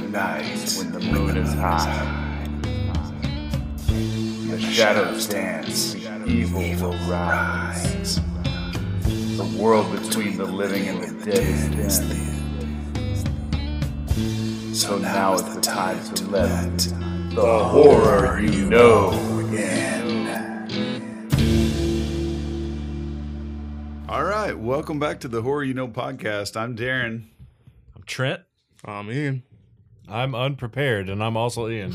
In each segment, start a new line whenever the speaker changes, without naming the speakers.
nights when the moon is high. The shadows dance, the evil will rise. The world between the living and the dead is thin. So now is the time to let the horror you know in.
All right, welcome back to the Horror You Know podcast. I'm Darren.
I'm Trent.
I'm in.
I'm unprepared, and I'm also Ian.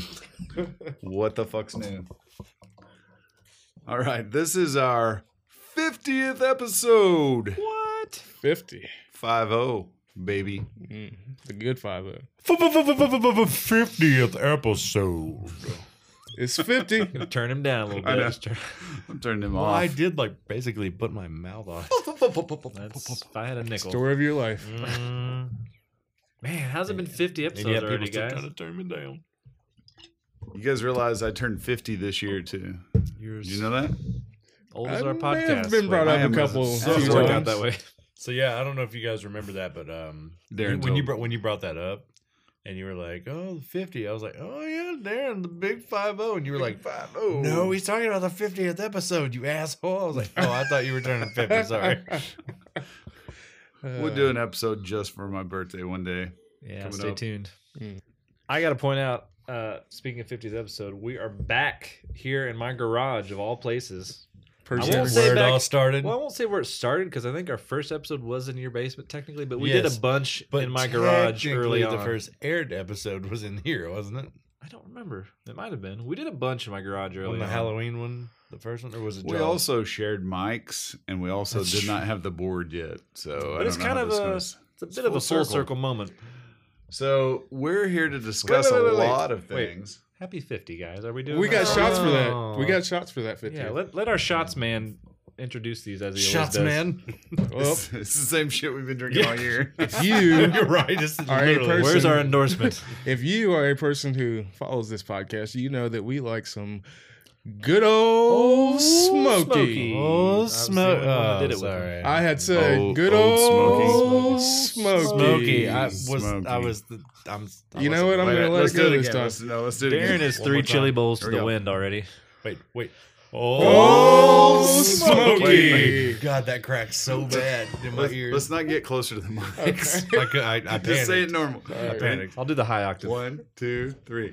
What the fuck's new? All right, this is our 50th episode.
What?
50.
5 baby.
The good five. uh,
Fiftieth episode.
It's 50.
Turn him down a little
I know.
bit. Turn-
I'm turning him
Well,
off.
I did like basically put my mouth on. it. That's, if I had a nickel.
Story of your life.
Mm.
Man, how's it been 50
And
episodes
yet people
already,
still
guys?
trying to turn me down.
You guys realize I turned 50 this year, too. Did
Yours.
you know that?
old as
I
our
may
podcast.
have been brought
I
up
am
a couple
so
few
sorry.
Work
times.
out that way.
So yeah, I don't know if you guys remember that, but um,
Darren
when you
told-
brought when you brought that up, and you were like, "Oh, the 50. I was like, "Oh yeah, Darren, the big 50. and you were like,
Five oh.
"No, he's talking about the fiftieth episode, you asshole." I was like, "Oh, I thought you were turning 50. Sorry."
We'll do an episode just for my birthday one day.
Yeah,
Coming
stay
up.
tuned.
Mm.
I got to point out, uh, speaking of 50th episode, we are back here in my garage of all places.
Person
I
where
won't say
it
back-
all started.
Well, I won't say where it started because I think our first episode was in your basement technically, but we
Yes,
did a bunch
but
in my garage
technically
early on.
The first aired episode was in here, wasn't it?
I don't remember. It might have been. We did a bunch in my garage early
On the
on.
Halloween one, the first one, or was it?
We
Jaws?
also shared mics, and we also
That's
did
true.
not have the board yet. So I
But
don't
it's
know
kind
how
of
this
a-
goes.
It's a bit of a
full
full
circle.
circle moment.
So we're here to discuss
wait, wait,
a
wait.
lot of
Wait.
things.
Happy 50, guys. Are we doing
We got
that?
shots for
Oh.
that. We got shots for that 50.
Yeah, let, let our shots man introduce these as he
shots,
always does.
man.
well,
it's, it's the same shit we've been drinking all year.
if you
You're right. This is
All right,
literally.
person-
Where's our endorsement?
if you are a person who follows this podcast, you know that we like some good old smoky.
Smokey.
Oh,
I've seen
smoke! uh,
when I did it with
sorry.
Oh, I had said
Old-
good
old
old,
smoky.
smoky.
smoky. I was.
Smoky.
I was. The, I'm. I
You
wasn't-
know what? I'm
Wait,
gonna let
let's
it
do
go
it
this
again.
time.
Let's, no, let's do it
Darren
again.
is
One
three
more time.
chili bowls to
Here we
the
go.
wind already.
Wait, wait.
Oh,
smoky.
smoky. God, that cracks so bad in my
Let's,
ears.
let's not get closer to the mics.
I, cou- I, I panicked.
Just say it normal.
Uh,
right.
Ready?
panicked.
I'll do the high octave.
One, two, three.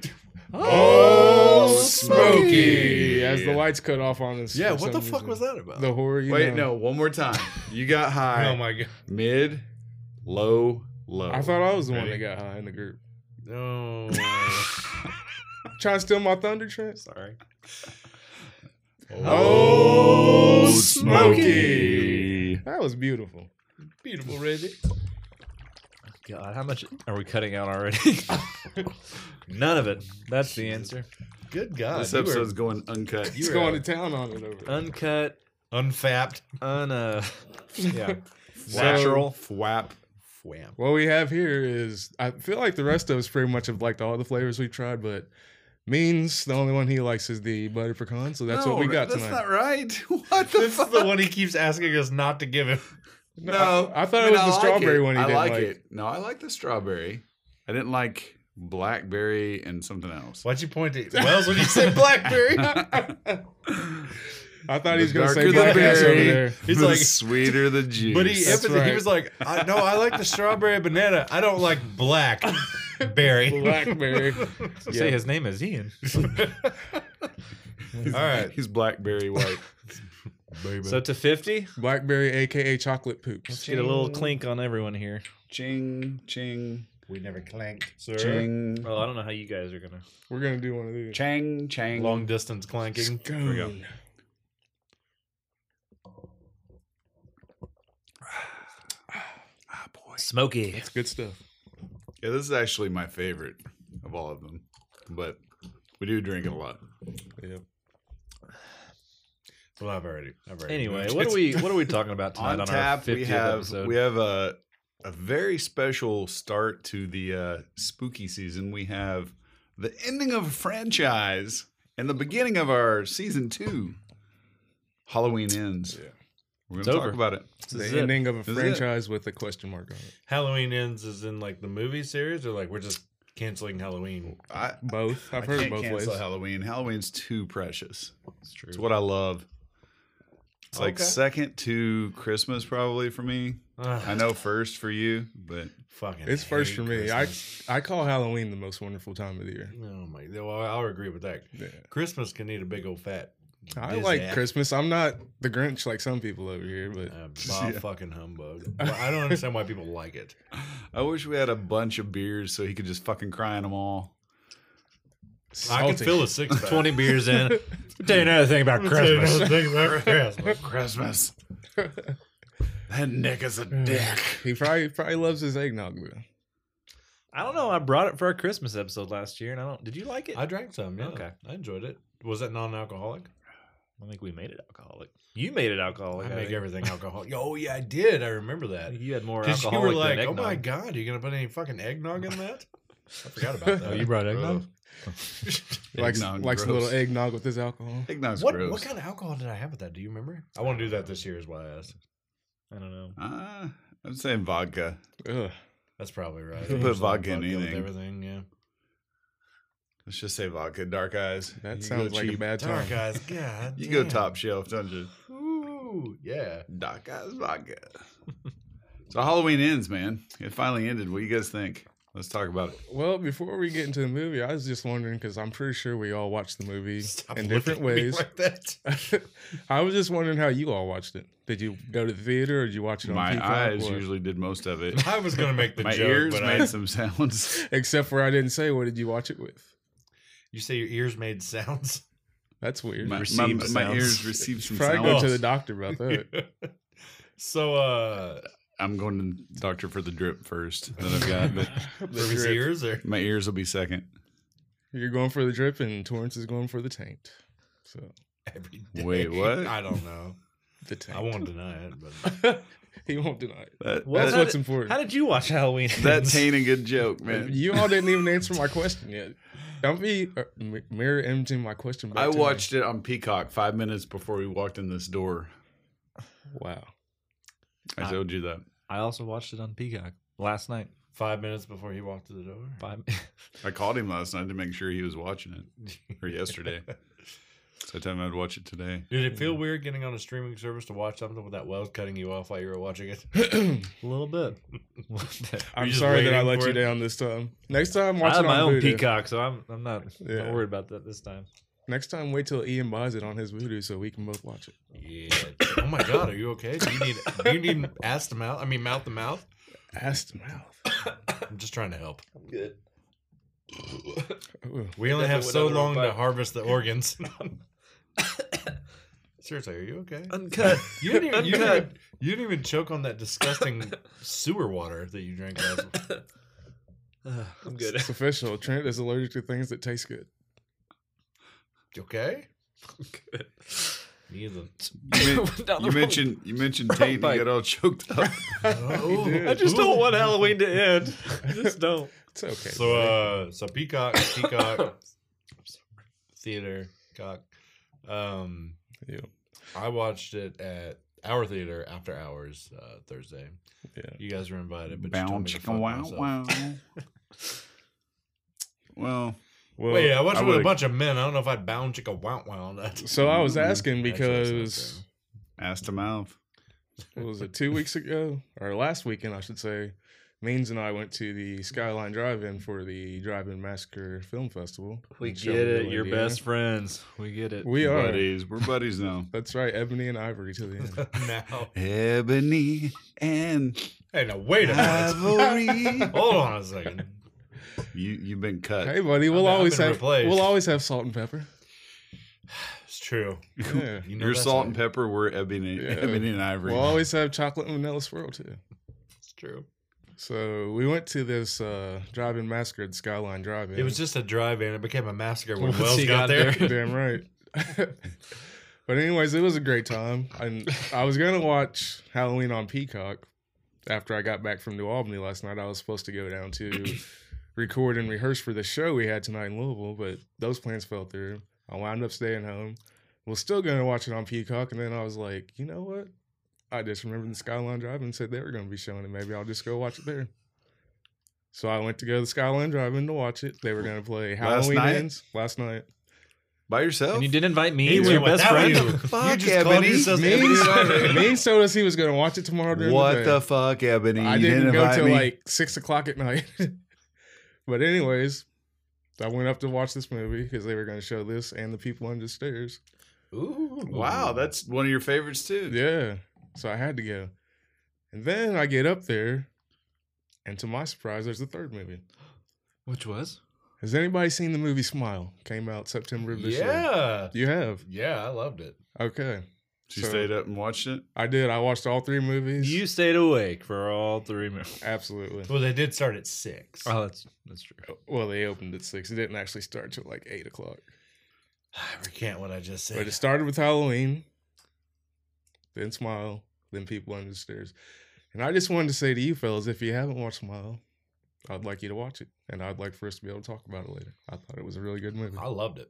Oh,
Smokey.
Smokey! As the lights cut off on this.
Yeah,
for
what the
some
fuck
reason.
was that about?
The horror. You
Wait,
know.
no, one more time. You got high,
Oh my god.
mid, low, low.
I thought I was the one that
Ready?
got high in the group.
No.
Trying to steal my thunder, Trent?
Sorry.
Oh,
Smokey.
That was beautiful.
Beautiful, Reggie.
God, how much are we cutting out already? None of it. That's the answer.
Good God.
This
you were
episode's going uncut.
He's going to town on it over. there.
Uncut,
unfapped.
un uh, yeah,
So-
natural.
Fwap.
Wham.
What we have here is I feel like the rest of us pretty much have liked all the flavors we tried, but Means the only one he likes is the butter pecan, so that's what we got
that's
tonight.
not right. What the
This
fuck?
is the one he keeps asking us not to give him.
No,
I, I thought
I
it was
mean, I
the
like
strawberry
it.
one he
I
didn't
like,
like.
it. No, I like the strawberry. I didn't like blackberry and something else.
Why'd you point at Wells when you said blackberry?
I thought
The
he was going to say
darker the
black ass over
berry.
there.
He's
the
like-
sweeter the juice.
But he,
That's
empathy-
right.
he was like, I, "No, I like the strawberry banana. I don't like black berry."
Blackberry.
Say his name is Ian.
All right,
he's blackberry white.
So to fifty,
Blackberry, aka chocolate
let's
poops.
get a little clink on everyone here.
ching, ching,
we never clanked, sir.
ching,
Well, I don't know how you guys are gonna.
We're gonna do one of these.
chang, chang.
Long distance clanking.
Here we go.
Smoky.
It's good stuff.
Yeah, this is actually my favorite of all of them, but we do drink it a lot.
Yeah.
Well, I've already. I've already
Anyway,
moved
what
it.
are we what are we talking about tonight on,
On
our
tap,
50th
we have
episode?
we have a a very special start to the uh, spooky season. We have the ending of a franchise and the beginning of our season two. Halloween ends.
Yeah.
We're
It's
gonna talk
over.
about it.
This is
The
it.
ending of a
is it.
franchise with a question mark on it.
Halloween ends is in like the movie series, or like we're just canceling Halloween.
I,
Both. I've
I
heard
can't
it both ways.
cancel Halloween. Halloween's too precious.
It's true.
It's what I love. It's like
Okay.
second to Christmas probably for me. I know first for you, but
ah, Fucking.
It's first
hate
for me.
Christmas.
I I call Halloween the most wonderful time of the year.
Oh my. Well, I'll agree with that.
Yeah.
Christmas can need a big old fat.
I
Biz
like
ass.
Christmas. I'm not the Grinch like some people over here, but
Uh, bah,
Yeah.
fucking humbug. Well, I don't understand why people like it.
I wish we had a bunch of beers so he could just fucking cry in them all.
I can
salty.
fill a six pack.
20 beers in. I'll tell you another thing about Christmas.
Christmas.
Christmas. that Nick is a dick.
He probably probably loves his eggnog. Though.
I don't know. I brought it for our Christmas episode last year, and I don't. Did you like it?
I drank some. Yeah.
Okay.
I enjoyed it. Was that non-alcoholic?
I think we made it alcoholic. You made it alcoholic.
I make
think.
everything alcoholic. Oh yeah, I did. I remember that.
You had more
'Cause
alcoholic
Oh, you were like,
than
"Oh my
eggnog."
god, are you gonna put any fucking eggnog in that?" I forgot about that.
Oh, you brought eggnog.
He likes
Eggnog,
likes a
gross.
little eggnog with his alcohol.
Eggnog's
what
gross.
what kind of alcohol did I have with that? Do you remember? I want to do that this year, is why I asked.
I don't know.
Uh, I'm saying vodka.
Ugh.
That's probably right.
You can
There's
put
some
vodka in
with
anything.
everything, yeah.
Let's just say vodka. Dark eyes.
That
You
sounds
go
like a
cheap.
bad
Dark
time.
eyes, god.
You go
damn.
top shelf, don't you?
Ooh, yeah.
Dark eyes vodka. so Halloween ends, man. It finally ended. What do you guys think? Let's talk about it.
Well, before we get into the movie, I was just wondering because I'm pretty sure we all watched the movie
Stop
in
looking
different
at me
ways.
Like that.
I was just wondering how you all watched it. Did you go to the theater or did you watch it on
My
Peacock?
eyes
or-
usually did most of it.
I was gonna make the
My
joke,
ears
but
made
I,
some sounds.
Except for I didn't say what did you watch it with.
you say your ears made sounds.
That's weird.
My, my,
Received
my
sounds.
ears received some
Probably go
sounds.
to the doctor about that.
so, uh,
I'm going to the doctor for the drip first that I've got, but
The
for his
drip.
ears, or
my ears will be second.
You're going for the drip, and Torrance is going for the taint. So
every day.
Wait, what?
I don't know.
the taint.
I won't deny it, but
he won't deny it.
That,
Well,
that,
That's
how
what's
did-
important.
How did you watch Halloween?
that's ain't a good joke, man.
you all didn't even answer my question yet. Don't be uh, mi- mirror imaging my question. Back
I
to me.
watched it on Peacock five minutes before we walked in this door.
Wow.
I
Ah.
told you that.
I also watched it on Peacock last night.
five minutes before he walked to the door.
Five.
I called him last night to make sure he was watching it, or yesterday. so I told him I'd watch it today.
Did it feel weird getting on a streaming service to watch something without Wells cutting you off while you were watching it?
A little bit. What the-
I'm
just
sorry that I
waiting
let
for
you
it?
down this time. Next time, watch
I have
it on
my own
Vudu.
Peacock, so I'm I'm not
Yeah.
not worried about that this time.
Next time, wait till Ian buys it on his voodoo so we can both watch it.
Yeah. Oh my God, are you okay? Do you need do you need ass to mouth? I mean mouth to mouth.
Ass to mouth.
I'm just trying to help.
Good.
Ooh.
We only
Nothing
have
would
so
ever
long to
bite.
harvest the organs. Seriously, are you okay?
Uncut.
You didn't, even, you, didn't
Uncut.
even, you didn't even choke on that disgusting sewer water that you drank last.
Ugh, I'm good.
It's official. Trent is allergic to things that taste good.
You Okay.
I'm good.
Neither.
You, men-
Went down the
you
wrong-
mentioned you mentioned
Oh
Tate and you
bike.
got all choked up.
did.
I just don't want Halloween to end. I just don't.
It's okay.
So, uh, so Peacock, Peacock, theater, cock. Um,
Yeah.
I watched it at our theater after hours uh, Thursday.
Yeah.
You guys were invited, but you told
Bound
me to
chicken
fuck
wow
myself.
wow. well,
well,
Wait, I watched
I
it with a
would've-
bunch of men. I don't know if I'd bound chicken wow wow on that.
so I was
Mm,
asking
Actually, that's not
because
true.
ass to mouth.
what was it two weeks ago or last weekend I should say, Means and I went to the Skyline Drive-In for the Drive-In Massacre Film Festival.
We
in
get it.
Shelbyville,
You're
Indiana.
best friends. We get it.
We are.
buddies. We're buddies now.
That's right, Ebony and Ivory to the end.
now,
Ebony and
hey, now wait a minute. Oh.
ivory.
Hold on a second.
you you've been cut.
hey, buddy, we'll
I've been
always have
replaced.
we'll always have salt and pepper.
It's true.
Yeah.
You
Your
that's
salt
right.
and pepper were ebony,
Yeah.
ebony and ivory.
We'll always have chocolate and vanilla swirl too.
It's true.
So we went to this uh, drive-in massacre at Skyline Drive-In.
It was just a drive-in. It became a massacre when
Once
Wells
he got
got, there.
there.
Damn right. but anyways, it was a great time, and I was gonna watch Halloween on Peacock. After I got back from New Albany last night, I was supposed to go down to record and rehearse for the show we had tonight in Louisville, but those plans fell through. I wound up staying home. Was still gonna watch it on Peacock, and then I was like, you know what? I just remembered the Skyline Drive and said they were gonna be showing it. Maybe I'll just go watch it there. So I went to go to the Skyline Drive-In to watch it. They were going to play
Last
Halloween
night?
Ends last night.
By yourself?
And you didn't invite me.
He
You're your
went
best
without
friend.
you.
Fuck,
you just called
Ebony.
yourself
Me?
Ebony.
Means told us he was going to watch it tomorrow during the
What
day.
the fuck, Ebony?
I
You
didn't, go
invite
till
me?
like six o'clock at night. but anyways, I went up to watch this movie because they were going to show this and the people under the stairs.
Ooh,
Wow, that's one of your favorites too.
Yeah, so I had to go. And then I get up there, and to my surprise, there's a third movie.
Which was?
Has anybody seen the movie Smile? Came out September of this year.
yeah,
You have.
yeah, I loved it.
Okay.
She
So-
stayed up and watched it.
I did. I watched all three movies.
You stayed awake for all three minutes.
Absolutely.
Well, they did start at six.
Oh, that's that's true.
Well, they opened at six. It didn't actually start till like eight o'clock.
I recant what I just said.
But it started with Halloween, then Smile, then People Under the Stairs. And I just wanted to say to you fellas, if you haven't watched Smile, I'd like you to watch it. And I'd like for us to be able to talk about it later. I thought it was a really good movie.
I loved it.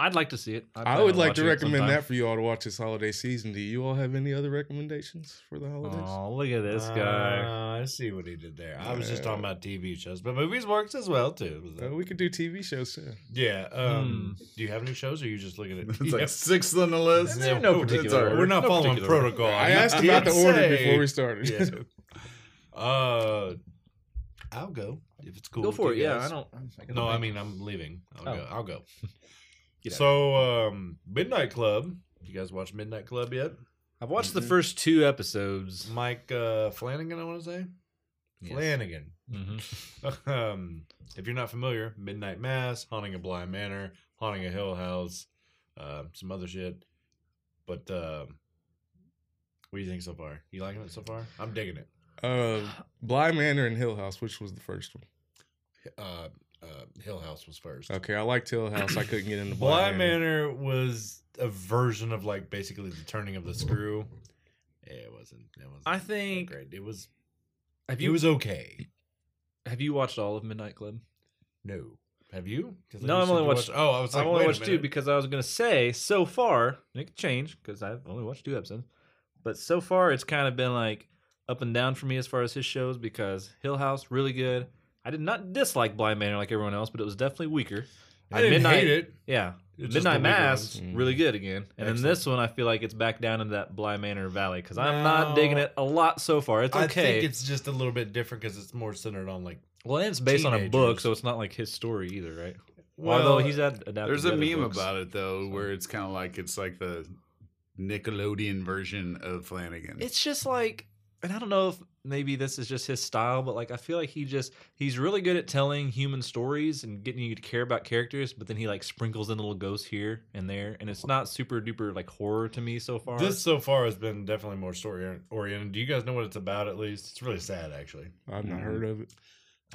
I'd like to see it.
I would like to recommend that for you all to watch this holiday season. Do you all have any other recommendations for the holidays?
Oh, look at this guy.
Uh, I see what he did there. I was just
Yeah.
talking about TV shows, but movies works as well too.
Uh, we could do TV shows too.
yeah.
Hmm.
Um, Do you have any shows, or are you just looking at?
It's like sixth on the list.
There's no
It's
particular
all right.
order.
We're not
No
following
particular order.
protocol.
I
Oh, You
asked about the
did
order
say-
before we started.
Yeah. Uh, I'll go if it's cool.
Go
with
for it.
you
Yeah,
guys.
I don't. can
No,
wait.
I mean I'm leaving. I'll
Oh.
go. I'll go.
Get out.
so, um, Midnight Club. You guys watch Midnight Club yet?
I've watched the first two episodes.
Mike uh, Flanagan, I want to say. Mm-hmm.
Yes.
Flanagan.
Mhm.
um, if you're not familiar, Midnight Mass, Haunting a Blind Manor, Haunting a Hill House, uh, some other shit. But uh, what do you think so far? You liking it so far? I'm digging it.
Uh, Bly Manor and Hill House, which was the first one?
Uh, uh, Hill House was first.
Okay, I liked Hill House. I couldn't get into Bly,
Blind Manor was a version of like basically the turning of the screw. It wasn't. It wasn't.
I think-
great. It was.
Have
It
you
was okay.
have you watched all of Midnight Club?
No. Have you? 'Cause I
No, I've
used to
only watched-
watch- Oh, I was. Like,
I only
wait a
watched two
minute.
because I was gonna say so far, and it could change because I've only watched two episodes. But so far, it's kind of been like up and down for me as far as his shows because Hill House really good. I did not dislike Blind Manor like everyone else, but it was definitely weaker.
I didn't
Midnight-
hate it.
Yeah,
It's just the
Midnight
weaker
Mass
ones.
ones.
Mm.
really good again, and then
Excellent.
this one I feel like it's back down into that Blind Manor Valley because I'm not
No.
digging it a lot so far. It's
I
okay.
think it's just a little bit different because it's more centered on like.
well, and it's based on a book,
teenagers.
so it's not like his story either, right?
Well,
Although he's had adapted.
There's a
the other
meme
books.
about it though, where it's kind of like it's like the Nickelodeon version of Flanagan.
it's just like and i don't know if maybe this is just his style but like i feel like he just he's really good at telling human stories and getting you to care about characters but then he like sprinkles in little ghosts here and there and it's not super duper like horror to me so far
this so far has been definitely more story oriented. Do you guys know what it's about? At least it's really sad, actually.
I've not
Mhm.
heard of it.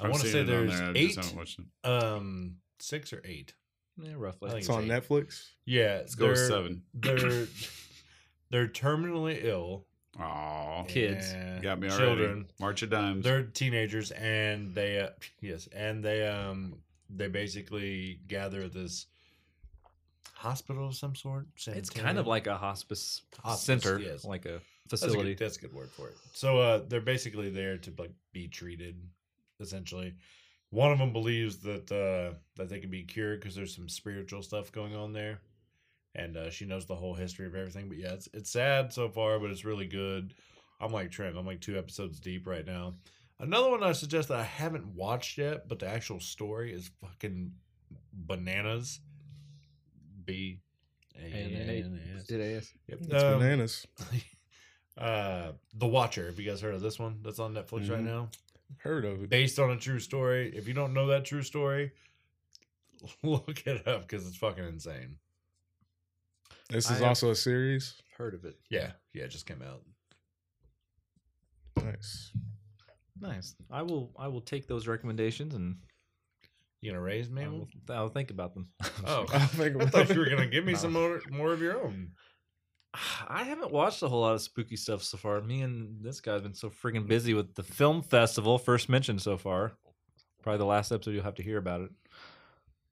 I
I've
want to
seen
say
it on
there's
there, I just
eight,
haven't watched it.
um, six or eight.
yeah,
I
roughly
think
It's on
eight.
Netflix.
Yeah,
Let's go with
they're-
seven.
They're they're terminally ill.
Aw,
Kids.
and
got me already.
Children.
March of Dimes.
They're teenagers, and they uh, yes, and they um they basically gather at this hospital of some sort.
it's
sanitarium.
kind of like a hospice,
Hospice,
center
yes.
like a
That's a,
facility
good, that's a good word for it. So uh, they're basically there to like be treated, essentially. One of them believes that uh, that they can be cured because there's some spiritual stuff going on there, and uh, she knows the whole history of everything. But yeah, it's it's sad so far, but it's really good. I'm like Trent. I'm like two episodes deep right now. Another one I suggest that I haven't watched yet, but the actual story is fucking bananas. B. A-N-A-S. Yep.
It's
Um,
bananas.
uh The Watcher. Have you guys heard of this one? That's on Netflix right
Mm-hmm.
Mhm.
now.
Heard of it.
Based on a true story. If you don't know that true story, look it up because it's fucking insane.
This
I
is
have-
also a series.
heard of it
Yeah, yeah, it just came out.
Nice.
nice i will i will take those recommendations and
You gonna raise me?
I will, I'll think about them
Oh,
I
I
think-
thought you were gonna give me
No.
some more, more of your own.
I haven't watched a whole lot of spooky stuff so far. Me and this guy's been so friggin' busy with the film festival, first mentioned so far. Probably the last episode you'll have to hear about it.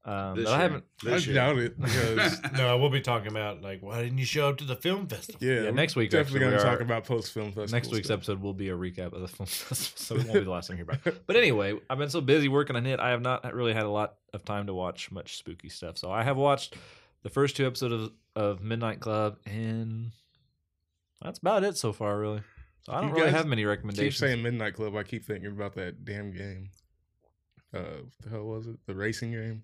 Um,
This
that I
year.
haven't.
I
This year.
doubt it because
no, we'll be talking about like why didn't you show up to the film festival?
yeah,
Yeah,
we're
next week,
definitely going
actually,
to
we
talk
are-
about post film festival.
Next week's
stuff.
episode will be a recap of the film festival, so it won't be the last thing you hear about. But anyway, I've been so busy working on it, I have not really had a lot of time to watch much spooky stuff. So I have watched the first two episodes of, of Midnight Club, and that's about it so far, really. So I
You
don't really
guys
have many
Keep
recommendations.
saying Midnight Club. I keep thinking about that damn game. Uh, what the hell was it? The racing game.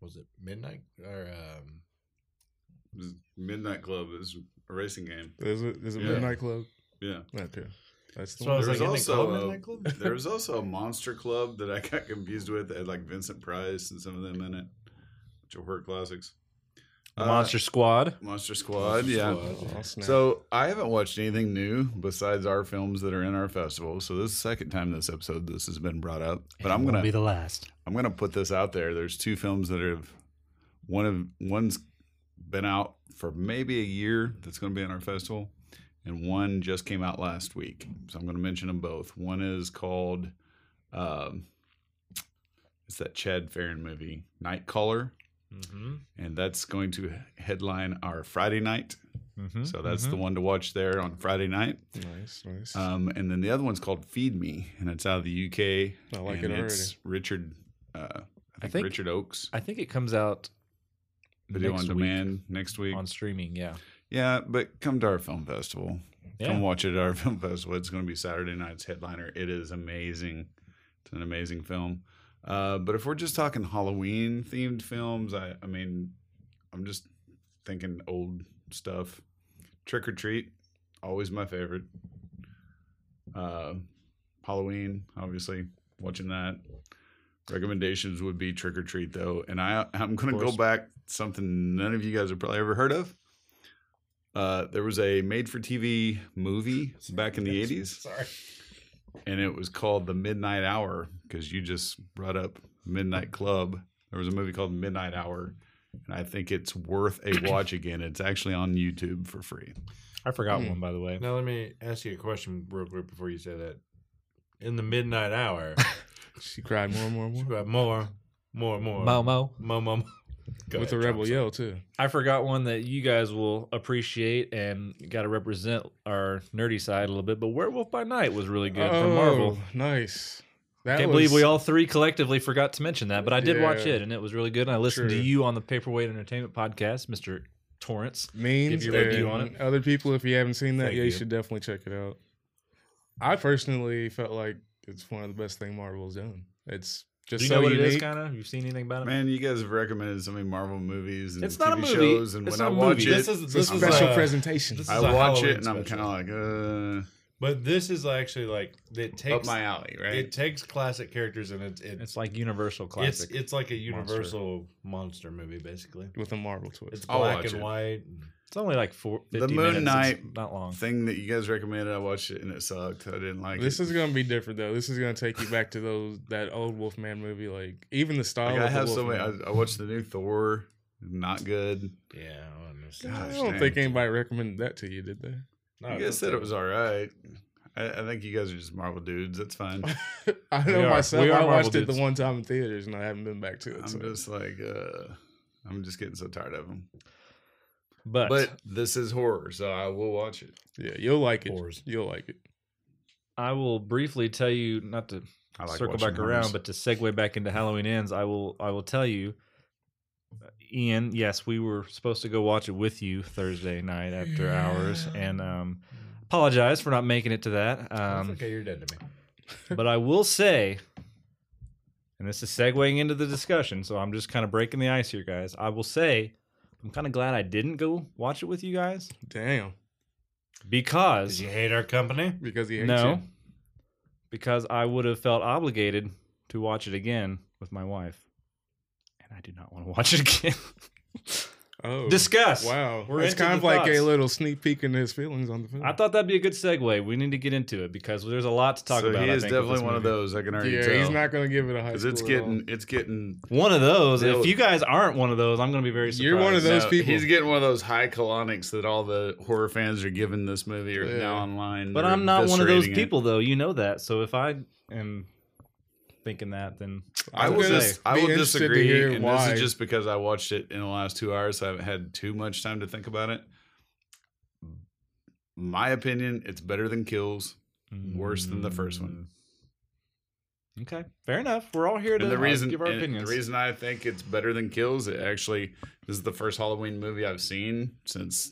Was it midnight or um,
Midnight Club is a racing game.
Is it? Is it
Yeah.
Midnight Club?
Yeah.
Okay, that's the
So I
one.
was
There's
like,
also
also
a-
Oh, midnight club?
There was also a monster club that I got confused with. That had like Vincent Price and some of them in it, which were classics.
the
Uh,
Monster Squad.
Monster Squad. Yeah.
Oh, snap.
So I haven't watched anything new besides our films that are in our festival. So this is the second time this episode this has been brought up. But I'm gonna
the last.
I'm gonna put this out there. There's two films that have one of one's been out for maybe a year that's gonna be in our festival, and one just came out last week. So I'm gonna mention them both. One is called um, it's that Chad Farron movie, Night Caller,
Mm-hmm.
and that's going to headline our Friday night.
Mm-hmm.
So that's the one to watch there on Friday night.
nice, nice.
Uh,
Um, and then the other one's called Feed Me, and it's out of the UK.
I like
and
it already.
It's Richard, uh, I, think
think-
Richard Oakes.
I think it comes out
Video
next
on
week
demand next week.
on streaming. Yeah.
yeah, but come to our film festival. Come
Yeah.
watch it at our film festival. It's going to be Saturday night's headliner. It is amazing. It's an amazing film. Uh, but if we're just talking Halloween themed films, I, I mean, I'm just thinking old stuff. Trick or Treat, always my favorite. Uh, Halloween, obviously, watching that. Recommendations would be Trick or Treat though, and I I'm gonna
Of
go
course.
back something none of you guys have probably ever heard of. Uh, there was a made-for-TV movie back in the
Yes.
'80s
Sorry.
and it was called the Midnight Hour because you just brought up Midnight Club. There was a movie called Midnight Hour, and I think it's worth a watch again. It's actually on YouTube for free.
I forgot
Hmm.
one by the way.
Now let me ask you a question real quick before you say that. In the midnight hour,
she cried more and more and
we
more
got more, more, more,
Momo.
mo, mo. mo. Go
with
ahead,
a rebel
Thompson.
yell too.
I forgot one that you guys will appreciate and got to represent our nerdy side a little bit. But Werewolf by Night was really good from Marvel.
Oh, Nice. That
Can't believe we all three collectively forgot to mention that, but I did watch
Yeah.
it and it was really good. And I listened
True.
to you on the Paperweight Entertainment podcast, Mister Torrance.
means
give your review
and
on it.
Other people, if you haven't seen that,
Thank
yeah, you.
you.
should definitely check it out. I personally felt like it's one of the best thing Marvel's done. It's
Do
just
you
so
know what
unique.
it is? Kind of. You've seen anything about it?
Man, you guys have recommended so many Marvel movies and
It's
TV
not a movie.
shows, and
It's
when I
not a
watch
movie.
it,
This is
it's a
this is
special
uh,
presentation.
this
I
is a
watch
Halloween
it and I'm kind
special.
of like,
But this is actually like it
uh, up
takes
my alley, right?
it takes classic characters and it, it
It's like Universal
it's
classic.
it's like a
monster.
universal monster, movie basically.
with a Marvel twist.
It's
I'll
black
watch
and
it.
white.
It's only like four. 50
The Moon
minutes. It's
Knight
not long.
Thing that you guys recommended, I watched it and it sucked. I didn't like
this
it.
is gonna be different though. This is gonna take you back to those that old Wolfman movie, like even the style.
Like, I
of the
have so many.
Wolfman.
I, I watched the new Thor, not good.
Yeah, I don't understand.
I
Gosh,
don't
dang.
think anybody recommended that to you, did they?
No,
you
it's
guys said
okay.
it was all right. I, I think you guys are just Marvel dudes. That's fine.
I
We
know
are-
myself.
we are
I
Marvel
watched it
dudes.
the one time in theaters, and I haven't been back to it. So.
I'm just like, uh, I'm just getting so tired of them.
But,
But this is horror, so I will watch it.
yeah, you'll like it.
Whores.
You'll like it.
I will briefly tell you not to
I like
circle
watching
back around,
horrors.
but to segue back into Halloween ends, I will I will tell you, uh, Ian. Yes, we were supposed to go watch it with you Thursday night after hours, and um, apologize for not making it to that.
That's
Um,
okay, you're dead to me.
But I will say, and this is segueing into the discussion, so I'm just kind of breaking the ice here, guys. I will say, I'm kind of glad I didn't go watch it with you guys
Damn,
Did
because
you hate our company?
because he hates
no,
you.
because I would have felt obligated to watch it again with my wife, and I do not want to watch it again.
Oh,
Discuss.
Wow,
We're
it's
into
kind
the
of like
thoughts.
a little sneak peek into his feelings on the film.
I thought that'd be a good segue. We need to get into it because there's a lot to talk
so
about.
He
I
is
think, with
definitely
this
one of
movie.
those I can already
yeah,
tell.
he's not gonna give it a high.
because it's
score at all.
getting, it's getting.
One of those.
Yo.
If you guys aren't one of those, I'm going to be very surprised.
You're one of those
no,
people.
He's getting one of those high colonics that all the horror fans are giving this movie or
Yeah.
now online.
But
They're
I'm not one of those
eviscerating it.
people, though. You know that. So if I am thinking that, then
I
I'm
will
gonna
dis-
be
I will
interested to
disagree,
hear
and
why.
this is just because I watched it in the last two hours. So I haven't had too much time to think about it. My opinion, it's better than Kills, worse than the first one.
mm, Okay, fair enough. We're all here to
And the
uh,
reason,
give our
and
opinions.
the reason I think it's better than Kills, it actually this is the first Halloween movie I've seen since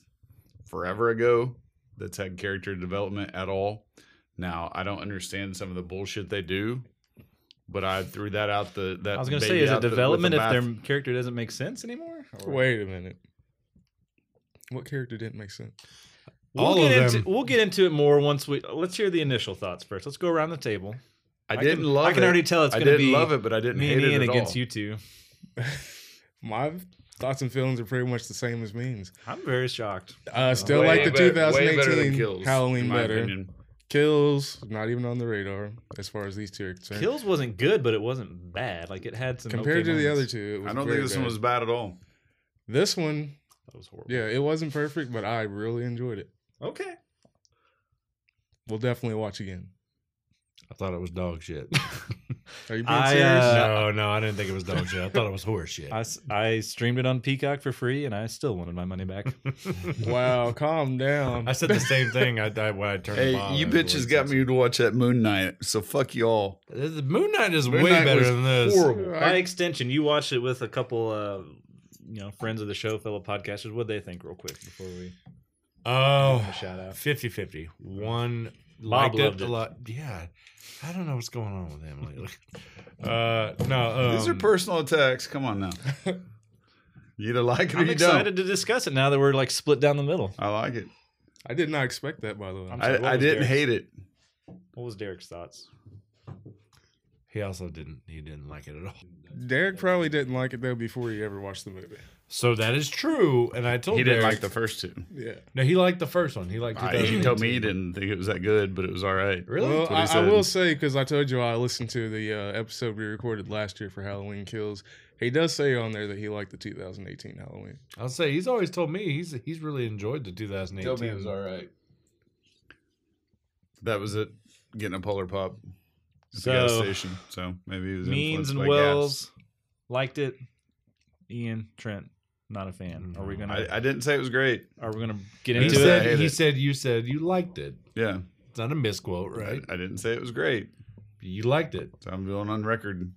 forever ago that's had character development at all. Now I don't understand some of the bullshit they do, but I threw that out the that
I was going to
baby
say, is
out
it
the- with the
development if
bath-
their character doesn't make sense anymore? Or-
Wait a minute. What character didn't make sense?
we'll
All
get
of
into
them.
we'll get into it more once we uh, let's hear the initial thoughts first. Let's go around the table.
I didn't
can,
love
I can
it.
already tell it's
I
going to
didn't
be
love it, but I didn't
me
hate
and
it
Ian
at
against
all.
you two.
My thoughts and feelings are pretty much the same as means.
I'm very shocked.
Uh, still like
Way
the
bet- way better than
2018
Kills,
Halloween
in my
better.
opinion.
Kills not even on the radar as far as these two are concerned.
Kills wasn't good, but it wasn't bad. Like it had some
Compared
okay
to the other
moments.
two, it was
I don't
very
think this
bad.
one was bad at all.
This one,
That was horrible.
yeah, it wasn't perfect, but I really enjoyed it.
Okay.
We'll definitely watch again.
I thought it was dog shit.
Are you being
I,
serious?
uh,
no, no, I didn't think it was dog shit. I thought it was horse shit.
I, s- I streamed it on Peacock for free, and I still wanted my money back.
Wow, calm down.
I said the same thing. I, I when I turned. the
Hey,
bottom
you
afterwards.
bitches got me to watch that Moon Knight, so fuck y'all.
The Moon Knight is
Moon
way
Knight
better
was
than this.
Horrible.
By extension, you watched it with a couple, uh, you know, friends of the show, fellow podcasters. What they think, real quick, before we
Oh,
a shout out.
50 50. One
Bob
liked
loved
it
it.
a lot. Yeah. I don't know what's going on with him lately. Uh, no. Um,
These are personal attacks. Come on now. you either like it or
I'm
you
excited
don't.
to discuss it now that we're like split down the middle.
I like it.
I did not expect that, by the way.
I'm sorry, what
I, I
was
didn't
Derek's-
hate it.
What was Derek's thoughts?
He also didn't. He didn't like it at all.
Derek probably didn't like it though before he ever watched the movie.
So that is true. And I told
He didn't
Derek-
like the first two.
Yeah.
No, he liked the first one. He liked.
I, he
2018.
told me he didn't think it was that good, but it was all right.
Really?
Well,
That's what
I,
he
I
said.
will say because I told you I listened to the uh, episode we recorded last year for Halloween Kills. He does say on there that he liked the 2018 Halloween.
I'll say he's always told me he's he's really enjoyed the 2018.
right. That was it. Getting a polar pop. At the gas
So
station. So maybe he was influenced
Means and
by gas.
Wells liked it. Ian Trent, not a fan. Are we gonna
I, I didn't say it was great.
Are we gonna get
He
He
into
said-
it?
I hate
said. He
it.
said. You said you liked it.
Yeah,
It's not a misquote, right?
I, I didn't say it was great.
You liked it,
So I'm going on record.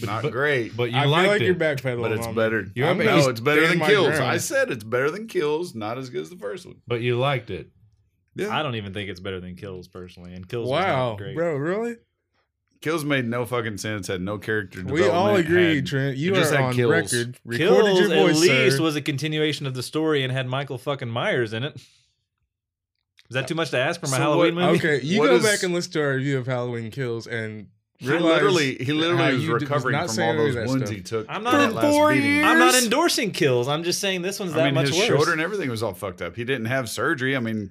But-
Not
but-
great.
but you
I
liked
feel like
it.
you're backpedaling,
but it's
on
better.
You
I'm-
haven't
no,
used
it's better than
stand my
kills.
ground.
I said it's better than kills. Not as good as the first one.
But you liked it.
Yeah,
I don't even think it's better than Kills personally, and
that.
Kills was
Wow,
not great.
bro, really?
kills made no fucking sense. Had no character.
We all
development,
agreed,
had-
Trent. You
it just
are
had
on
kills.
record. Recorded
Kills
your voice,
at least
sir.
was a continuation of the story and had Michael fucking Myers in it. Is that too much to ask for my
So
Halloween
what-
movie?
okay, you
What
go
is-
back and listen to our review of Halloween Kills and
He
realize
literally, he
how
literally was
you did-
recovering
not
from
saying
all
any of
those
that
wounds
stuff.
he took.
I'm
in
not-
that
For
last
four
beating.
years?
I'm not
Years?
endorsing Kills. I'm just saying this one's that
I mean,
much
his
worse.
shoulder and everything was all fucked up. He didn't have surgery. I mean,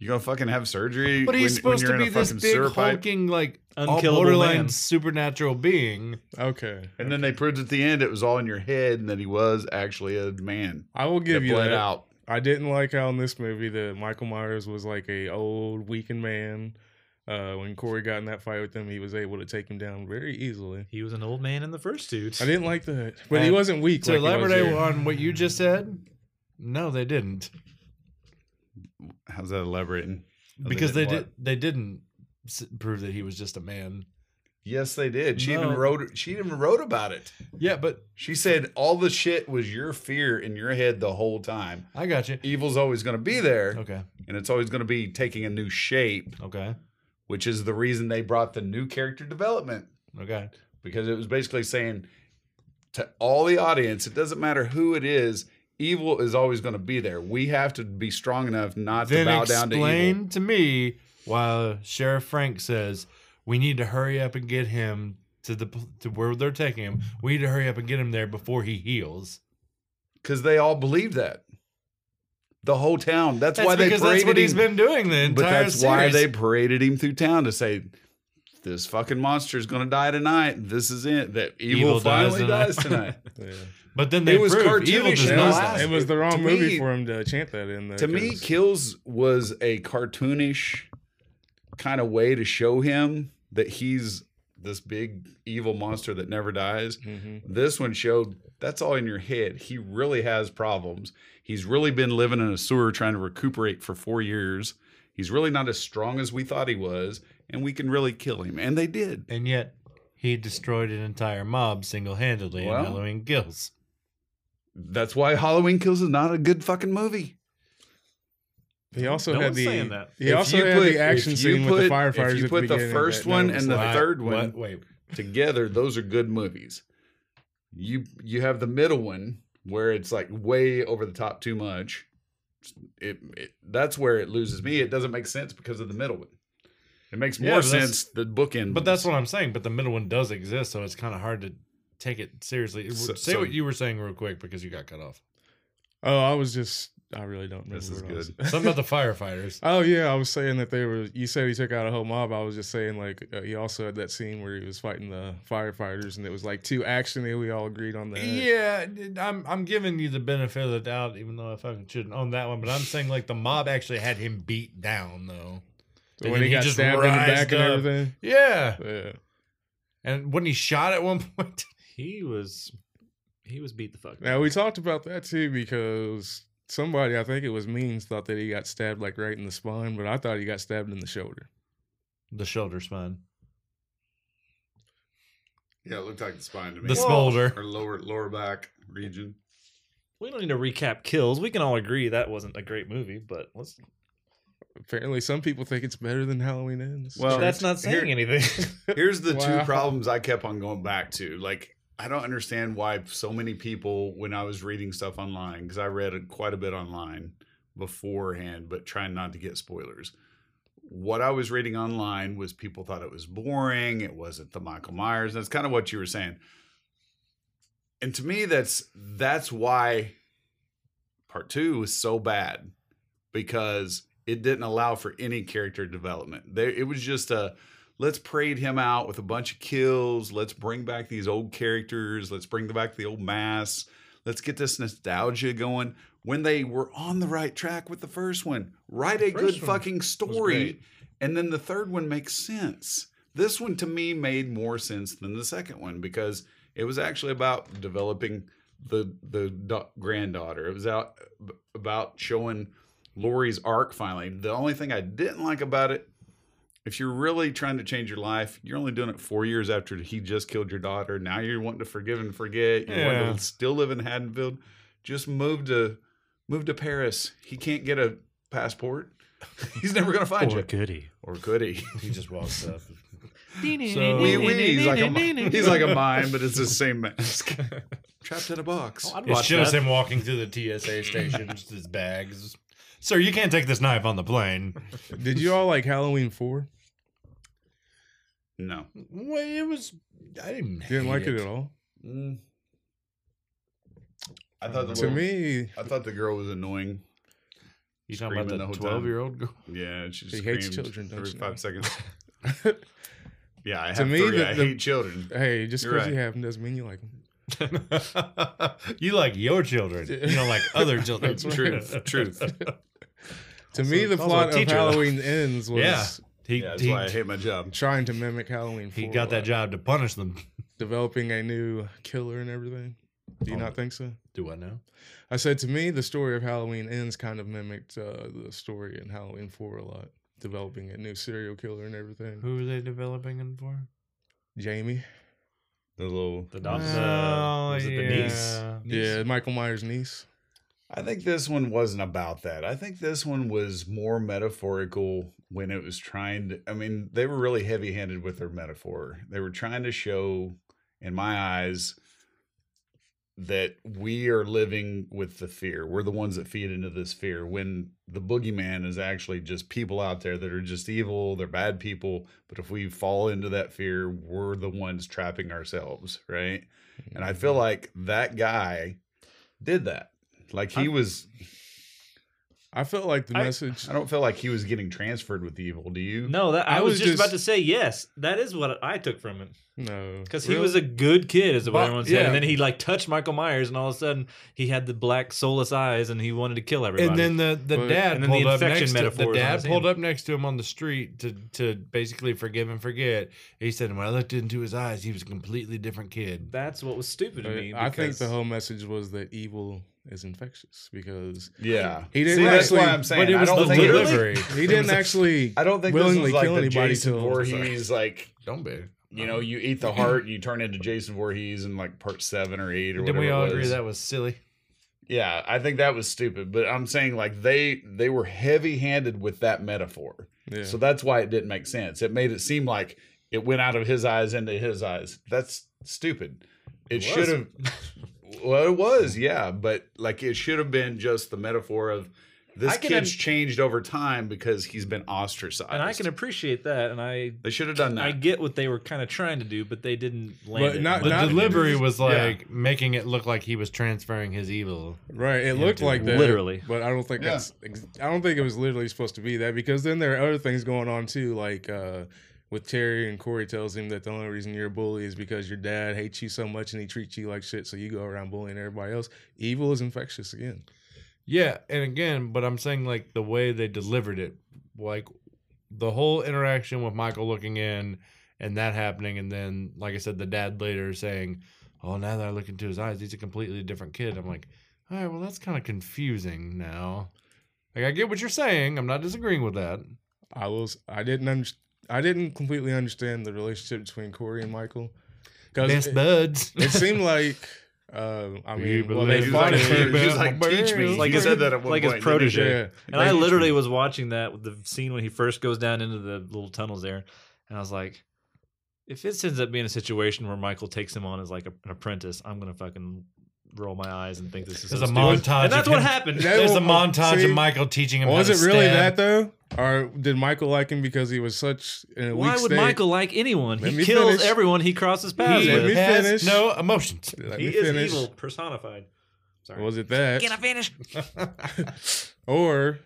you gonna fucking have surgery?
But he's
when, when
supposed
you're
to
in a
be this
fucking
big
sewer pipe?
hulking, like all
Unkillable
borderline
man.
supernatural being.
Okay,
And then they proved at the end it was all in your head, and that he was actually a man.
I will give
that
you
bled
that.
out.
I didn't like how in this movie that Michael Myers was like a old weakened man. Uh, when Corey got in that fight with him, he was able to take him down very easily.
He was an old man in the first two.
I didn't like that, but he
And
wasn't weak.
To
like he was
elaborate
here.
on what you just said, no, they didn't
How's that elaborating? they
because they,
didn't
did. They didn't s- prove that he was just a man.
Yes, they did. She even
No.
wrote. She even wrote about it.
Yeah, but
She said all the shit was your fear in your head the whole time.
I got you.
Evil's always going to be there,
Okay,
and it's always going to be taking a new shape,
okay,
which is the reason they brought the new character development
okay.
because it was basically saying to all the audience, it doesn't matter who it is, evil is always going to be there. We have to be strong enough not
Then
to bow down to evil.
explain to, me why Sheriff Frank says we need to hurry up and get him to the pl- to where they're taking him. We need to hurry up and get him there before he heals.
Because they all believe that. The whole town. That's,
That's
why they
because that's
paraded
what he's
him.
been doing the
But
entire
that's why
series.
they paraded him through town to say, "This fucking monster's gonna die tonight. This is it. That evil,
Evil dies
finally
tonight."
dies tonight."
Yeah.
But then they
was
proved evil
cartoonish
does
and
It,
not
was,
last-
it was the
to
wrong movie
me-
for him to chant that in. Though,
to me,
'cause
Kills was a cartoonish kind of way to show him that he's this big evil monster that never dies.
Mm-hmm.
This one showed that's all in your head. He really has problems. He's really been living in a sewer trying to recuperate for four years. He's really not as strong as we thought he was, and we can really kill him. And they did.
And yet, he destroyed an entire mob single handedly
Well.
in Halloween Kills.
That's why Halloween Kills is not a good fucking movie.
He also
No
had
one's
the
saying that.
he
If
also
you
had
put-
the action
if you
scene with the
put-
firefighters.
If you
at
put
the,
the
beginning
first
that none
one
of us
and the
liked.
third one
What? Wait.
together, those are good movies. You you have the middle one where it's like way over the top too much. It, it that's where it loses me. It doesn't make sense because of the middle one. It makes
Yeah,
more
but that's-
sense the bookend.
But that's
ones.
what I'm saying. But the middle one does exist, so it's kind of hard to take it seriously. It-
So-
Say
so-
what you were saying real quick because you got cut off.
Oh, I was just I really don't remember.
This is
what I was-
good.
Something about the firefighters.
Oh yeah, I was saying that they were. You said he took out a whole mob. I was just saying like uh, he also had that scene where he was fighting the firefighters, and it was like two action. And we all agreed on that.
Yeah, I'm I'm giving you the benefit of the doubt, even though I fucking shouldn't own that one. But I'm saying like the mob actually had him beat down though.
So
And
when
then
he,
he
got
just
stabbed in the
rised
back and
up.
everything.
Yeah,
Yeah.
and when he shot at one point,
He was he was beat the fuck.
Now we talked about that too because somebody, I think it was Means, thought that he got stabbed like right in the spine, but I thought he got stabbed in the shoulder.
the shoulder spine,
Yeah, it looked like the spine to
the smolder.
or lower lower back region.
We don't need to recap kills. We can all agree that wasn't a great movie, but let's.
Apparently, some people think it's better than Halloween Ends.
Well,
that's not saying
here-
anything.
Here's the
Wow.
two problems I kept on going back to. Like, I don't understand why so many people, when I was reading stuff online, because I read it quite a bit online beforehand, but trying not to get spoilers. What I was reading online was people thought it was boring. It wasn't the Michael Myers. That's kind of what you were saying. And to me, that's that's why part two was so bad because it didn't allow for any character development. There, it was just a let's parade him out with a bunch of kills. Let's bring back these old characters. Let's bring back the old mass. Let's get this nostalgia going. When they were on the right track with the first one, write a good
first one
fucking story,
great.
and then the third one makes sense. This one to me made more sense than the second one because it was actually about developing the the da- granddaughter. It was out about showing Lori's arc finally. The only thing I didn't like about it, if you're really trying to change your life, you're only doing it four years after he just killed your daughter. Now you're wanting to forgive and forget. You are
Yeah.
want to still live in Haddonfield. Just move to move to Paris. He can't get a passport. He's never gonna find you.
goody.
Or could he?
He just walks up.
So-
Wee wee. He's like a mi- he's like a mime, but it's the same mask. Trapped in a box.
Oh, I'd
It
watch
shows
that.
him walking through the TSA station, just his bags. Sir, you can't take this knife on the plane.
Did you all like Halloween Four?
No.
Well, it was. I didn't
Didn't
hate
like it at all.
Mm. I thought the
To
little-
me,
I thought the girl was annoying.
You talking
Screaming the
about
whole
the
time.
twelve year old girl?
Yeah, she,
She
screams
hates children, don't
every
you know?
five seconds. Yeah, I
To
have
me,
three.
the-
I
the-
hate children.
hey, just
You're
because
right.
you have them doesn't mean you like them.
you like your children. You don't like other children.
That's right.
Truth, truth.
To me, the
also a
plot of
teacher, though.
Halloween Ends was
Yeah. He
Yeah, that's
he,
why I hate my job.
trying to mimic Halloween.
he
4,
got that
like,
job to punish them.
developing a new killer and everything. Do you
Oh.
not think so?
Do I know?
I said to me, the story of Halloween Ends kind of mimicked uh, the story in Halloween Four a lot, developing a new serial killer and everything.
Who are they developing him for?
Jamie,
The little.
The dog. the, was it the niece?
yeah, Michael Myers' niece.
I think this one wasn't about that. I think this one was more metaphorical when it was trying to. I mean, they were really heavy handed with their metaphor. They were trying to show, in my eyes, that we are living with the fear. We're the ones that feed into this fear when the boogeyman is actually just people out there that are just evil, they're bad people, but if we fall into that fear, we're the ones trapping ourselves, right? And I feel like that guy did that. Like he was
I felt like the
I-
message.
I don't feel like he was getting transferred with evil. Do you?
No, that I,
I
was,
was
just, about
just-
to say yes. That is what I took from it
no,
because he was a good kid, is what
But-
everyone said.
yeah.
And then he like touched Michael Myers, and all of a sudden he had the black soulless eyes, and he wanted to kill everybody.
And then the, the
But-
dad
And then the
pulled up
infection
next to,
metaphor
the
was on
dad
his
pulled
hand.
up next to him on the street to to basically forgive and forget. He said, "When I looked into his eyes, he was a completely different kid."
that's what was stupid to
but
me.
Uh, I think
because-
the whole message was that evil is infectious because
Yeah.
He didn't
See, that's
actually-
why I'm saying
but it
I
was
don't
the
think it was-
delivery.
he didn't actually.
I don't think
willingly
this was like
kill
the
anybody
Jason
till-
Voorhees like
Don't be.
you know you eat the heart you turn into Jason Voorhees in like part seven or eight or
Didn't
whatever.
we all
it
agree
was.
that was silly?
Yeah, I think that was stupid. But I'm saying like they they were heavy handed with that metaphor,
Yeah.
so that's why it didn't make sense. It made it seem like it went out of his eyes into his eyes. That's stupid. It,
was.
should have. well, it was yeah, but like it should have been just the metaphor of this
I can
kid's
un-
changed over time because he's been ostracized.
and I can appreciate that, and I
They should have done that.
I get what they were kind of trying to do, but they didn't land.
But
it.
not-
The
Like,
not-
delivery was
Yeah.
like making it look like he was transferring his evil.
Right, it looked like that,
literally.
but I don't think
Yeah.
that's. ex- I don't think it was literally supposed to be that because then there are other things going on too, like uh, with Terry and Corey tells him that the only reason you're a bully is because your dad hates you so much and he treats you like shit, so you go around bullying everybody else. Evil is infectious again.
Yeah, and again, but I'm saying like the way they delivered it, like the whole interaction with Michael looking in and that happening, and then like I said, the dad later saying, "Oh, now that I look into his eyes, he's a completely different kid." I'm like, all right, well, that's kind of confusing now. Like I get what you're saying. I'm not disagreeing with that.
I was. I didn't under, I didn't completely understand the relationship between Corey and Michael because
Best
it,
buds.
it seemed like. Uh, I
Do you
mean, well, they
believe
He's
fought
like,
it
in
for-
you?
he's like, teach me.
Like
Like he
his-
said that at one
like his
point. didn't he?
protege.
Yeah.
And I literally was watching that with the scene when he first goes down into the little tunnels there, and I was like, if this ends up being a situation where Michael takes him on as like a, an apprentice, I'm gonna fucking roll my eyes and think this is
There's
so
a
stupid.
montage
and that's
of
what
him-
happened.
That
There's
will-
a montage
see?
of Michael teaching him.
Was
how to
it really
stab.
that though, or did Michael like him because he was such in a
Why
weak
would
state?
Michael like anyone?
Let
He
me
kills
finish.
everyone he crosses paths
He
Let me
with.
has
finish.
no emotions.
Let
He
me
is
finish.
evil personified. Sorry.
Was it that,
Can I finish?
or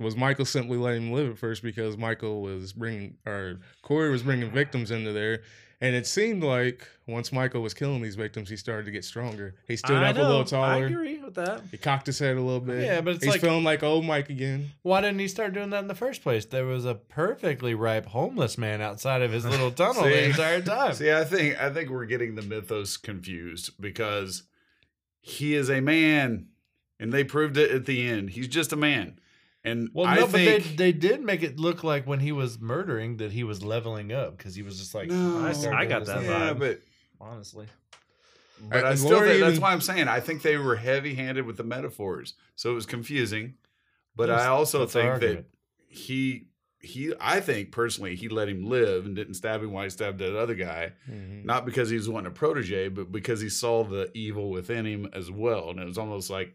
was Michael simply letting him live at first because Michael was bringing or Corey was bringing victims into there? And it seemed like once Michael was killing these victims, he started to get stronger. He stood
I
up a
know.
little
I
taller.
agree with that.
He cocked his head a little bit.
Yeah, but it's
he's
like-
feeling like old Mike again.
Why didn't he start doing that in the first place? There was a perfectly ripe homeless man outside of his little tunnel
See?
the entire time.
See, I think I think we're getting the mythos confused because he is a man, and they proved it at the end. He's just a man, and
well,
I
no,
think
but they, they did make it look like when he was murdering that he was leveling up because he was just like,
No. I-
started
I
doing
got
this
that
thing.
yeah,
vibe.
but
Honestly,
but
Uh,
I
and
still
Laura
think, that's
even-
why I'm saying I think they were heavy handed with the metaphors, so it was confusing. But I also
That's our
think that
argument.
he he I think personally he let him live and didn't stab him while he stabbed that other guy.
Mhm.
not because he was wanting a protege, but because he saw the evil within him as well. And it was almost like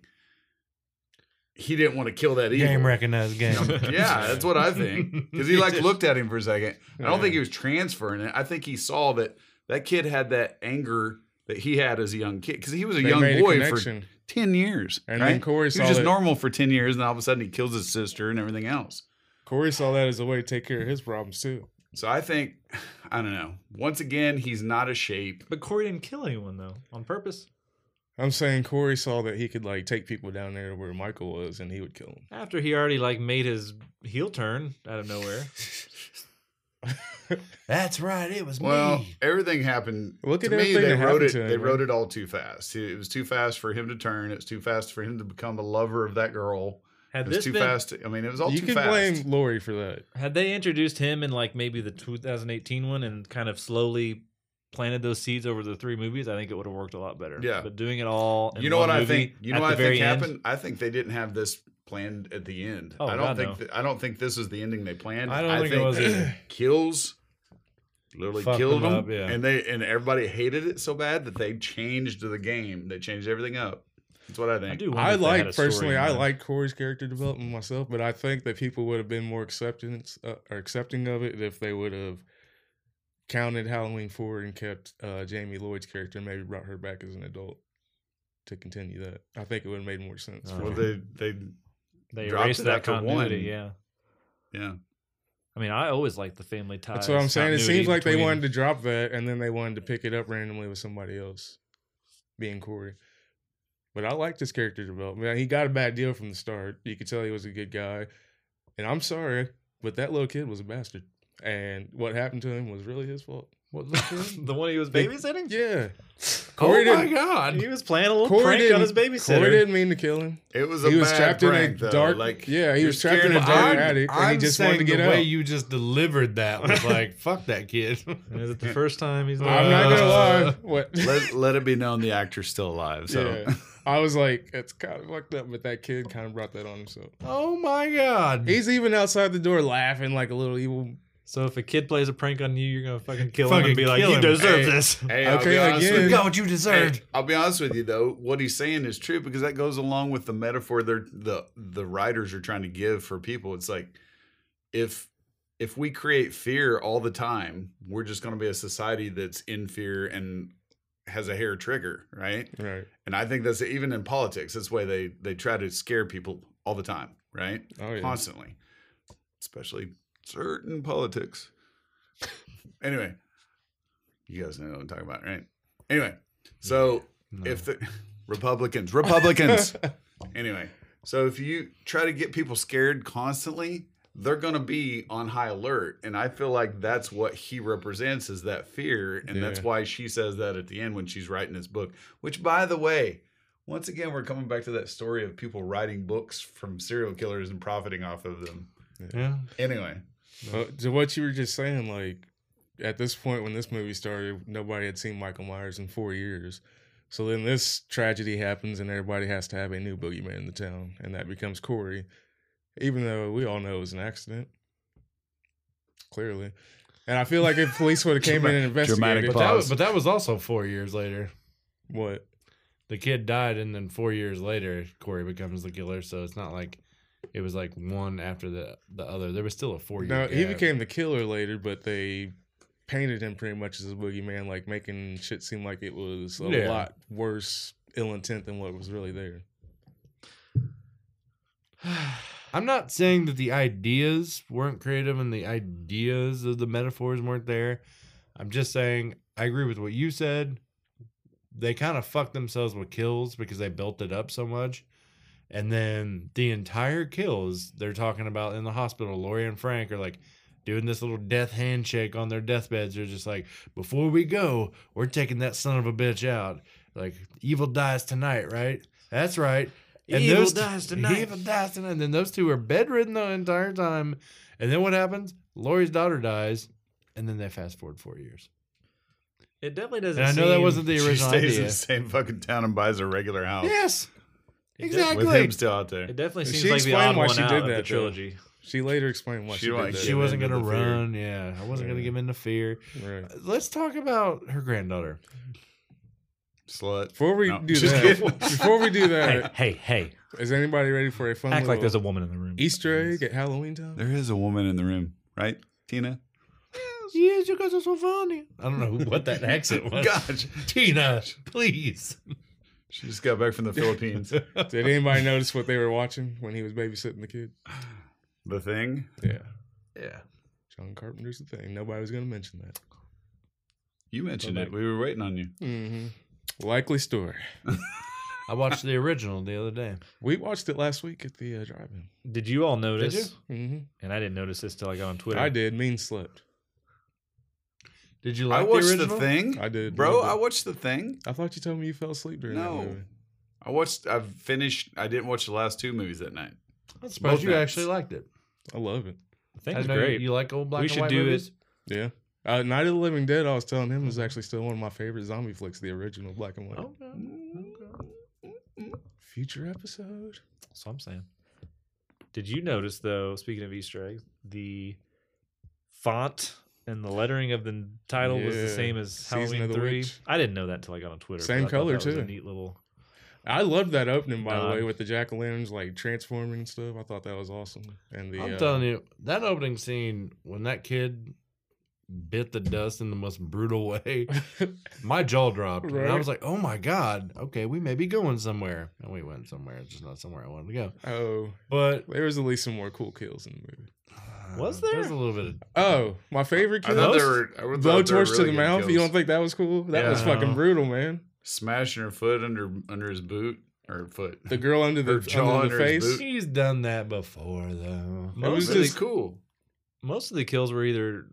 he didn't want to kill that evil.
game recognized game.
yeah, that's what I think. Because he like looked at him for a second. I don't
Yeah.
think he was transferring it. I think he saw that that kid had that anger that he had as a young kid. Because he was a
They
young
made
boy for
connection.
10 years.
And
right?
then Corey
he
saw
was just
that-
normal for 10 years, and all of a sudden he kills his sister and everything else.
Corey saw that as a way to take care of his problems too.
So I think, I don't know. Once again, he's not a shape.
but Corey didn't kill anyone though on purpose.
I'm saying Corey saw that he could like take people down there to where Michael was, and he would kill them.
After he already like made his heel turn out of nowhere.
That's right. It was
Well,
me.
everything happened.
Look
to
at
me.
everything
They
that
wrote
happened
it.
to him,
they wrote
man.
it all too fast. It was too fast for him to turn. It was too fast for him to become a lover of that girl.
Had
It was
this
too
been,
fast. I mean, it was all
you
too
can
fast.
blame Lori for that.
had they introduced him in like maybe the 2018 one and kind of slowly planted those seeds over the three movies, I think it would have worked a lot better.
Yeah.
But doing it all, in
you know
one
what I
movie
think? You
at
know
the
what I
very
think
end-
happened? I think they didn't have this planned at the end.
Oh,
I don't
God,
think.
no.
th- I don't think this is the ending they planned.
I don't think it was either.
kills. Literally
Fucked
killed
them
him,
up, yeah.
and they and everybody hated it so bad that they changed the game. They changed everything up. That's what I think.
I do. wonder
I
if they had a
like
story
personally,
in
I
mind.
like Corey's character development myself, but I think that people would have been more acceptance uh, or accepting of it if they would have counted Halloween forward and kept uh, Jamie Lloyd's character and maybe brought her
Oh,
back as an adult to continue that. I think it would have made more sense.
Uh,
for
Well,
them.
they they
They
Dropped
erased
it
that
after one.
continuity. Yeah.
Yeah.
I mean, I always liked the family ties.
That's what I'm saying. It
continuity
seems like they
between-
wanted to drop that and then they wanted to pick it up randomly with somebody else, being Corey. But I liked his character development. He got a bad deal from the start. You could tell he was a good guy. And I'm sorry, but that little kid was a bastard. And what happened to him was really his fault.
What, the one he was
They-
babysitting.
Yeah.
oh my
didn't-
god!
He was playing a little
Corey
prank
didn't-
on his babysitter.
Corey didn't mean to kill him.
It was a
He was
bad
trapped
prank,
in a
though.
dark.
Like
yeah, he
you're
was trapped in
scared
a
of-
dark
I'm-
attic, and he
I'm
just
saying
wanted to get
the
out.
way you just delivered that was like, fuck that kid.
And Is it the first time he's? "Oh,
I'm not gonna lie.
Uh,
What?
let let it be known the actor's still alive. So
Yeah. I was like, it's kind of fucked up, but that kid kind of brought that on himself.
oh my god.
He's even outside the door laughing like a little evil.
So if a kid plays a prank on you, you're gonna fucking kill him
Fucking
and be like,
kill
"You
him.
deserve
Hey.
this."
hey, I'll be
Okay,
honest with
again.
you.
what you
Hey, I'll be honest with you though, what he's saying is true because that goes along with the metaphor they're the the writers are trying to give for people. It's like if if we create fear all the time, we're just going to be a society that's in fear and has a hair trigger, right?
Right.
And I think that's even in politics. That's why they they try to scare people all the time, right?
Oh yeah.
Constantly, especially certain politics. anyway, you guys know what I'm talking about, right? Anyway, so if the Republicans, Republicans, anyway, so if you try to get people scared constantly, they're going to be on high alert. And I feel like that's what he represents is that fear. And that's
Yeah.
why she says that at the end when she's writing this book, which, by the way, once again, we're coming back to that story of people writing books from serial killers and profiting off of them.
Yeah.
Anyway,
Uh, to what you were just saying, like at this point when this movie started, nobody had seen Michael Myers in four years. So then this tragedy happens, and everybody has to have a new boogeyman in the town, and that becomes Corey, even though we all know it was an accident. Clearly, and I feel like if police would have came in and
Dramatic
investigated,
But that, was,
Pause.
but that was also four years later.
what
The kid died, and then four years later, Corey becomes the killer. So it's not like it was like one after the the other. There was still a four year.
No, he
gap.
became the killer later, but they painted him pretty much as a boogeyman, like making shit seem like it was a
Yeah.
lot worse ill intent than what was really there.
I'm not saying that the ideas weren't creative and the ideas of the metaphors weren't there. I'm just saying I agree with what you said. They kind of fucked themselves with kills because they built it up so much. And then the entire kills they're talking about in the hospital, Lori and Frank are like doing this little death handshake on their deathbeds. They're just like, before we go, we're taking that son of a bitch out. Like, evil dies tonight, right? That's right.
Evil
t-
dies tonight.
Evil dies tonight. And then those two are bedridden the entire time. And then what happens? Lori's daughter dies. And then they fast forward four years.
It definitely doesn't.
And I know that
seem-
wasn't the
she
original
stays in
idea.
the same fucking town and buys a regular
Oh.
house.
Yes.
It does-
With him
Exactly.
still out there.
It definitely
She
seems like the
explained
odd
why
one
she
out
did
of
that,
the
though.
trilogy.
She later explained why
She
she, did
like-
that.
She
Yeah,
wasn't
man,
going to
the fear.
run. Yeah. I wasn't going to
Yeah.
give in to fear.
Right.
Let's talk about her granddaughter.
Slut.
Before we
No,
do
just
that,
kidding.
before we do
Hey,
that,
hey, hey!
is anybody ready for a fun
Act like
little
there's a woman in the room.
Easter egg at Halloween time?
There is a woman in the room, right, Tina?
Yes, you guys are so funny. I don't know what that accent was.
Gosh,
Tina, please.
she just got back from the Philippines.
Did anybody notice what they were watching when he was babysitting the kid?
the thing
Yeah,
Yeah.
John Carpenter's the thing. Nobody was going to mention that.
you mentioned it. We were waiting on you.
Mm-hmm.
hmm Likely story.
I watched the original the other day.
We watched it last week at the uh, drive-in.
Did you all notice?
Mm-hmm.
And I didn't notice this till I got on Twitter.
I did. Mean slipped.
Did you like
I watched
the
the,
original?
thing,
I did,
bro.
I
I watched the thing.
I thought you told me you fell asleep during
No.
that movie.
I watched. I finished. I didn't watch the last two movies that night.
I'm surprised
Both
you
nights.
actually liked it.
I love it.
I think
I
it's
know you-
great.
You like old black
We
and
should
white
do
movies?
Yeah. Uh, Night of the Living Dead. I was telling him
Mm-hmm.
is actually still one of my favorite zombie flicks. The original black and white.
Oh.
Future episode.
That's what I'm saying. Did you notice though? Speaking of Easter eggs, the font and the lettering of the title was the
Yeah.
same as
Season of
Halloween
the
Three.
Witch.
I didn't know that until I got on Twitter. but
Same
I thought
color,
that was a
too.
neat little.
I loved that opening by the
Nod.
way with the jack o' lanterns like transforming and stuff. I thought that was awesome. And the
I'm
uh,
telling you, that opening scene when that kid bit the dust in the most brutal way. my jaw dropped. And I
Right.
was like, oh my God, okay, we may be going somewhere. And we went somewhere, just not somewhere I wanted to go.
Oh,
But uh,
there was at least some more cool kills in the movie.
Was
There's
there?
a little bit of
Oh, my favorite
I
kill.
thought they were I thought they were
Blowtorch to
really
the
good
mouth. You
kills.
don't think that was cool? That was
Yeah.
fucking brutal, man.
smashing her foot under under his boot or foot?
The girl under the,
Her jaw
under the
under his
face.
boot.
He's done that before, though.
It was
It's
Most, of
really
the,
just-
cool.
most of the kills were either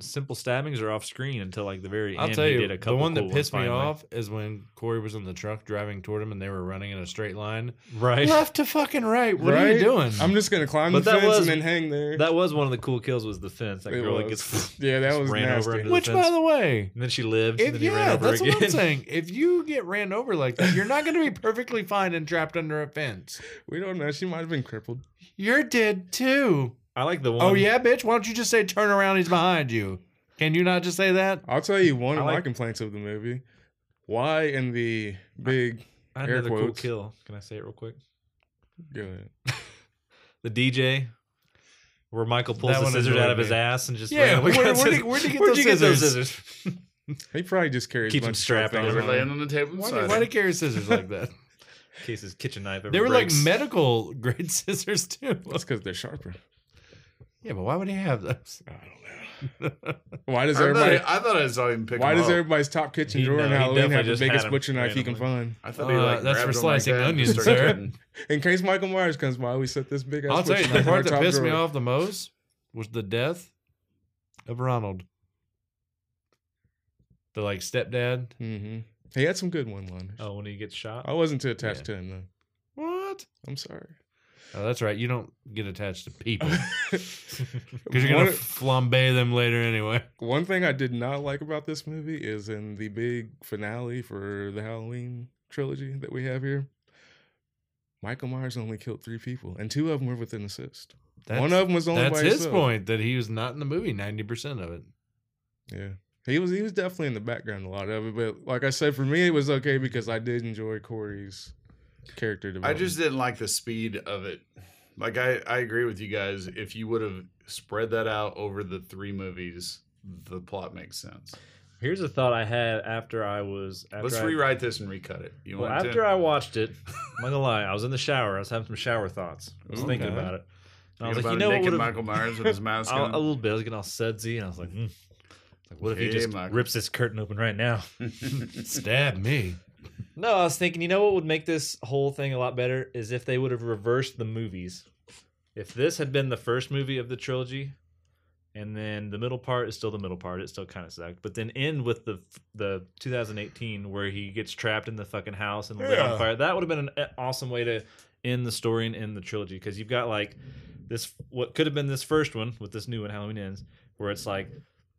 simple stabbings or off screen until like the very
I'll
end.
tell
he
you,
did a couple
the one
cool
that
ones
pissed me
finally.
off is when Corey was in the truck driving toward him and they were running in a straight line.
Right.
Left to fucking right. What are you
Right?
doing?
I'm just gonna climb
But
the
that
fence
was-
and then hang there.
That was one of the cool kills was the fence. That
It
girl that
was.
gets
yeah, that
just
was
ran over
nasty.
into
Which,
the
by
fence.
the way,
and then she lived and
if,
then he ran
yeah,
over
that's
again.
what I'm saying. If you get ran over like that, you're not going to be perfectly fine and trapped under a fence.
We don't know. She might have been crippled.
You're dead too.
I like the one
Oh yeah, bitch. Why don't you just say turn around? He's behind you. Can you not just say that?
I'll tell you one
Mm, I
of my
like-
complaints of the movie. Why in the big
I had
Air
another cool
quotes.
kill. Can I say it real quick?
go ahead.
The DJ where Michael pulls
That
the
one
scissors
annoyed
out of his
me.
ass and just
Yeah,
randomly
where-
cuts
where'd
his-
you- where'd you get
where'd
those
you get those
scissors?
scissors?
He probably just carries
Keeps
a
him
bunch of
strapped
things
They
on.
were
around.
laying on the table
Why,
beside
do- why do
her.
you carry scissors like that?
Case's kitchen knife.
They were like
metal.
medical grade scissors too.
That's because they're sharper.
Yeah, but why would he have those?
Oh,
I don't know. Why does
I
everybody?
thought, I thought I saw him pick
Why
him
does
up.
everybody's top kitchen
He-
drawer
no,
in
he
Halloween
definitely
have the
just had
biggest
him
butcher knife you can find?
I thought he
Uh,
like
that's for
grabbed him like
slicing
that and
onions,
started
sir.
cutting.
In case Michael Myers comes by, we set this big. ass
I'll tell you,
butcher
the
knife in our
part that
top
pissed me
drawer.
off the most was the death of Ronald, the like stepdad.
Mhm. He had some good one liners.
Oh, when he gets shot.
I wasn't too attached to him though.
What?
I'm sorry.
Oh, that's right. You don't get attached to people because
Because
you're gonna flambe them later anyway.
One thing I did not like about this movie is in the big finale for the Halloween trilogy that we have here. Michael Myers only killed three people, and two of them were with an assist.
That's,
One of them was only
that's
by
his
himself.
point that he was not in the movie ninety percent of it.
Yeah, he was. He was definitely in the background a lot of it. But like I said, for me, it was okay because I did enjoy Corey's character
I
development.
just didn't like the speed of it. Like I, I agree with you guys. If you would have spread that out over the three movies, the plot makes sense.
Here's a thought I had after I was. After
Let's
I,
rewrite this and recut it. You
Well,
want
after
to?
I watched it, I'm not gonna lie. I was in the shower. I was having some shower thoughts. I was thinking
Okay.
about it. And I
Thinking
was like, you
about
know
a
what
naked
would
Michael Myers with his mask
I, a
on.
little bit. I was getting all sudsy, and I was like, hmm. like what if he
Hey,
just
Michael.
rips this curtain open right now?
Stab me.
No, I was thinking, you know what would make this whole thing a lot better is if they would have reversed the movies. If this had been the first movie of the trilogy, and then the middle part is still the middle part, it still kind of sucked. But then end with the the 2018 where he gets trapped in the fucking house and lit
Yeah.
on fire. That would have been an eh, awesome way to end the story and end the trilogy because you've got like this what could have been this first one with this new one Halloween ends where it's like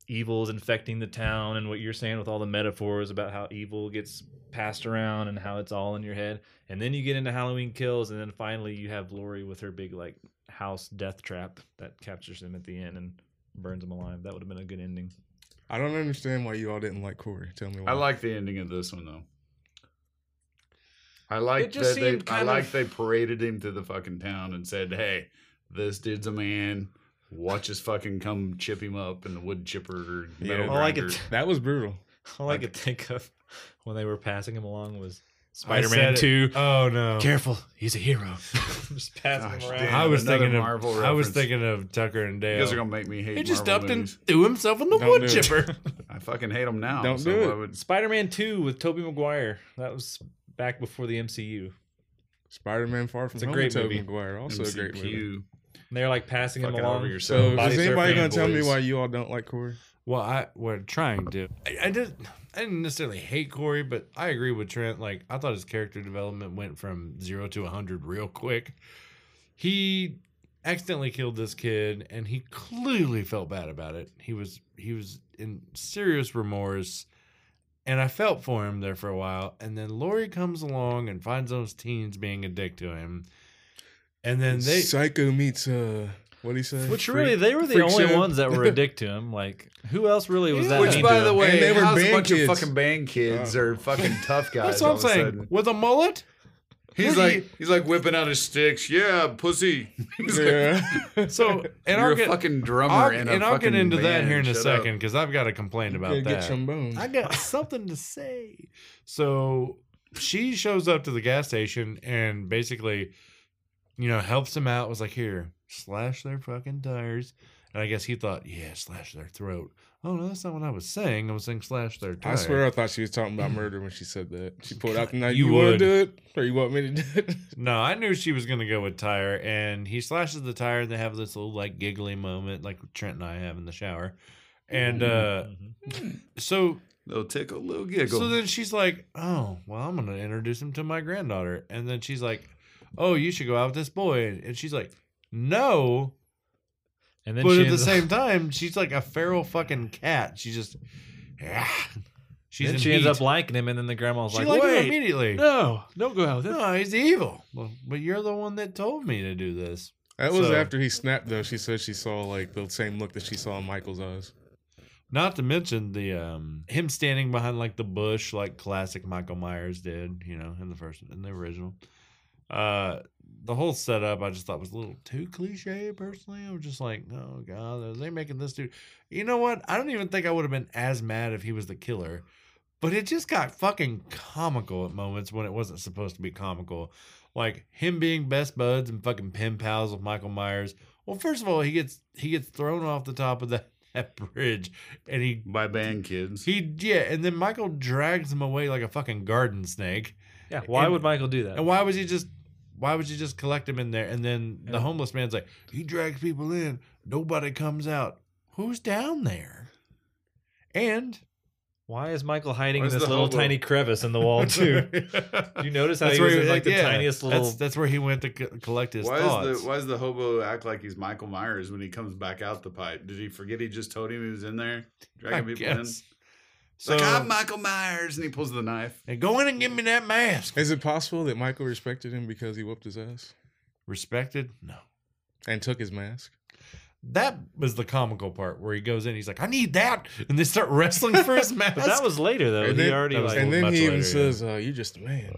evil is infecting the town and what you're saying with all the metaphors about how evil gets passed around and how it's all in your head and then you get into halloween kills and then finally you have lori with her big like house death trap that captures him at the end and burns him alive that would have been a good ending
I don't understand why you all didn't like Corey. Tell me why.
I like the ending of this one though. I like
It just
that they.
seemed
I
kind
like
of-
they paraded him through the fucking town and said, "Hey, this dude's a man. Watch us fucking come chip him up in the wood chipper or metal
Yeah.
all i
grinder."
could
that was brutal.
all i could think of when they were passing him along was
I
spider-man
said it.
2
Oh no.
careful he's a hero just passing
Gosh,
him around
damn.
I was
Another
thinking of
Marvel
I was
reference.
thinking of Tucker and Dale.
You guys are gonna make me hate.
he just
Marvel
upped and
movies.
threw himself in the
Don't
wood
do it.
chipper.
I fucking hate them now.
Don't
so
do it.
I would-
spider-man 2 with toby maguire that was back before the mcu
Spider-Man: Far From
It's a
Home.
great
with Tobey
movie.
Maguire, also a great movie.
MCQ.
And they're like passing him
Fucking
along
over
So
yourself.
Body
is anybody
surfing
gonna tell me
boys.
why you all don't like Corey?
Well, I we're trying to. I, I did. I didn't necessarily hate Corey, but I agree with Trent. Like I thought his character development went from zero to hundred real quick. He accidentally killed this kid, and he clearly felt bad about it. He was he was in serious remorse, and I felt for him there for a while. And then Lori comes along and finds those teens being a dick to him, and then they
Psycho meets uh, what do you say?
Which
Freak-
really, they were the
freak
only
show.
ones that were a dick to him. Like, who else really was that?
Yeah.
Which,
mean
by
to
the
him?
way,
And they were
how's a
band
bunch
kids.
of fucking band kids
Oh.
or fucking tough guys?
That's what I'm
all of a
saying.
sudden?
With a mullet,
He's like he's like whipping out his sticks. Yeah, pussy. He's like,
Yeah.
So and
You're
I'll
a
get
fucking drummer
I'll,
in
and
a
I'll
fucking
get into that
band.
here in a
Shut up.
second because I've got a complaint about
Gotta
that.
Get some bones.
I got something to say. So she shows up to the gas station and basically, you know, helps him out. Was like, here, slash their fucking tires. And I guess he thought, yeah, slash their throat. Oh no, that's not what I was saying. I was saying slash their tire.
I swear I thought she was talking about murder when she said that. She pulled out the knife.
You
You, want to
would.
do it, or you want me to do it?
No, I knew she was gonna go with tire, and he slashes the tire. And they have this little like giggly moment, like Trent and I have in the shower. And uh
Mm-hmm.
so
Little tickle, little giggle.
So then she's like, "Oh, well, I'm gonna introduce him to my granddaughter." And then she's like, "Oh, you should go out with this boy." And she's like, "No,"
And then
but at
she
the
ends up-
same time, she's like a feral fucking cat. She just, yeah, she's
then
in
she ends
heat.
up liking him, and then the grandma's
She
like,
liked him
"Wait,
immediately. No.
no, don't go out with him."
he's evil. Well, but you're the one that told me to do this.
That was
So-
after he snapped, though. She said she saw like the same look that she saw in Michael's eyes.
Not to mention the um him standing behind like the bush, like classic Michael Myers did, you know, in the first in the original. Uh the whole setup I just thought was a little too cliche personally. I was just like, oh god, are they making this dude you know what? I don't even think I would have been as mad if he was the killer. But it just got fucking comical at moments when it wasn't supposed to be comical. Like him being best buds and fucking pen pals with Michael Myers. Well, first of all, he gets he gets thrown off the top of that, that bridge and he
by band kids.
he yeah, and then Michael drags him away like a fucking garden snake.
Yeah, why
And-
would Michael do that?
And why was he just why would you just collect him in there? And then the
Yeah.
homeless man's like, he drags people in, nobody comes out. Who's down there? And
Why is Michael hiding in
Where's
this
the
little
hobo?
tiny crevice in the wall too? Do you notice how
That's
he
where
was
he
in
was-
like the
yeah,
tiniest little?
That's that's where he went to co- collect his
Why
thoughts.
is the why is the hobo act like he's Michael Myers when he comes back out the pipe? Did he forget he just told him he was in there
I
dragging people in?
guess. So
like I'm Michael Myers, and he pulls the knife.
Hey, go in and give me that mask.
Is it possible that Michael respected him because he whooped his ass
Respected? No.
and took his mask?
That was the comical part where he goes in. He's like, I need that, and they start wrestling for his mask.
but that was later though.
and
he
then-
already
that was
like.
and
Michael
then
much
he even
later, yeah.
says, uh, "You're just a man."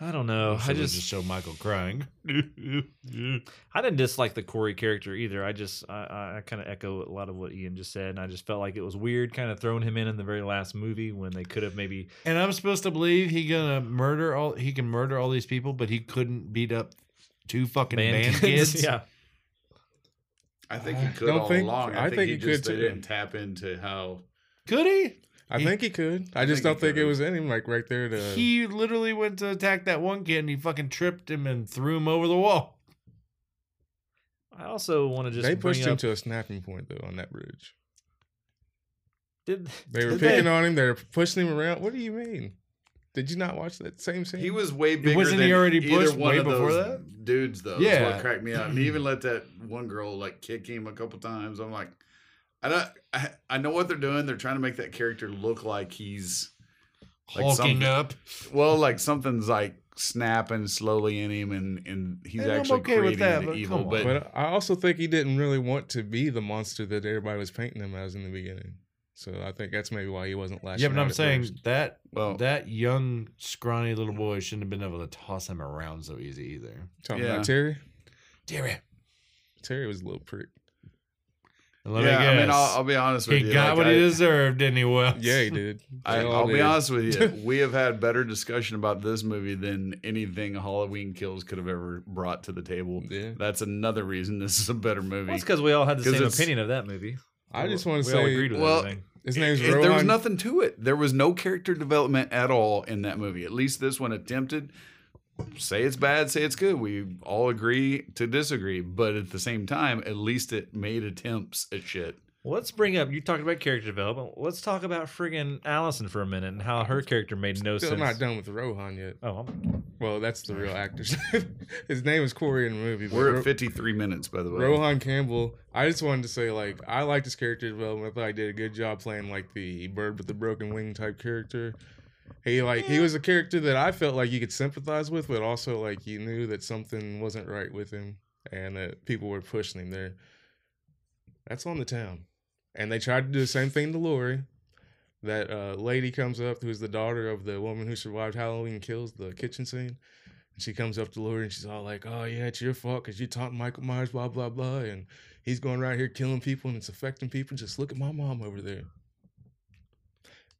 I don't know.
So
I
we
just,
show Michael crying.
I didn't dislike the Corey character either. I just I, I, I kind of echo a lot of what Ian just said, and I just felt like it was weird, kind of throwing him in in the very last movie when they could have maybe
And I'm supposed to believe he gonna murder all he can murder all these people, but he couldn't beat up two fucking band,
banned
kids.
yeah,
I think he
I
could
don't
all
think-
along. I,
I
think,
think
he,
he
just
could,
they
too.
didn't tap into how
Could he?
I
He-
think he could. I,
I
just don't
think he
think it
could.
was in him, like right there to.
He literally went to attack that one kid and he fucking tripped him and threw him over the wall.
I also want to just
they
bring
pushed
up,
him to a snapping point though on that bridge.
did
They were
Did they?
picking on him. They were pushing him around. What do you mean? Did you not watch that same scene?
he was way bigger.
Wasn't
than
he already
either
pushed
one
way
of
before
those
that?
Dudes though, yeah,
Yeah.
what cracked me up. And he even let that one girl like kick him a couple times. I'm like, I don't. I, I know what they're doing. They're trying to make that character look like he's Like
Hulking
something.
up.
well, like something's like snapping slowly in him, and and he's
And I'm
actually
okay with
creating
that,
the
but
evil.
come on.
But,
But I also think he didn't really want to be the monster that everybody was painting him as in the beginning. So I think that's maybe why he wasn't lashing.
Yeah, but
out
I'm
at
saying
first.
that
well,
that young scrawny little boy shouldn't have been able to toss him around so easy either.
talking
yeah.
about Terry.
Damn it!
Terry was a little prick.
And Let
yeah,
me guess.
I mean, I'll, I'll be honest with
he
you.
got
like,
what
I-
he deserved, didn't he? Well,
Yeah, he did.
I,
They all
I'll be
did.
honest with you. We have had better discussion about this movie than anything Halloween Kills could have ever brought to the table.
Yeah.
That's another reason this is a better movie.
well, it's because we all had the
'Cause
same
it's-
opinion of that movie.
I just
We-
want
we
to
all
say
agreed with
Well,
everything.
his name's
It- there was
Rowan.
nothing to it. There was no character development at all in that movie. At least this one attempted. Say it's bad, say it's good. We all agree to disagree, but at the same time, at least it made attempts at shit.
Well, Let's bring up. You talked about character development. Let's talk about friggin' Allison for a minute and how her character made no
Still
sense.
not done with Rohan yet.
Oh, I'm,
Well, that's the real actor's name. His name is Corey in the movie. but
We're
Ro-
at 53 minutes, by the way.
Rohan Campbell. I just wanted to say, like, I liked his character development. I thought he did a good job playing like the bird with the broken wing type character. He like he was a character that I felt like you could sympathize with, but also like you knew that something wasn't right with him, and that people were pushing him there. That's on the town, and they tried to do the same thing to Lori. that uh, lady comes up who's the daughter of the woman who survived Halloween Kills, the kitchen scene. And she comes up to Lori and she's all like, "Oh yeah, it's your fault because you taught Michael Myers, blah blah blah, and he's going right here killing people and it's affecting people. Just look at my mom over there.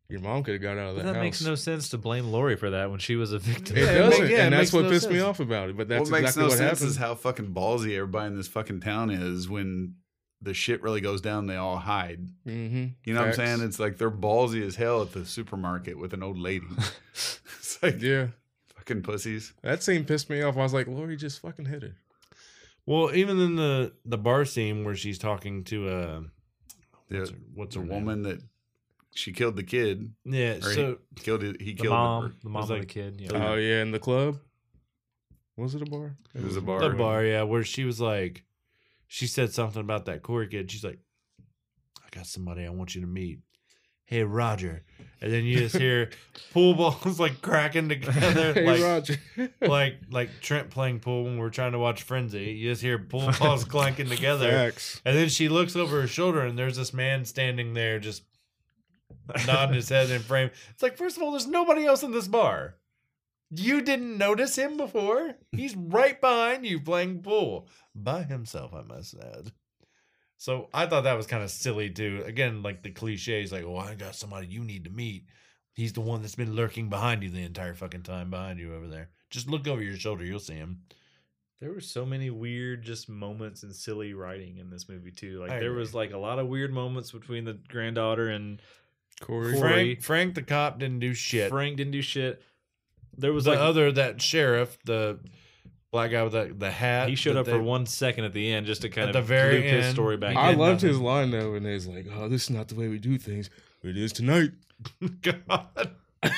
Your mom could have got out of
But
that,
that
house.
makes no sense to blame Lori for that when she was a victim.
It
Yeah, it
doesn't,
make- yeah,
and
it
that's
makes
what
no
pissed me
sense.
off about it. But that's
what makes
exactly
no
what
sense
happened.
is how fucking ballsy everybody in this fucking town is when the shit really goes down. They all hide.
mm-hmm.
You know what I'm saying? It's like they're ballsy as hell at the supermarket with an old lady. it's like
yeah,
fucking pussies.
that scene pissed me off. I was like, Lori just fucking hit her.
Well, even in the the bar scene where she's talking to uh,
Yeah,
what's, her, what's
It's
her
a
name?
woman that she killed the kid.
Yeah,
Or
so
he killed it. He
the
killed
mom, the
It
mom
was
of the
like- uh,
kid. Yeah.
Oh yeah, in the club. Was it a bar?
her. It was a bar.
the bar, yeah, where she was like, she said something about that Corey kid. She's like, I got somebody I want you to meet. Hey, Roger. And then you just hear pool balls like cracking together.
Hey
like,
Roger.
like like Trent playing pool when we're trying to watch Frenzy. You just hear pool balls clanking together.
Facts.
And then she looks over her shoulder and there's this man standing there just nodding his head in frame. It's like, first of all, there's nobody else in this bar. You didn't notice him before. He's right behind you playing pool by himself, I must add. So I thought that was kind of silly too. Again, like the cliches, like, oh, I got somebody you need to meet. He's the one that's been lurking behind you the entire fucking time behind you over there. Just look over your shoulder, you'll see him.
There were so many weird just moments and silly writing in this movie too. Like
I
there
agree.
was like a lot of weird moments between the granddaughter and
Corey.
Corey.
Frank, Frank the cop didn't do shit.
Frank didn't do shit. There was
the
like
other that sheriff, the black guy with the, the hat.
he showed
that
up
they-
for one second at the end just to kind
At
of
the very
loop his
end,
story back.
he
in.
I
did
loved
nothing.
his line though, when he's like, "Oh, this is not the way we do things. We do this tonight."
God.
like
I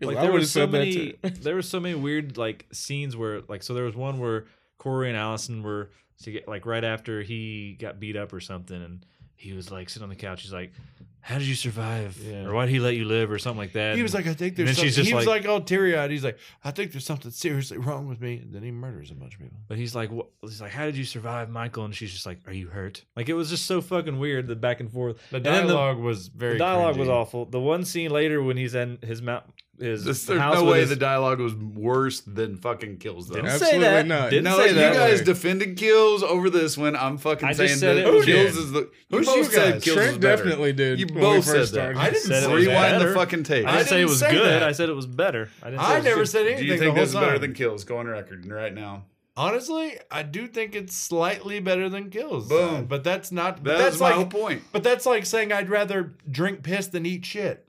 there
would've
was so
said that
many
too.
there were so many weird like scenes where like so there was one where Corey and Allison were to get like right after he got beat up or something and he was like sitting on the couch he's like how did you survive
Yeah.
or why did he let you live or something like that
He was
And-
like, I think
then
there's. Something.
she's just
he was
like-
like all teary eyed. He's like, I think there's something seriously wrong with me. And then he murders a bunch of people.
but he's like what he's like how did you survive Michael and she's just like are you hurt like it was just so fucking weird the back and forth
The
then the-
dialogue was very.
the dialogue was
cringy.
awful the one scene later when he's in his mount his
This-
house
there's no
with
way
his-
the dialogue was worse than fucking kills though.
Didn't say
Absolutely
that.
not.
Didn't
no,
say
you
that.
guys defended kills over this when I'm fucking
I just
saying
said
that
it was-
kills
Who
is the. You
Who's
both
you
said
guys?
kills
Trent
is better.
definitely did.
You
when we
both said
first
that.
started.
I didn't
Said it
say
was
rewind the
better.
fucking tape.
I didn't, say it
didn't
was
say
good.
that.
I said it was better. I, didn't say
I
it was
never
good.
said anything.
Do you think
the
this is
whole time.
better than kills? Go on record right now.
Honestly, I do think it's slightly better than kills.
Boom.
uh, But that's not. But
That
that's
was my
like.
whole point.
But that's like saying I'd rather drink piss than eat shit.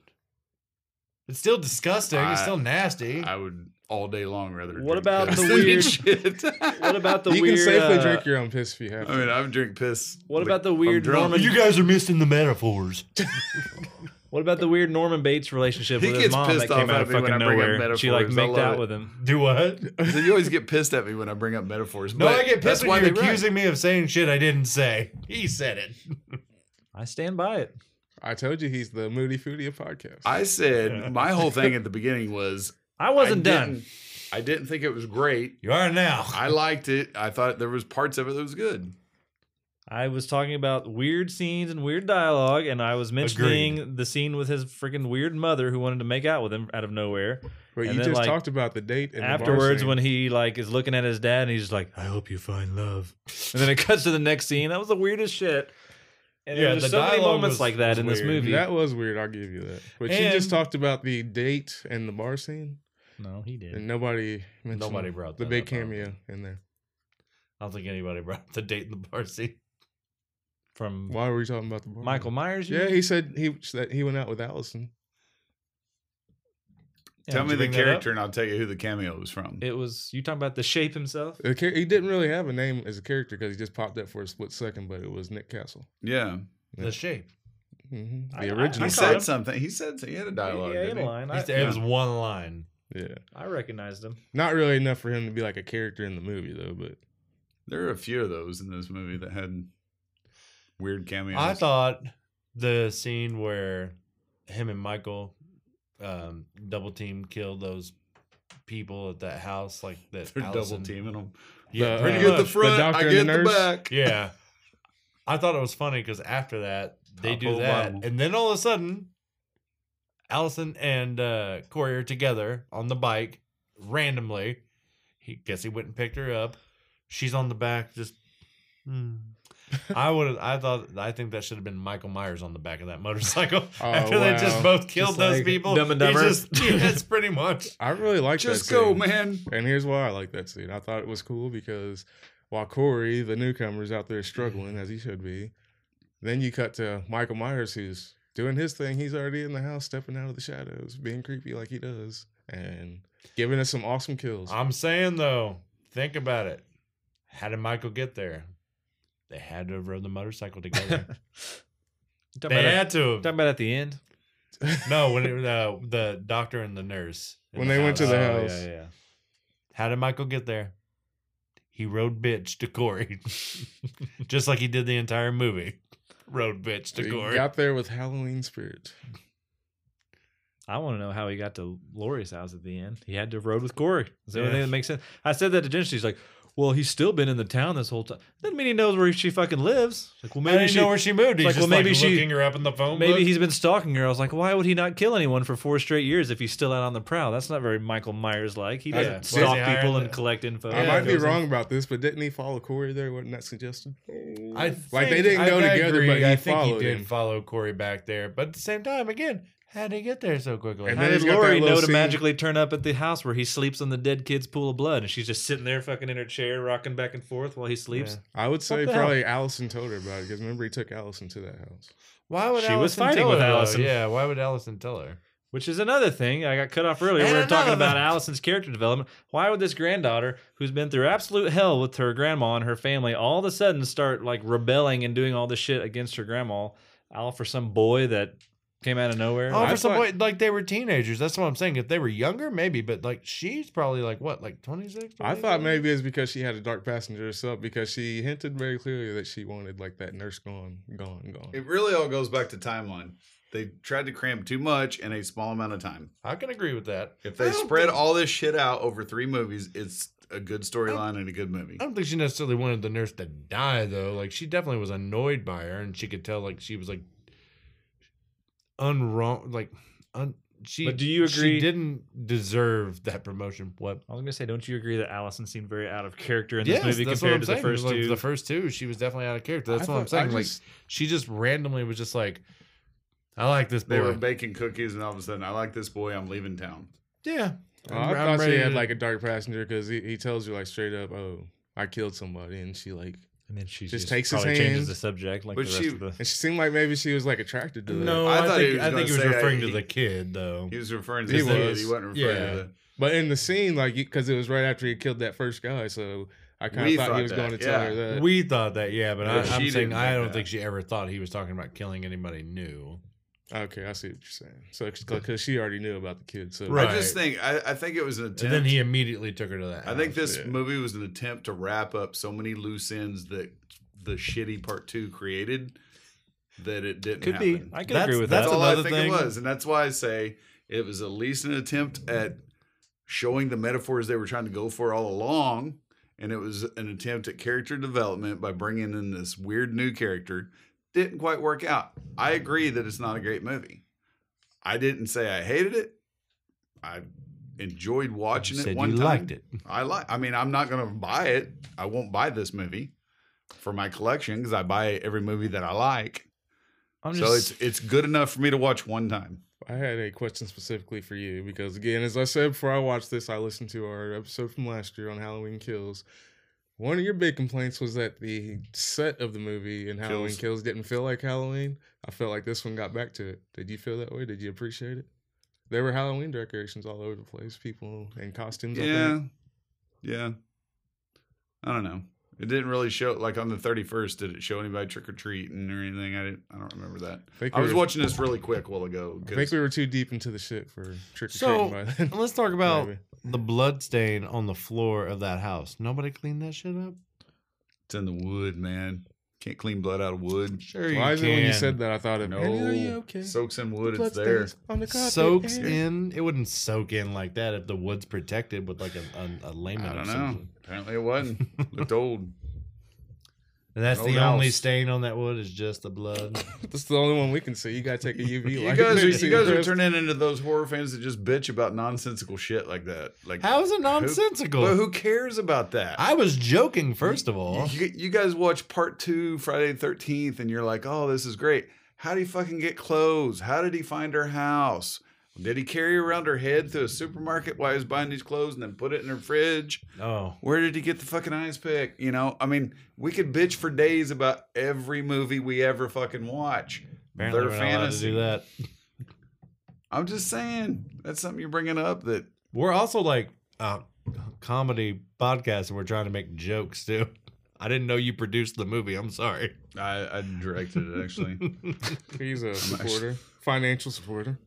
It's still disgusting. it's
I-
still nasty.
I would all day long rather.
What
drink
about
piss
the
than eat
weird-
shit?
What about the
you
weird?
can safely
uh,
drink your own piss if you have.
I
To.
mean, I've drink piss.
What
like,
about the
I'm
weird
drunk.
Norman?
guys are missing the metaphors.
What about the weird Norman Bates relationship
He
with his
gets
mom that
pissed off
came out
at
of
me when I
fucking
bring up
nowhere? She like
metaphors. I
made
love
out
it.
with him.
Do what?
So you always get pissed at me when I bring up metaphors.
No,
but
I get
that's
pissed when
why
you're
they're right.
accusing me of saying shit I didn't say. He said it.
I stand by it.
I told you he's the Moody Foodie of podcast.
I said my whole thing at the beginning was
I wasn't
I
done.
didn't- I didn't think it was great.
You are now.
I liked it. I thought there was parts of it that was good.
I was talking about weird scenes and weird dialogue, and I was mentioning the scene with his freaking weird mother who wanted to make out with him out of nowhere.
but
and
you
then,
just
like,
talked about the date and
Afterwards, when he like is looking at his dad, and he's just like, "I hope you find love," and then it cuts to the next scene. That was the weirdest shit. And
Yeah,
yeah, there's
the
so many
dialogue
moments
was-
like that
was
in this
weird.
movie.
that was weird. I'll give you that. But you
And-
just talked about the date and the bar scene,
no, he did.
and nobody mentioned
Nobody brought
the
that
big
up, I don't
cameo
think.
in there.
I don't think anybody brought up the date in the bar scene.
From
Why were you talking about the bar?
Michael Myers. you
Yeah,
mean?
he said he that he went out with Allison.
Yeah,
Tell
did
me the
you bring that up?
character, and I'll tell you who the cameo was from.
It was you talking about the shape himself.
The char- He didn't really have a name as a character because he just popped up for a split second, but it was Nick Castle,
yeah,
Yeah.
The shape.
hmm
I- I-
the original.
he
caught
said
him.
something. He said something. he had a dialogue.
yeah, in
didn't he?
line. I,
He said It was one line.
yeah,
I recognized him.
not really enough for him to be like a character in the movie though. But
There are a few of those in this movie that had weird cameos.
I thought the scene where him and Michael um, double team kill those people at that house, like that.
they're
Allison-
double teaming them.
Yeah,
The,
I
uh,
pretty
get the
much.
front.
doctor
I
and
get
the
the,
nurse.
back.
Yeah. I thought it was funny because after that, they
Top
do
of
that.
bottom.
And then all of a sudden, Allison and uh, Corey are together on the bike randomly. He guess he went and picked her up. She's on the back, just. hmm. I would. I thought. I think that should have been Michael Myers on the back of that motorcycle.
Oh,
After they just
wow.
both killed those
like
people,
Dumb and
he
Dumber.
just- yeah, that's pretty much.
I really like
Just
that
go,
scene.
man.
And here's why I like that scene. I thought it was cool because while Corey, the newcomer, is out there struggling as he should be, then you cut to Michael Myers, who's doing his thing. He's already in the house, stepping out of the shadows, being creepy like he does, and giving us some awesome kills.
I'm saying though, think about it. How did Michael get there? They had to have rode the motorcycle together.
Talking
they
about,
had to.
talking
Have.
about at the end.
No, when it, uh, the doctor and the nurse in
When
the Oh,
they went to the house.
Yeah, yeah. How did Michael get there? He rode bitch to Corey, just like he did the entire movie. Rode bitch to
He
Corey.
got there with Halloween spirit.
I want to know how he got to Lori's house at the end. He had to rode with Corey. Is the
Yeah.
only thing that makes sense. I said that to Jen. She's like, "Well, he's still been in the town this whole time. Doesn't mean he knows where she fucking lives. Like, well,
I
maybe
didn't
she,
know where she moved. He's
like,
just
well, maybe
like
she-
looking her up in the phone.
maybe
book.
he's been stalking her." I was like, "Why would he not kill anyone for four straight years if he's still out on the prowl? That's not very Michael Myers like. He
Yeah.
doesn't
Why is he
stalk people
hiring
and
the-
collect info.
I might be
Goes in-
wrong about this, but didn't he follow Corey there? Wasn't that suggested?
I
like they
think-
didn't
I-
go
I
together,
agree.
but he
I think
followed
he did
him.
follow Corey back there. But at the same time, again, how did he get there so quickly?
And
How
then
did
he's got that
Lori
little
know to
scene-
magically turn up at the house where he sleeps on the dead kid's pool of blood, and she's just sitting there, fucking in her chair, rocking back and forth while he sleeps?
Yeah.
I would say
the hell?
probably Allison told her about it because remember he took Allison to that house.
why would
She
Allison
was fighting
tell
with
her, though?
Allison.
Yeah, why would Allison tell her?
Which is another thing. I got cut off earlier.
And
we were talking
another
about
thing.
Allison's character development. Why would this granddaughter, who's been through absolute hell with her grandma and her family, all of a sudden start like rebelling and doing all this shit against her grandma, all for some boy that came out of nowhere?
Oh,
I
for some
thought-
point, like they were teenagers. That's what I'm saying. If they were younger, maybe. But like she's probably like what, like uh, 26?
I thought maybe it's because she had a dark passenger herself because she hinted very clearly that she wanted like that nurse gone, gone, gone.
It really all goes back to timeline. They tried to cram too much in a small amount of time.
I can agree with that.
If
I
they
don't
spread
think-
all this shit out over three movies, it's a good storyline and a good movie.
I don't think she necessarily wanted the nurse to die though. Like she definitely was annoyed by her, and she could tell like she was like unwrong, like un. She,
But do you
She
agree-
didn't deserve that promotion. What?
I was gonna say, don't you agree that Allison seemed very out of character in
Yes,
this movie
that's what I'm
compared to the
saying.
first
Like,
two?
The first two, she was definitely out of character. That's
I
what I'm
thought- I
saying. Like
just-
she just randomly was just like, "I like this boy."
They were baking cookies, and all of a sudden, I like this boy. I'm leaving town.
yeah,
Well, I
I'm- I'm
thought she
ready
had
to-
like a dark passenger because he, he tells her like straight up, "Oh, I killed somebody," and she like,
and then she
Just takes his
probably
hand.
changes the subject like
But
the rest
she-
of the.
and she seemed like maybe she was like attracted to that.
No,
I
I,
thought he
think,
was
I think he
gonna
was
say that
referring
he-
to the kid, though.
He was referring to
He
the kid.
was.
He wasn't referring
Yeah.
to
but in the scene, like because it was right after he killed that first guy, so I kind
We
of thought
thought
he was
that,
going to tell
yeah.
her that.
we thought that, yeah, but I,
But she
I'm saying
didn't
I
think
don't
that.
think she ever thought he was talking about killing anybody new.
okay, I see what you're saying. So because she already knew about the kid, so
the.
Right.
I just think I, I think it was an attempt.
And then he Oh, immediately took her to that.
I
house.
think this
Yeah.
movie was an attempt to wrap up so many loose ends that the shitty part two created that it didn't
Could
happen.
be. I could
That's-
agree with
that's
That's
that.
all I
another
think
thing.
it was, and that's why I say it was at least an attempt at showing the metaphors they were trying to go for all along, and it was an attempt at character development by bringing in this weird new character. Didn't quite work out. I agree that it's not a great movie. I didn't say I hated it. I enjoyed watching
You
it
said
one
you
time.
liked it.
I like. I mean, I'm not gonna buy it. I won't buy this movie for my collection because I buy every movie that I like.
I'm just,
So it's it's good enough for me to watch one time.
I had a question specifically for you because, again, as I said before I watched this, I listened to our episode from last year on Halloween Kills. One of your big complaints was that the set of the movie and Halloween Kills.
Kills.
didn't feel like Halloween. I felt like this one got back to it. Did you feel that way? Did you appreciate it? There were Halloween decorations all over the place, people in costumes. I
Yeah,
think.
yeah. I don't know. It didn't really show. Like on the 31st, did it show anybody trick or treating or anything? I didn't. I don't remember that.
I think
I
we
was
were-
watching this really quick a while ago.
I think
'cause-
we were too deep into the shit for trick or treating
So,
by then.
Let's talk about
Maybe.
the blood stain on the floor of that house. Nobody cleaned that shit up.
it's in the wood, man. Can't clean blood out of wood.
Sure,
Why
you
is
can.
it when you said that I thought of
No.
Penny, are you okay?
Soaks in wood.
Blood
it's there.
stains on the carpet,
soaks
eh?
in. It wouldn't soak in like that if the wood's protected with like a, a, a layman.
I
or
don't know.
something.
Apparently, it wasn't. Looked old.
And that's
No
the
doubts.
only stain on that wood is just the blood.
That's the only one we can see. You gotta take a UV
You
light.
guys, are,
to see
you guys
the
are
rest.
turning into those horror fans that just bitch about nonsensical shit like that. Like,
How is it
but
nonsensical?
who cares about that?
I was joking, first of all.
You, you guys watch part two, Friday the 13th, and you're like, oh, this is great. How did he fucking get clothes? How did he find her house? Did he carry around her head to a supermarket while he was buying these clothes and then put it in her fridge?
Oh.
Where did he get the fucking ice pick? You know, I mean, we could bitch for days about every movie we ever fucking watch.
Apparently
Their
we're not allowed to do
fantasy.
that.
I'm just saying, that's something you're bringing up that
We're also like a comedy podcast and we're trying to make jokes too. I didn't know you produced the movie. I'm sorry.
I, I directed it actually.
He's a supporter, financial supporter.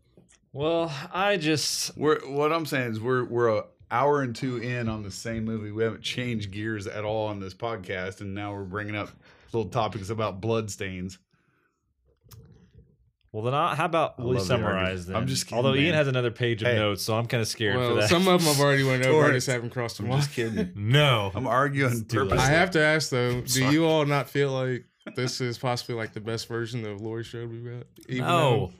Well, I just
We're what I'm saying is we're we're a hour and two in on the same movie. We haven't changed gears at all on this podcast, and now we're bringing up little topics about bloodstains.
well then. I, how about
I
we
love the argument.
summarize then?
I'm just kidding,
Although
man.
Ian has another page of
Hey.
notes, so I'm kind of scared for
Well,
that.
some of them I've already went over. I
Torrance.
just haven't crossed them
I'm
off.
just kidding.
No.
I'm arguing
It's too late.
purpose.
I have to ask though, do
sorry.
you all not feel like this is possibly like the best version of Lori show we've got? Even
No.
though-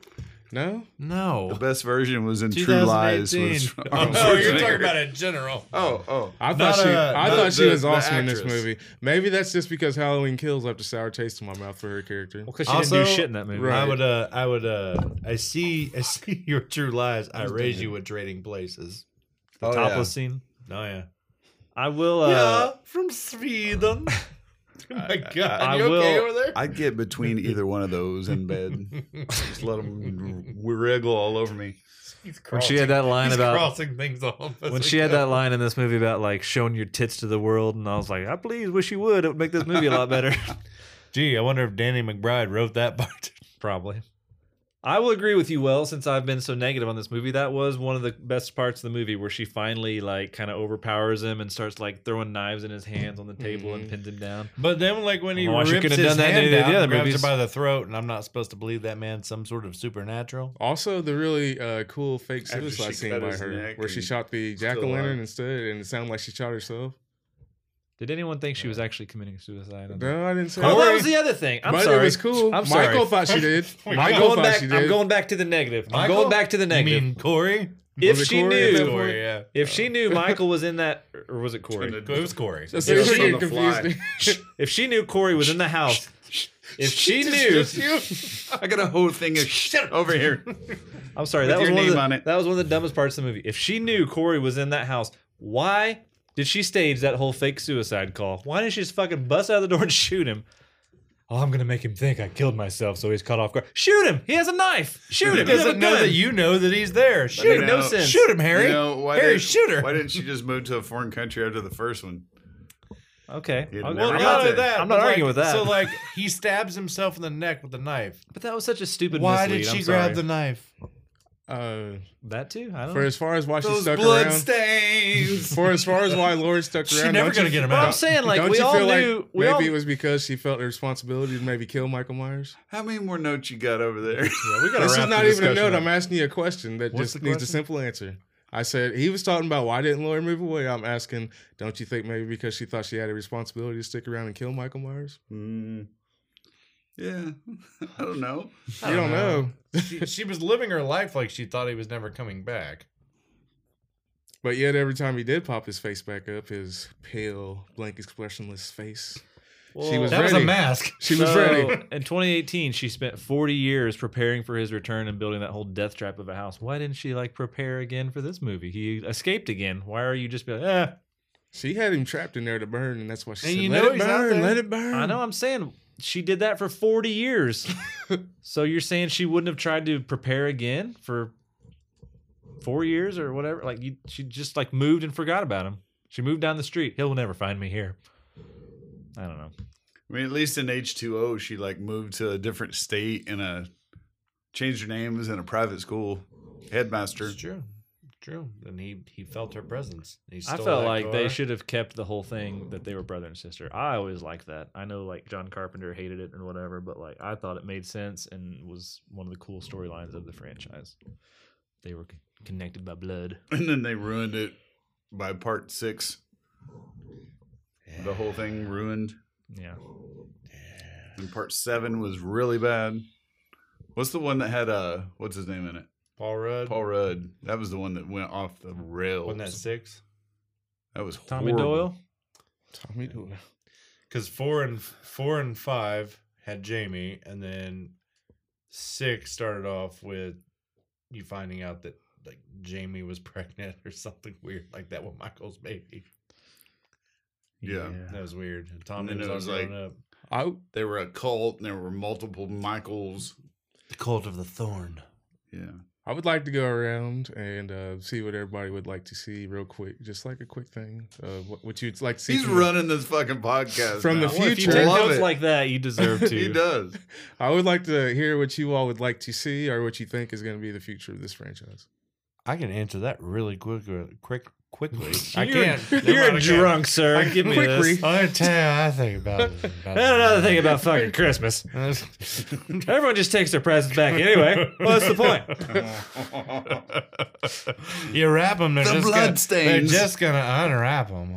no.
The
No.
best version was in True Lies. Was
2018.
Arnold
Oh, you're
Schwarzenegger.
in general.
Oh, oh.
I
Not,
thought she,
uh,
I
the-
thought she
the-
was
the
awesome in this
actress.
movie. Maybe that's just because Halloween Kills left a sour taste in my mouth for her character.
because she didn't
Also-
do shit in that movie.
Right.
I would uh I would uh I see I see your true lies. I raise you with trading places.
Oh, yeah.
Topless scene.
Oh yeah.
I will. Uh,
from Sweden. oh my god.
I will-
there?
I'd get between either one of those in bed. Just let them wriggle all over me.
He's
When she had that line about
crossing things off.
when she had that line in this movie about like showing your tits to the world, and I was like, I please wish you would. It would make this movie a lot better.
Gee, I wonder if Danny McBride wrote that part.
Probably. I will agree with you. Well, since I've been so negative on this movie, that was one of the best parts of the movie where she finally like kind of overpowers him and starts like throwing knives in his hands on the table and pins him down.
But then, like when he
Well, she
rips
could've
his
done that in
hand
any of the
out, and
other
grabs
movies.
her by the throat, and I'm not supposed to believe that man some sort of supernatural.
Also, the really uh, cool fake
After
suicide
she
scene
cut
by
his
her,
neck
where she
and
shot the
still
jack o' lantern
alive.
instead, and it sounded like she shot herself.
Did anyone think she was actually committing suicide? on that?
No, I didn't say.
Oh,
that.
that was the other thing. I'm
but
sorry.
it was cool.
I'm sorry.
Michael thought she did.
I'm
Michael
going
thought
back.
she
I'm
did.
going back to the negative. I'm going back to the
You
negative.
mean Corey?
if
Was it
she
Corey at that
knew,
point?
Corey, yeah.
if she knew Michael was in that, or was it Corey?
It was Corey.
That's
If
the
she-
other
on the
thing
fly.
confused me.
If she knew Corey was in the house, if she knew,
I got a whole thing of shit over here.
I'm sorry.
With
That was
your
one of
name
the,
on it.
that was one of the dumbest parts of the movie. If she knew Corey was in that house, why did she stage that whole fake suicide call? Why didn't she just fucking bust out of the door and shoot him? Oh, I'm gonna make him think I killed myself, so he's caught off guard. Shoot him! He has a knife. Shoot
He
him! He has a
doesn't know
gun.
that you know that he's there. Shoot
me
him.
know.
no sense.
Shoot him, Harry.
You know, why
Harry,
didn't-
shoot her.
Why didn't she just move to a foreign country after the first one?
Okay.
You'd
Well,
never
I'm
got
not-
there.
I'm not
but, like,
arguing with that.
So like, he stabs himself in the neck with a knife.
But that was such a stupid.
Why
mislead.
did she
I'm
grab
sorry.
the knife?
Uh,
That too. I don't.
for
know.
as far as why she
Those
stuck
blood
around,
stains.
for as far as why Lori stuck around,
She's never
don't
gonna
you-
get him
But I'm
out.
saying like
don't
we
you
all
feel like
knew. we
maybe
all,
it was because she felt the responsibility to maybe kill Michael Myers?
How many more notes you got over there?
Yeah, we gotta
This is
wrap the
not even a
discussion
note.
up.
I'm asking you a question that
What's
just
the
needs a
question?
simple answer. I said he was talking about why didn't Lori move away. I'm asking, don't you think maybe because she thought she had a responsibility to stick around and kill Michael Myers?
Mm. Yeah, I don't know.
you don't know.
she, she was living her life like she thought he was never coming back.
But yet, every time he did pop his face back up, his pale, blank, expressionless face, she was
That was
ready.
a mask.
she was
So,
ready.
In 2018, she spent 40 years preparing for his return and building that whole death trap of a house. Why didn't she like prepare again for this movie? He escaped again. Why are you just be like, eh?
She had him trapped in there to burn, and that's why she
And
said,
you
"Let
know
it
he's out
burn,
there."
let it burn."
I know. I'm saying she did that for 40 years. so you're saying she wouldn't have tried to prepare again for four years or whatever? Like you, she just like moved and forgot about him. She moved down the street. He'll never find me here. I don't know.
I mean, at least in H two O, she like moved to a different state and a changed her name. Was in a private school headmaster.
It's true. True. And he he felt her presence. He
I
stole
felt
that
like
car.
they should have kept the whole thing that they were brother and sister. I always liked that. I know like John Carpenter hated it and whatever, but like I thought it made sense and was one of the cool storylines of the franchise. They were c- connected by blood.
And then they ruined it by part six. The whole thing ruined.
Yeah.
And part seven was really bad. What's the one that had uh what's his name in it?
Paul Rudd.
Paul Rudd. That was the one that went off the rails.
Wasn't that six?
That was
Tommy
horrible.
Doyle.
Tommy Doyle.
Because four and four and five had Jamie, and then six started off with you finding out that like Jamie was pregnant or something weird like that with Michael's baby.
Yeah.
That was weird. And Tommy
then
was,
it
all
was
grown
like-
up.
I
They were a cult and there were multiple Michaels.
the cult of the thorn.
Yeah.
I would like to go around and uh, see what everybody would like to see real quick, just like a quick thing. Uh, what, what you'd like to see?
He's
from the-
running this fucking podcast.
From the
now.
Well, if you future.
Take
Love
notes like that, you deserve to.
he does.
I would like to hear what you all would like to see, or what you think is going to be the future of this franchise.
I can answer that really quick, uh, quick, quickly.
I
I
You're-
can't.
You're drunk, sir. Give me
Quick
this.
read.
I tell. I think about it. About
That's another thing about fucking Christmas. Everyone just takes their presents back anyway. What's the point?
you wrap them. They're
The
just
blood
gonna,
stains.
They're just gonna unwrap them.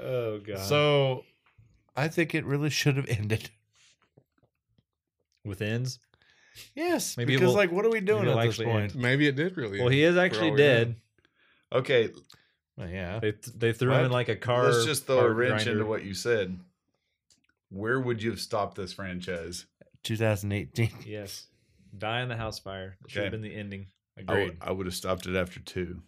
Oh god. So
So, I think it really should have ended.
with ends.
Yes,
Maybe it
because
will-
like, what are we doing
maybe
at
it'll
this
actually
point?
Maybe it did really.
Well, he is actually
all we
dead.
okay,
Well, yeah,
They th- they threw him in
What?
like a car.
let's just throw a
car
wrench
grinder.
into what you said. Where would you have stopped this franchise?
2018.
Yes. Die in the house fire. That should have
Okay.
been the ending.
I would-
Agreed.
I would have stopped it after two.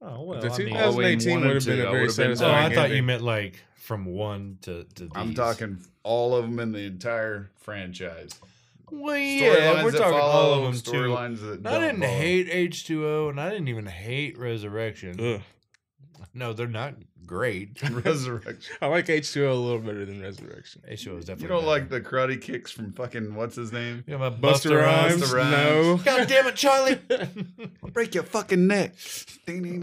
Oh well.
The
I mean,
2000 2018
wanted
would have been
to.
a
I
very
would have been
Oh, I
satisfying
talking-
thought you
ending.
meant like from one to to.
I'm
these.
talking all of them in the entire franchise.
Well,
Storylines
yeah, we're
that
talking all
follow,
of them too.
storylines that
I
don't
didn't
follow.
hate H2O, and I didn't even hate Resurrection.
Ugh.
No, they're not great.
Resurrection.
I like H two O a little better than Resurrection.
H2O is definitely.
You don't
better.
like the karate kicks from fucking what's his name?
You know, my Buster,
Buster,
Rhymes.
Rhymes,
Busta
no.
Rhymes.
God damn it, Charlie!
I'll break your fucking neck.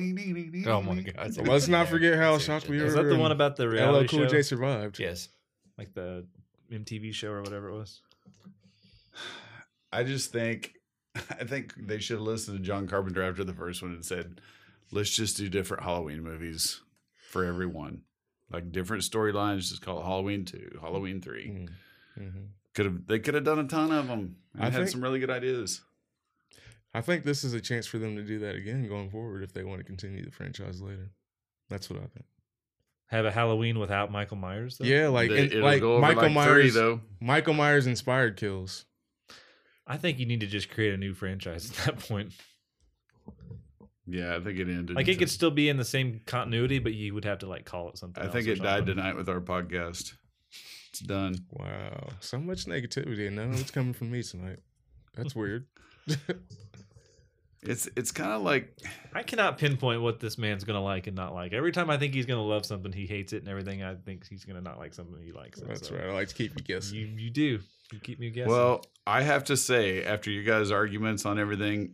oh my god!
But let's not forget how shocked we
is
were.
that the one
when
about the
LL
reality
Cool
show?
J survived?
Yes.
Like the MTV show or whatever it was.
I just think, I think they should listen to John Carpenter after the first one and said, let's just do different Halloween movies for everyone, like different storylines. Just call it Halloween two, Halloween three.
Mhm. Mhm.
Could have they could have done a ton of them. I
I
had
think-
some really good ideas.
I think this is a chance for them to do that again going forward if they want to continue the franchise later. That's what I think.
Have a Halloween without Michael Myers. Though?
Yeah, like
They-
it, like
go over
Michael
like three,
Myers.
though.
Michael Myers inspired kills.
I think you need to just create a new franchise at that point.
Yeah, I think it ended.
Like it could
gets.
still be in the same continuity, but you would have to like call it something.
I think
else or
it died
something.
tonight with our podcast. It's done.
Wow, so much negativity, and none of it's coming from me tonight. That's weird.
It's it's kind of like
I cannot pinpoint what this man's gonna like and not like. Every time I think he's gonna love something, he hates it, and everything I think he's gonna not like something he likes. It.
That's
So,
right. I like to keep you guessing.
You you do. You keep me guessing.
well, I have to say after you guys' arguments on everything,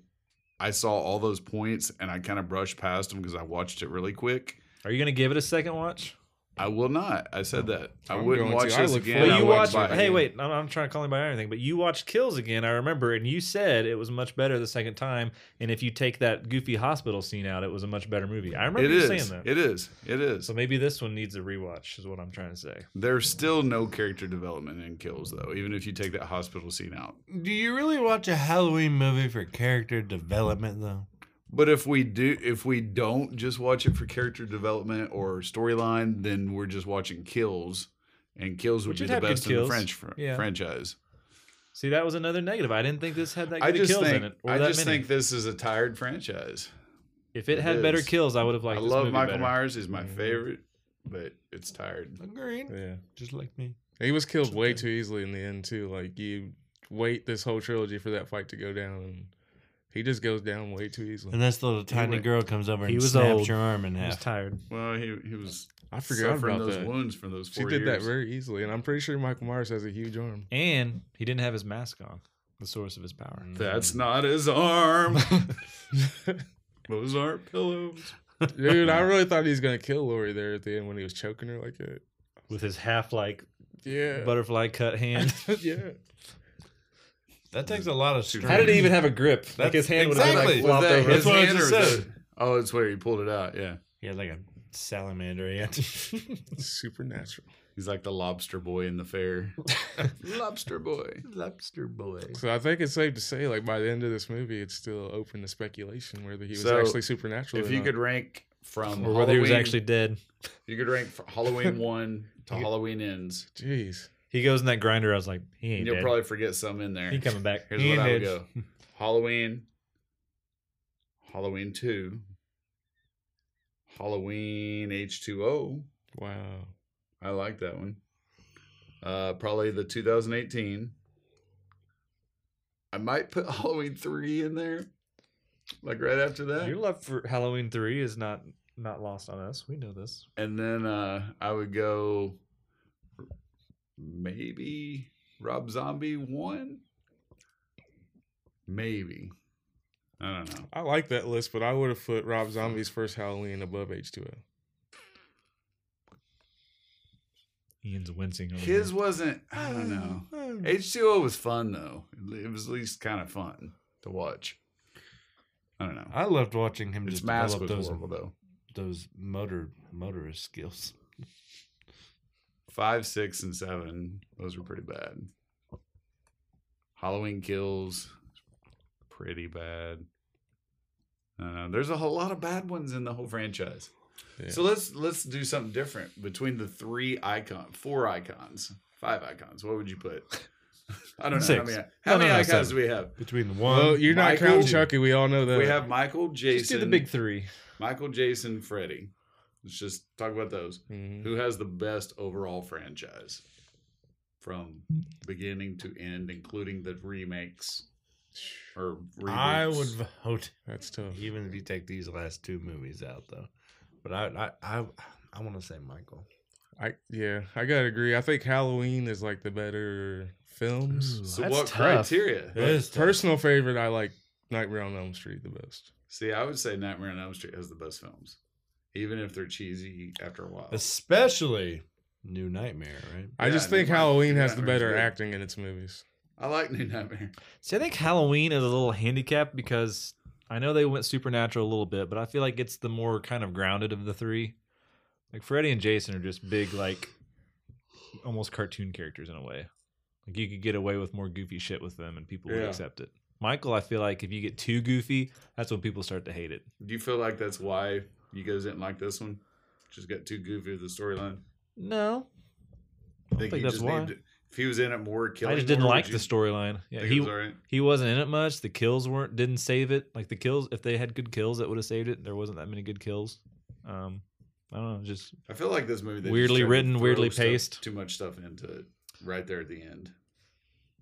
I saw all those points and I kind of brushed past them because I watched it really quick.
are you gonna give it a second watch?
I will not. I said
Oh,
that I
I'm
wouldn't
going
watch
to. I
this
look
again.
forward
Well,
I
you
to
watched
watched.
watch
my-
it
Hey,
again.
wait. I'm, I'm trying to call him by anything, but you watched Kills again. I remember, and you said it was much better the second time. And if you take that goofy hospital scene out, it was a much better movie. I remember
It
you
is.
saying that.
It is. It is.
so maybe this one needs a rewatch, is what I'm trying to say.
There's still no character development in Kills though, even if you take that hospital scene out.
Do you really watch a Halloween movie for character development though?
But if we do, if we don't just watch it for character development or storyline, then we're just watching kills, and kills would
Which
be
it
the
had good
best in the
kills.
French fr-
Yeah.
franchise.
See, that was another negative. I didn't think this had that good
I just
kills
think,
in it. Or
I
that
just
many.
think this is a tired franchise.
if it
it
had better
is.
kills, I would have liked.
I
this
love
movie
Michael
better. Mm-hmm.
Myers; he's my
Mhm.
favorite, but it's tired.
Agreed.
Yeah,
Just like me.
he was killed way
Something.
too easily in the end too. Like you wait this whole trilogy for that fight to go down, and he just goes down way too easily.
And this little tiny
went-
girl comes over
He
and
was
snaps
old.
your arm in
I was
half.
tired.
Well, he he was
I forgot
suffering
about
those
that.
wounds from those
She
four
did that
years.
very easily, and I'm pretty sure Michael Myers has a huge arm.
And he didn't have his mask on, the source of his power.
That's
Mm-hmm.
not his arm. those aren't pillows.
Dude, I really thought he was gonna kill Lori there at the end when he was choking her like that.
With his half like
Yeah.
butterfly cut hand.
yeah.
That takes a lot of strength.
How did he even have a grip? like his hand would have
Exactly.
been like flopped
Was that
over.
his
That's what I
hand
just
or was
said.
that- Oh, it's where he pulled it out. Yeah.
He had like a salamander yet.
Supernatural.
He's like the lobster boy in the fair. lobster boy. Lobster boy.
So I think it's safe to say, like by the end of this movie, it's still open to speculation whether he was
So,
actually supernatural.
If
or
you
not.
could rank from
or whether he was
Halloween-
actually dead.
you could rank from Halloween one to Halloween ends.
jeez,
He goes in that grinder. I was like, he ain't
And you'll
dead.
probably forget some in there.
he coming back.
Here's
He
what I would
ain't
go: Halloween, Halloween two, Halloween H two O.
wow,
I like that one. Uh, probably the 2018. I might put Halloween three in there, like right after
Your
that,
love for Halloween three is not not lost on us. We know this.
and then uh, I would go maybe Rob Zombie one, maybe. I don't know.
I like that list, but I would have put Rob Zombie's first Halloween above H two O.
Ian's wincing. Over
His wasn't. I don't know. H two O was fun though. It was at least kind of fun to watch. I don't know.
I loved watching him
His
just
mask
develop those
was horrible though.
those motor motorist skills.
Five, six, and seven. Those were pretty bad. Halloween Kills, pretty bad. I don't know. There's a whole lot of bad ones in the whole franchise.
Yeah.
So let's let's do something different between the three icon, four icons, five icons. What would you put? I don't know. How
Six.
many, how
No, no,
many
no,
icons
seven. Uh,
do we have?
Between the one,
Well, you're not
um, Michael-
counting Chucky. We all know that.
We have Michael, Jason,
Just do the big three.
Michael, Jason, Freddy. Let's just talk about those.
Mhm.
Who has the best overall franchise from beginning to end, including the remakes or reboots?
I would vote
That's tough.
even if you take these last two movies out though. But I I I, I want to say Michael.
I yeah, I gotta agree. I think Halloween is like the better films.
So
That's
what
tough.
criteria?
It is tough.
Personal favorite, I like Nightmare on Elm Street the best.
See, I would say Nightmare on Elm Street has the best films, even if they're cheesy after a while.
especially New Nightmare, right?
I
Yeah,
just
New
think
Nightmare-
Halloween
New
has the
Nightmare's
better
good.
acting in its movies.
I like New Nightmare.
See, I think Halloween is a little handicapped because I know they went supernatural a little bit, but I feel like it's the more kind of grounded of the three. Like Freddy and Jason are just big, like almost cartoon characters in a way. Like you could get away with more goofy shit with them, and people would
Yeah.
accept it. Michael, I feel like if you get too goofy, that's when people start to hate it.
Do you feel like that's why you guys didn't like this one? Just got too goofy with the storyline.
No, I don't think,
you
that's
just
why.
need to- If he was in it more, killing
I just didn't
more, would
like
you
the storyline. Yeah,
think it
he
was all right?
he wasn't in it much. The kills weren't didn't save it. Like the kills, if they had good kills, that would have saved it. There wasn't that many good kills. Um, I don't know, just
I feel like this movie they just
Weirdly
tried to
written,
throw
weirdly
stuff-
paced.
Too much stuff into it right there at the end.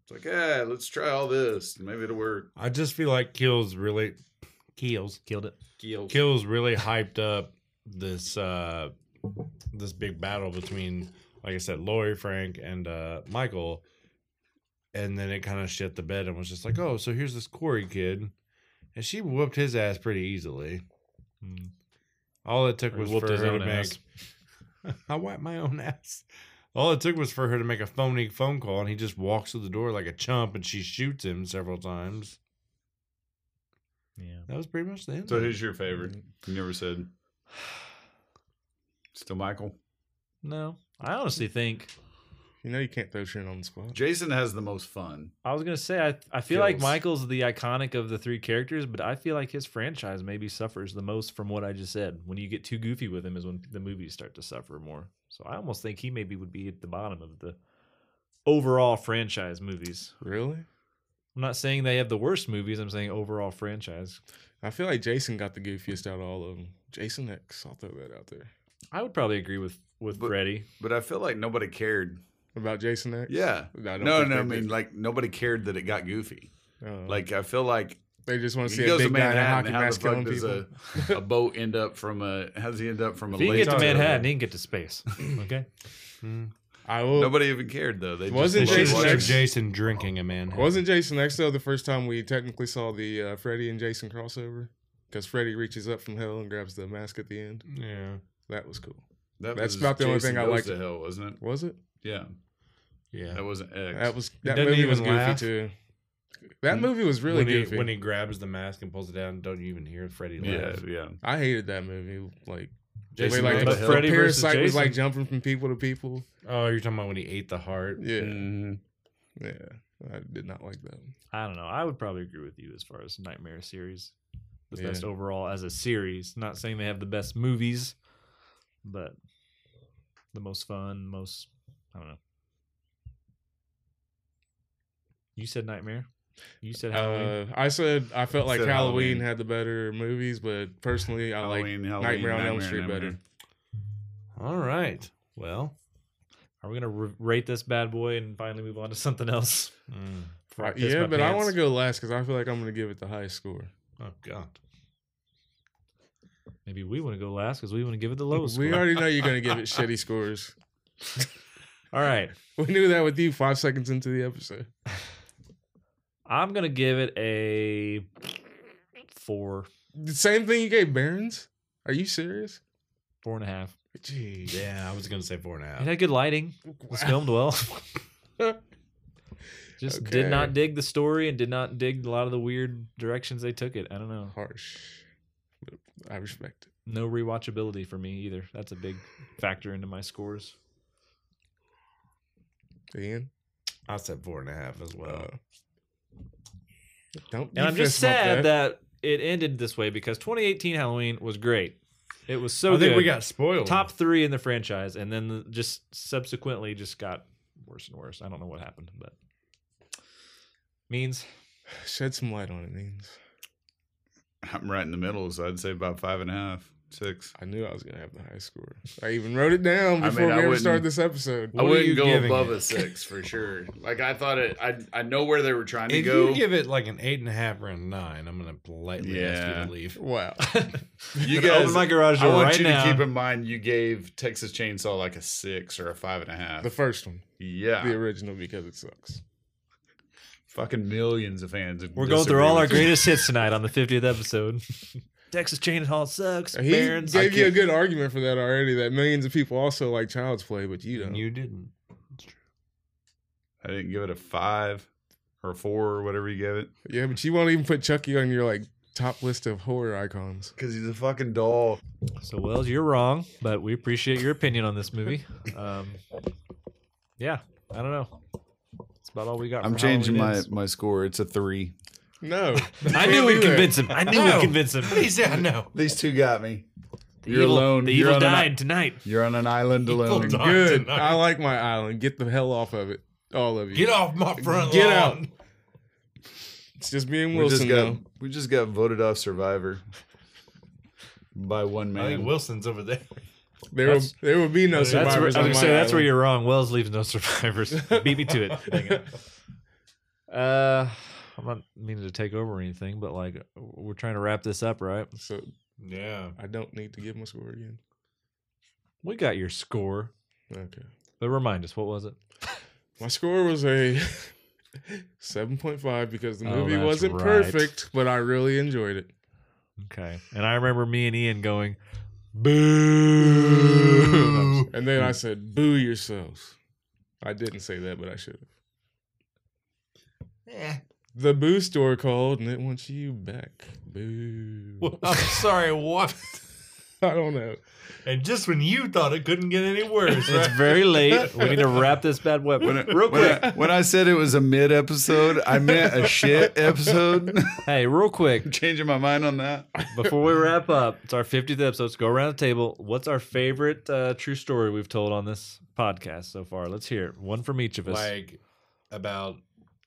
It's like, hey, let's try all this. Maybe it'll work.
I just feel like Kills really Kills
killed it.
Guilt.
Kills really hyped up this uh this big battle between like I said Lori Frank and uh Michael and then it kind of shit the bed and was just like, "Oh, so here's this Corey kid." And she whooped his ass pretty easily.
Mm.
All it took
Or
was
whooped
for
his
her
own
to
ass.
make. I wiped my own ass. All it took was for her to make a phony phone call, and he just walks to the door like a chump, and she shoots him several times.
Yeah,
That was pretty much the end.
So
of it.
who's your favorite? You never said. Still Michael.
no, I honestly think
You know you can't throw shit on the spot.
Jason has the most fun.
I was gonna say I I feel like
Kills.
Michael's the iconic of the three characters, but I feel like his franchise maybe suffers the most from what I just said. When you get too goofy with him, is when the movies start to suffer more. So I almost think he maybe would be at the bottom of the overall franchise movies.
Really?
I'm not saying they have the worst movies. I'm saying overall franchise.
I feel like Jason got the goofiest out of all of them. Jason X, I'll throw that out there.
I would probably agree with with
But-
Freddy.
But I feel like nobody cared.
About Jason X?
Yeah.
No, I don't
No,
think
no,
they
I mean,
did.
like, nobody cared that it got goofy.
Uh,
Like, I feel like
they just want to
he
see a
goes to
big guy in a hockey
Manhattan. How
mask
the fuck
killing
does
people.
a, a boat end up from a, how does he end up from a
If he can
lake
get to
a-
Manhattan, he can get to space. Okay.
Mm.
I will.
Nobody even cared though. They
Wasn't
just loved
Jason
watching-
X-
Jason drinking a man.
Wasn't Jason X though the first time we technically saw the uh, Freddy and Jason crossover? Because Freddy reaches up from hell and grabs the mask at the end.
Yeah.
That was cool.
That
That's
was
about the only
Jason
thing I
Goes
liked.
To hell, wasn't it?
Was it?
Yeah,
Yeah.
that wasn't X.
That was that
doesn't
movie was
even
goofy
laugh.
too. That
When-
movie was really
when he,
goofy.
When he grabs the mask and pulls it down, don't you even hear Freddy
yeah,
laugh?
yeah.
I hated that movie. Like The way,
Jason
like,
Lee.
the,
But
the
Freddy versus
parasite was like
Jason.
jumping from people to people.
Oh, you're talking about when he ate the heart.
Yeah,
Mhm.
yeah. I did not like that.
I don't know. I would probably agree with you as far as Nightmare series, the
Yeah.
best overall as a series. Not saying they have the best movies, but the most fun, most I don't know. You said Nightmare. You said Halloween.
Uh, I said I felt like
Said
Halloween,
Halloween.
had the better movies, but personally, I like
Halloween, Halloween,
Nightmare on Elm Street better.
All right. Well,
Are we gonna re- rate this bad boy and finally move on to something else?
mm,
Before I piss
yeah,
my
but I want to
pants?
go last because I feel like I'm going to give it the highest score.
oh god.
Maybe we want to go last because we want to give it the lowest.
We
score.
already know you're going to give it shitty scores.
All right.
We knew that with you five seconds into the episode.
I'm gonna give it a four,
The same thing you gave Barons. Are you serious?
four and a half.
Jeez.
Yeah, I was gonna say four and a half.
It had good lighting. It was filmed well. Just did
Okay.
not dig the story and did not dig a lot of the weird directions they took it. I don't know.
Harsh. But I respect it.
No rewatchability for me either. That's a big factor into my scores.
Ian.
I said four and a half as well.
Uh, don't.
And
you
I'm just
fist bump
sad that. it ended this way because 2018 Halloween was great. It was so
I think
good.
we got spoiled.
top three in the franchise, and then the- just subsequently just got worse and worse. I don't know what happened, but means
shed some light on it means.
I'm right in the middle, so I'd say about five and a half, six.
I knew I was gonna have the high score. I even wrote it down
I mean,
before
I
we ever
wouldn't-
started this episode.
I
What are you
wouldn't go
giving
above
it?
a six for sure. Like I thought it. I I know where they were trying to
If
go.
you give it like an eight and a half or a nine, I'm gonna politely ask you
Yeah.
to leave.
Wow.
You
Gonna open my garage
I
door
want
right
you
now.
to keep in mind you gave Texas Chainsaw like a six or a five and a half.
the first one,
yeah,
the original, because it sucks.
fucking millions of fans.
We're going through all our
disagree with
greatest hits tonight on the 50th episode. Texas Chainsaw sucks.
He
Barons.
gave you a good argument for that already. That millions of people also like Child's Play, but you don't.
And you didn't.
you. I didn't give it a five or a four or whatever you gave it
yeah, but you won't even put Chucky on your like top list of horror icons.
because he's a fucking doll.
So, Wells, you're wrong, but we appreciate your opinion on this movie. Um, yeah, I don't know. That's about all we got.
I'm
for
changing
Halloween
my
Ends.
my score. It's a three.
No,
I knew we'd convince him. I knew
No.
we'd convince him.
Please, yeah, no.
These two got me.
The
You're
evil,
alone.
The
You're
evil
on an i-
died tonight.
You're on an island alone.
died.
good.
tonight.
I like my island. Get the hell off of it, all of you.
Get off my front
Get
lawn.
It's just me and
We
Wilson
just got
now.
we just got voted off Survivor by one
I think
man.
Wilson's over there.
There will
That's-
there will be no
That's where-
That's where, I was
survivors. on
gonna
my
say, that's where
island.
you're wrong. Wells leaves no survivors. Beat me to it. Dang it. Uh, I'm not meaning to take over or anything, but like we're trying to wrap this up, right?
So
Yeah.
I don't need to give my score again.
We got your score,
Okay.
but remind us what was it?
My score was a 7.5 because the
Oh,
movie
that's
wasn't
right.
perfect, but I really enjoyed it.
Okay, and I remember me and Ian going, "Boo!"
And then I said, boo yourselves. I didn't say that, but I should have.
Eh.
The boo store called and it wants you back. Boo.
I'm sorry, what?
I don't know.
And just when you thought it couldn't get any worse,
It's
right?
very late. We need to wrap this bad web.
When I, when I- when I said it was a mid episode, I meant a shit episode.
Hey, real quick,
Changing my mind on that.
Before we wrap up, it's our 50th episode. Let's go around the table. What's our favorite uh, true story we've told on this podcast so far? Let's hear it. One from each of us.
like about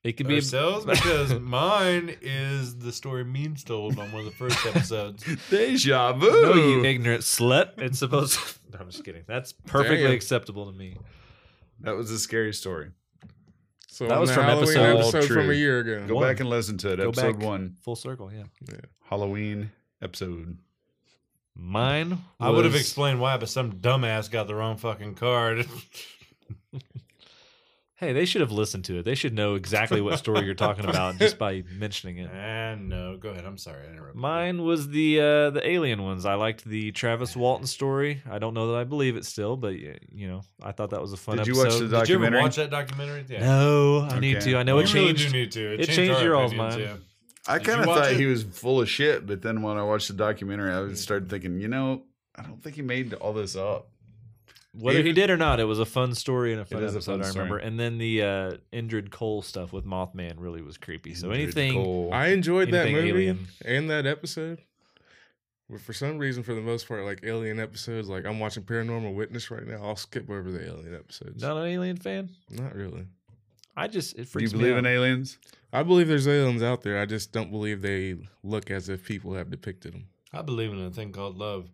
it could be a,
ourselves because mine is the story Memes told on one of the first episodes.
Deja vu.
no, you ignorant slut. It's supposed. no, I'm just kidding. That's perfectly
Damn.
acceptable to me.
that was a scary story.
So
That
on
was
the
from
Halloween
episode-
episode,
All
from a
true.
year ago.
Go
One.
back and listen to it.
Go
episode
back.
one,
Full circle. Yeah.
Halloween episode.
Mine.
I would have
was-
explained why, but some dumbass got the wrong fucking card.
Hey, they should have listened to it. They should know exactly what story you're talking about just by mentioning it.
and no, go ahead. I'm sorry. I interrupted. you.
Mine was the uh, the alien ones. I liked the Travis Walton story. I don't know that I believe it still, but y- you know, I thought that was a fun
Did you
episode.
watch the
Did you ever
documentary?
watch that documentary? Yeah.
No, I need
Okay.
to. I know
You
it
really
changed.
do need to. It,
it
changed,
changed
our
your all's
opinions,
mine.
yeah.
I
Did you
kind of
watch
thought
it?
he was full of shit, but then when I watched the documentary, I started thinking, you know, I don't think he made all this up.
Whether
If-
he did or not, it was a fun story and a fun
is a
episode.
fun
I remember.
story.
And then the uh, Indrid Cole stuff with Mothman really was creepy. So
Kindred
anything,
Cole.
I enjoyed that
Anything
movie
alien.
and that episode. But for some reason, for the most part, like alien episodes, like I'm watching Paranormal Witness right now. I'll skip over the alien episodes.
not an alien fan.
Not really.
I just it
Do you
freaks
believe
me
in
out.
aliens?
I believe there's aliens out there. I just don't believe they look as if people have depicted them.
I believe in a thing called love.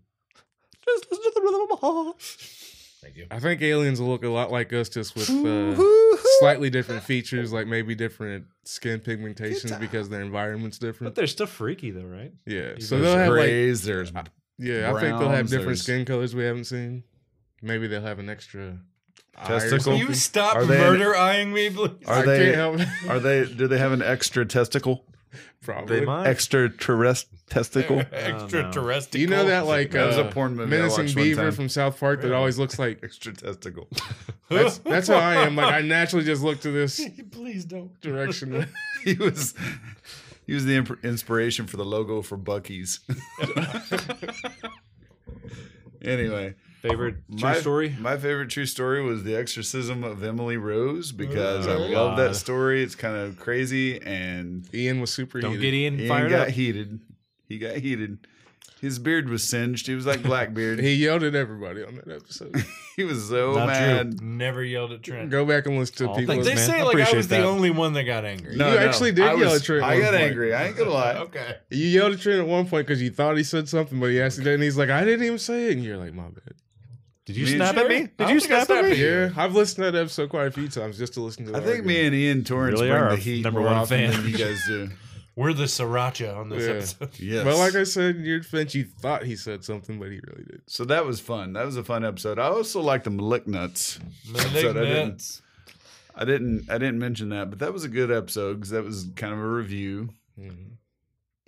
Just listen to the rhythm of my heart.
Thank you.
I think aliens will look a lot like us, just with uh, slightly different features, like maybe different skin pigmentations because their environment's
But
different.
they're still freaky though, right?
Yeah,
Even
so
There's
they'll have like
grays. there's
yeah. I think they'll have
browns,
different
there's-
skin colors we haven't seen. Maybe they'll have an extra eye or
Testicle?
something.
you stop
Are they-
murder eyeing me, please?
are
I
they-
Can't help.
are they? Do they have an extra testicle?
Probably.
They might.
Extraterrestrial testicle?
Extraterrestrial.
Do you know that like
That was a
uh,
porn movie I
menacing
watched one
beaver
time.
from South Park that
Really?
always looks like
Extra testicle.
that's, that's how I am. Like I naturally just look to this
Please don't.
direction.
he was he was the imp- inspiration for the logo for Bucky's. anyway,
Favorite true
my-
story.
My favorite true story was the exorcism of Emily Rose because I
Oh,
love that
God.
story. It's kind of crazy and
Ian was super.
Don't
heated.
get Ian
he
fired
got
up.
heated. He got heated. His beard was singed. He was like Blackbeard. he,
He yelled at everybody on that episode.
was so
Not
mad.
Never yelled at Trent.
Go back and listen to
Aw,
people.
thanks,
they
man.
say
I
like I
appreciate
was
that.
the only one that got angry.
You actually did
I
yell
was-
at Trent at
I
one
got
point.
angry. I ain't gonna lie.
Okay.
You yelled at Trent at one point because you thought he said something, but he asked you, and he's like, "I didn't even say it." And you're like, "My bad."
Did you
Me and
snap at
Sherry?
me?
I
Did
don't
you
think I
snap at
snapped
me?
at you.
Yeah, I've listened to that episode quite a few times just to listen to.
I
the
think
argument.
me and Ian Torrance
Really
bring
are
the
our
heat
number
more
one
often
fan.
than you guys do.
We're the sriracha on this
Yeah.
episode.
Yes.
But like I said, in your defense, you thought he said something, but he really did.
so that was fun. That was a fun episode. I also liked the Malignants.
Malignant.
didn't- I didn't. I didn't mention that, but that was a good episode because that was kind of a review.
Mm-hmm.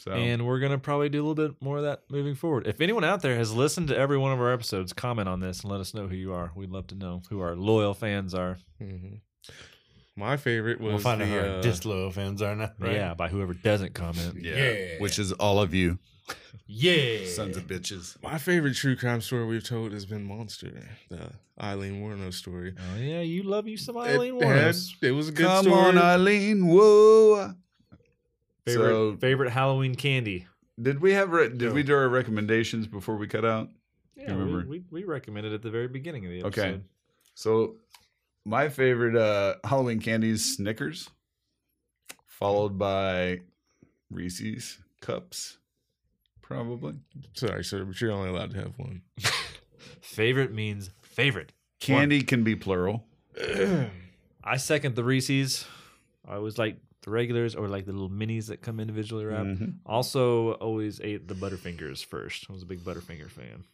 So
And we're gonna probably do a little bit more of that moving forward. If anyone out there has listened to every one of our episodes, comment on this and let us know who you are. We'd love to know who our loyal fans are.
hmm My favorite was
We'll find out who
the
our
uh,
Dislo fans are now. Right?
Yeah, by whoever doesn't comment.
Yeah.
which is all of you,
Yeah.
sons of bitches.
my favorite true crime story we've told has been Monster, the Eileen Warno story.
Oh yeah, you love you some
It
Eileen
had-
Warnos.
It was a good
Come
story.
on, Eileen. Whoa.
Favorite
So-
favorite Halloween candy.
Did we have? Re- did
Yeah.
we do our recommendations before we cut out?
Yeah, we,
remember?
we, we recommended at the very beginning of the
Okay.
episode.
So my favorite uh, Halloween candies: Snickers, followed by Reese's cups, probably.
Sorry, sir, but you're only allowed to have one.
Favorite means favorite.
Candy can be plural.
I second the Reese's. I always like the regulars or like the little minis that come individually wrapped.
Mhm.
Also, always ate the Butterfingers first. I was a big Butterfinger fan.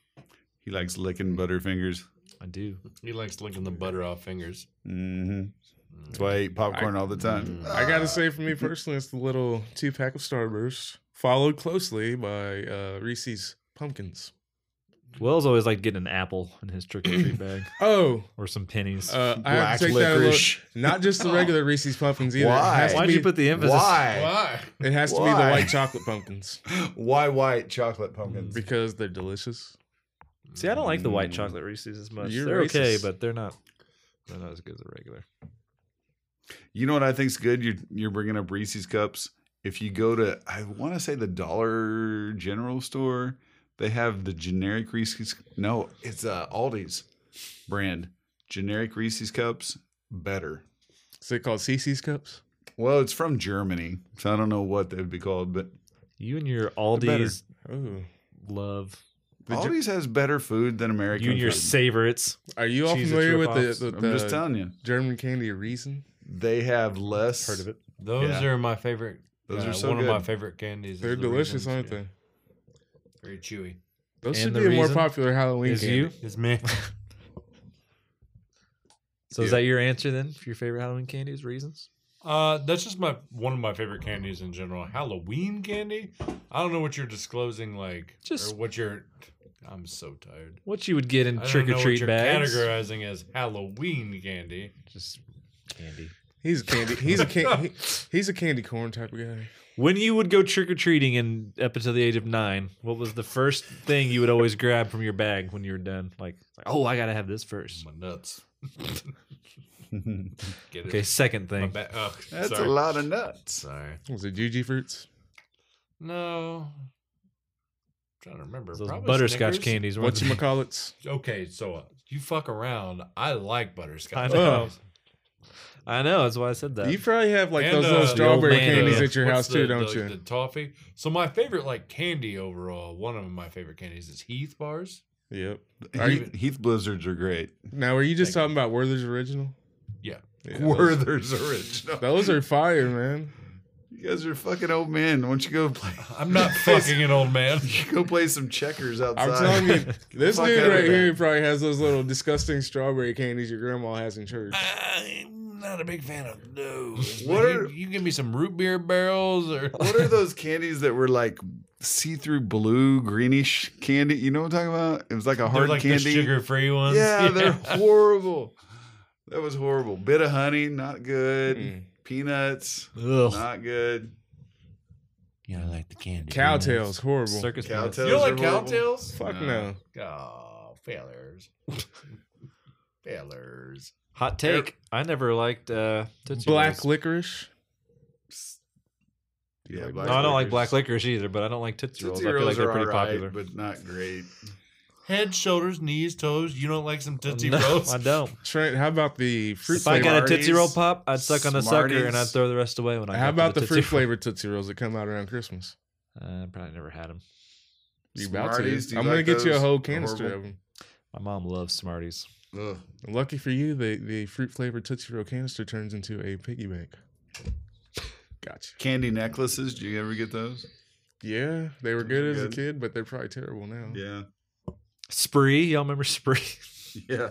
He likes licking Butterfingers.
I do.
He likes licking the butter off fingers.
Mm-hmm. Mm. That's why I eat popcorn all the time.
I gotta say, for me personally, it's the little two pack of Starburst, followed closely by uh, Reese's pumpkins.
Wells always liked getting an apple in his trick or treat bag
Oh,
or some pennies.
uh, I have to take that a little, not just the regular Reese's pumpkins either.
Why?
It has to
Why'd
be,
you put the emphasis?
Why?
Why?
It has to be the
Why?
white chocolate pumpkins
Why white chocolate pumpkins?
because they're delicious.
See, I don't like the white
Mm.
chocolate Reese's as much.
You're
they're okay,
racist.
but they're not. They're not as good as the regular.
You know what I think's good? You're you're bringing up Reese's cups. If you go to, I want to say the Dollar General store, they have the generic Reese's. No, it's uh, Aldi's brand. Generic Reese's cups, better.
Is it called CC's cups?
Well, it's from Germany, so I don't know what they'd be called, but
You and your
better.
Aldi's
Oh,
love.
The Ge-
Aldi's has better food than American.
You and your
food.
favorites.
are you all
Cheez-Its
familiar with
rip-offs.
the, the,
I'm just
the
telling you,
German candy Reason?
they have less.
Heard of it?
Those
Yeah.
are my favorite.
Those
uh,
are so
one
good.
of my favorite candies. is
They're
the
delicious,
Reasons.
aren't
Yeah.
they?
Very chewy.
Those
And
should
the
be a more
Reason
popular Halloween
Is
candy.
you?
It's me.
So is
Yeah.
that your answer then for your favorite Halloween candies? Reasons?
Uh, that's just my one of my favorite candies in general. Halloween candy. I don't know what you're disclosing, like
Just-
or what you're. I'm so tired.
What you would get in
I
trick
don't know
or
what
treat
you're
bags?
categorizing as Halloween candy.
Just candy.
He's a candy. He's a can, he, he's a candy corn type of guy.
When you would go trick or treating and up until the age of nine, what was the first thing you would always grab from your bag when you were done? Like, like, oh, I gotta have this first.
My nuts. Get it.
Okay, second
My
thing.
ba- oh,
That's
sorry.
a lot of nuts.
Sorry.
Was it Juji fruits?
No. I'm trying to remember.
Those
Probably
butterscotch
Snickers.
candies. weren't
What you call it?
Okay, so uh, you fuck around. I like butterscotch.
I know.
candies.
they? Oh. I know. That's why I said that.
You probably have like
And,
those
uh,
little
the old
strawberry
man,
candies
uh,
at your
What's
house
the-
too, don't
the,
you?
The toffee. So my favorite like candy overall, one of my favorite candies is Heath bars.
Yep. Are you-
Heath, Heath Blizzards are great.
Now, were you just
Thank
talking about Werther's original?
Yeah.
Yeah, those,
Werther's original.
those are fire, man.
You guys are fucking old men. Why don't you go play?
I'm not fucking an old man.
You go play some checkers outside.
I'm telling you, this
Fuck
dude right
everything.
here probably has those little disgusting strawberry candies your grandma has in church.
I'm not a big fan of those.
What
What are
are-
you, give me some root beer barrels or
What are those candies that were like see-through blue, greenish candy? You know what I'm talking about? It was like a
They're
hard
like
candy.
the sugar free ones?
Yeah, they're horrible. That was horrible. Bit of honey, not good.
Hmm.
Mm.
Peanuts,
Ugh.
not good.
You don't like the candy.
Cowtails, horrible.
Circus
Cow
peanuts.
tails
You don't like
are horrible.
cowtails?
Fuck
Nah.
no.
Oh, failures. failures.
Hot take. I never liked uh, Tootsie
Black
Rolls.
licorice.
Yeah,
No, I don't like black licorice either, but I don't like Tootsie,
Tootsie
Rolls. I feel like
Rolls
they're
are
pretty
alright,
popular.
but not great.
Head, shoulders, knees, toes. You don't like some Tootsie
Oh, no,
Rolls?
I don't.
Trent, how about the fruit
If I
flavor?
got a
Smarties.
Tootsie Roll pop, I'd suck on the sucker and I'd
Smarties.
throw the rest away when I
How
got
about
to
the,
the
fruit
Tootsie Roll.
flavored Tootsie Rolls that come out around Christmas?
Uh, probably never had them.
You about to? I'm
Smarties, do you
gonna
like
get you a
those?
whole
They're
canister
horrible.
of them.
My mom loves Smarties.
Ugh.
Lucky for you, the the fruit flavored Tootsie Roll canister turns into a piggy bank. Gotcha.
Candy necklaces. Do you ever get those?
Yeah, they were
Those
good
are
as a
good.
kid, but they're probably terrible now.
Yeah.
Spree, y'all remember Spree?
Yeah.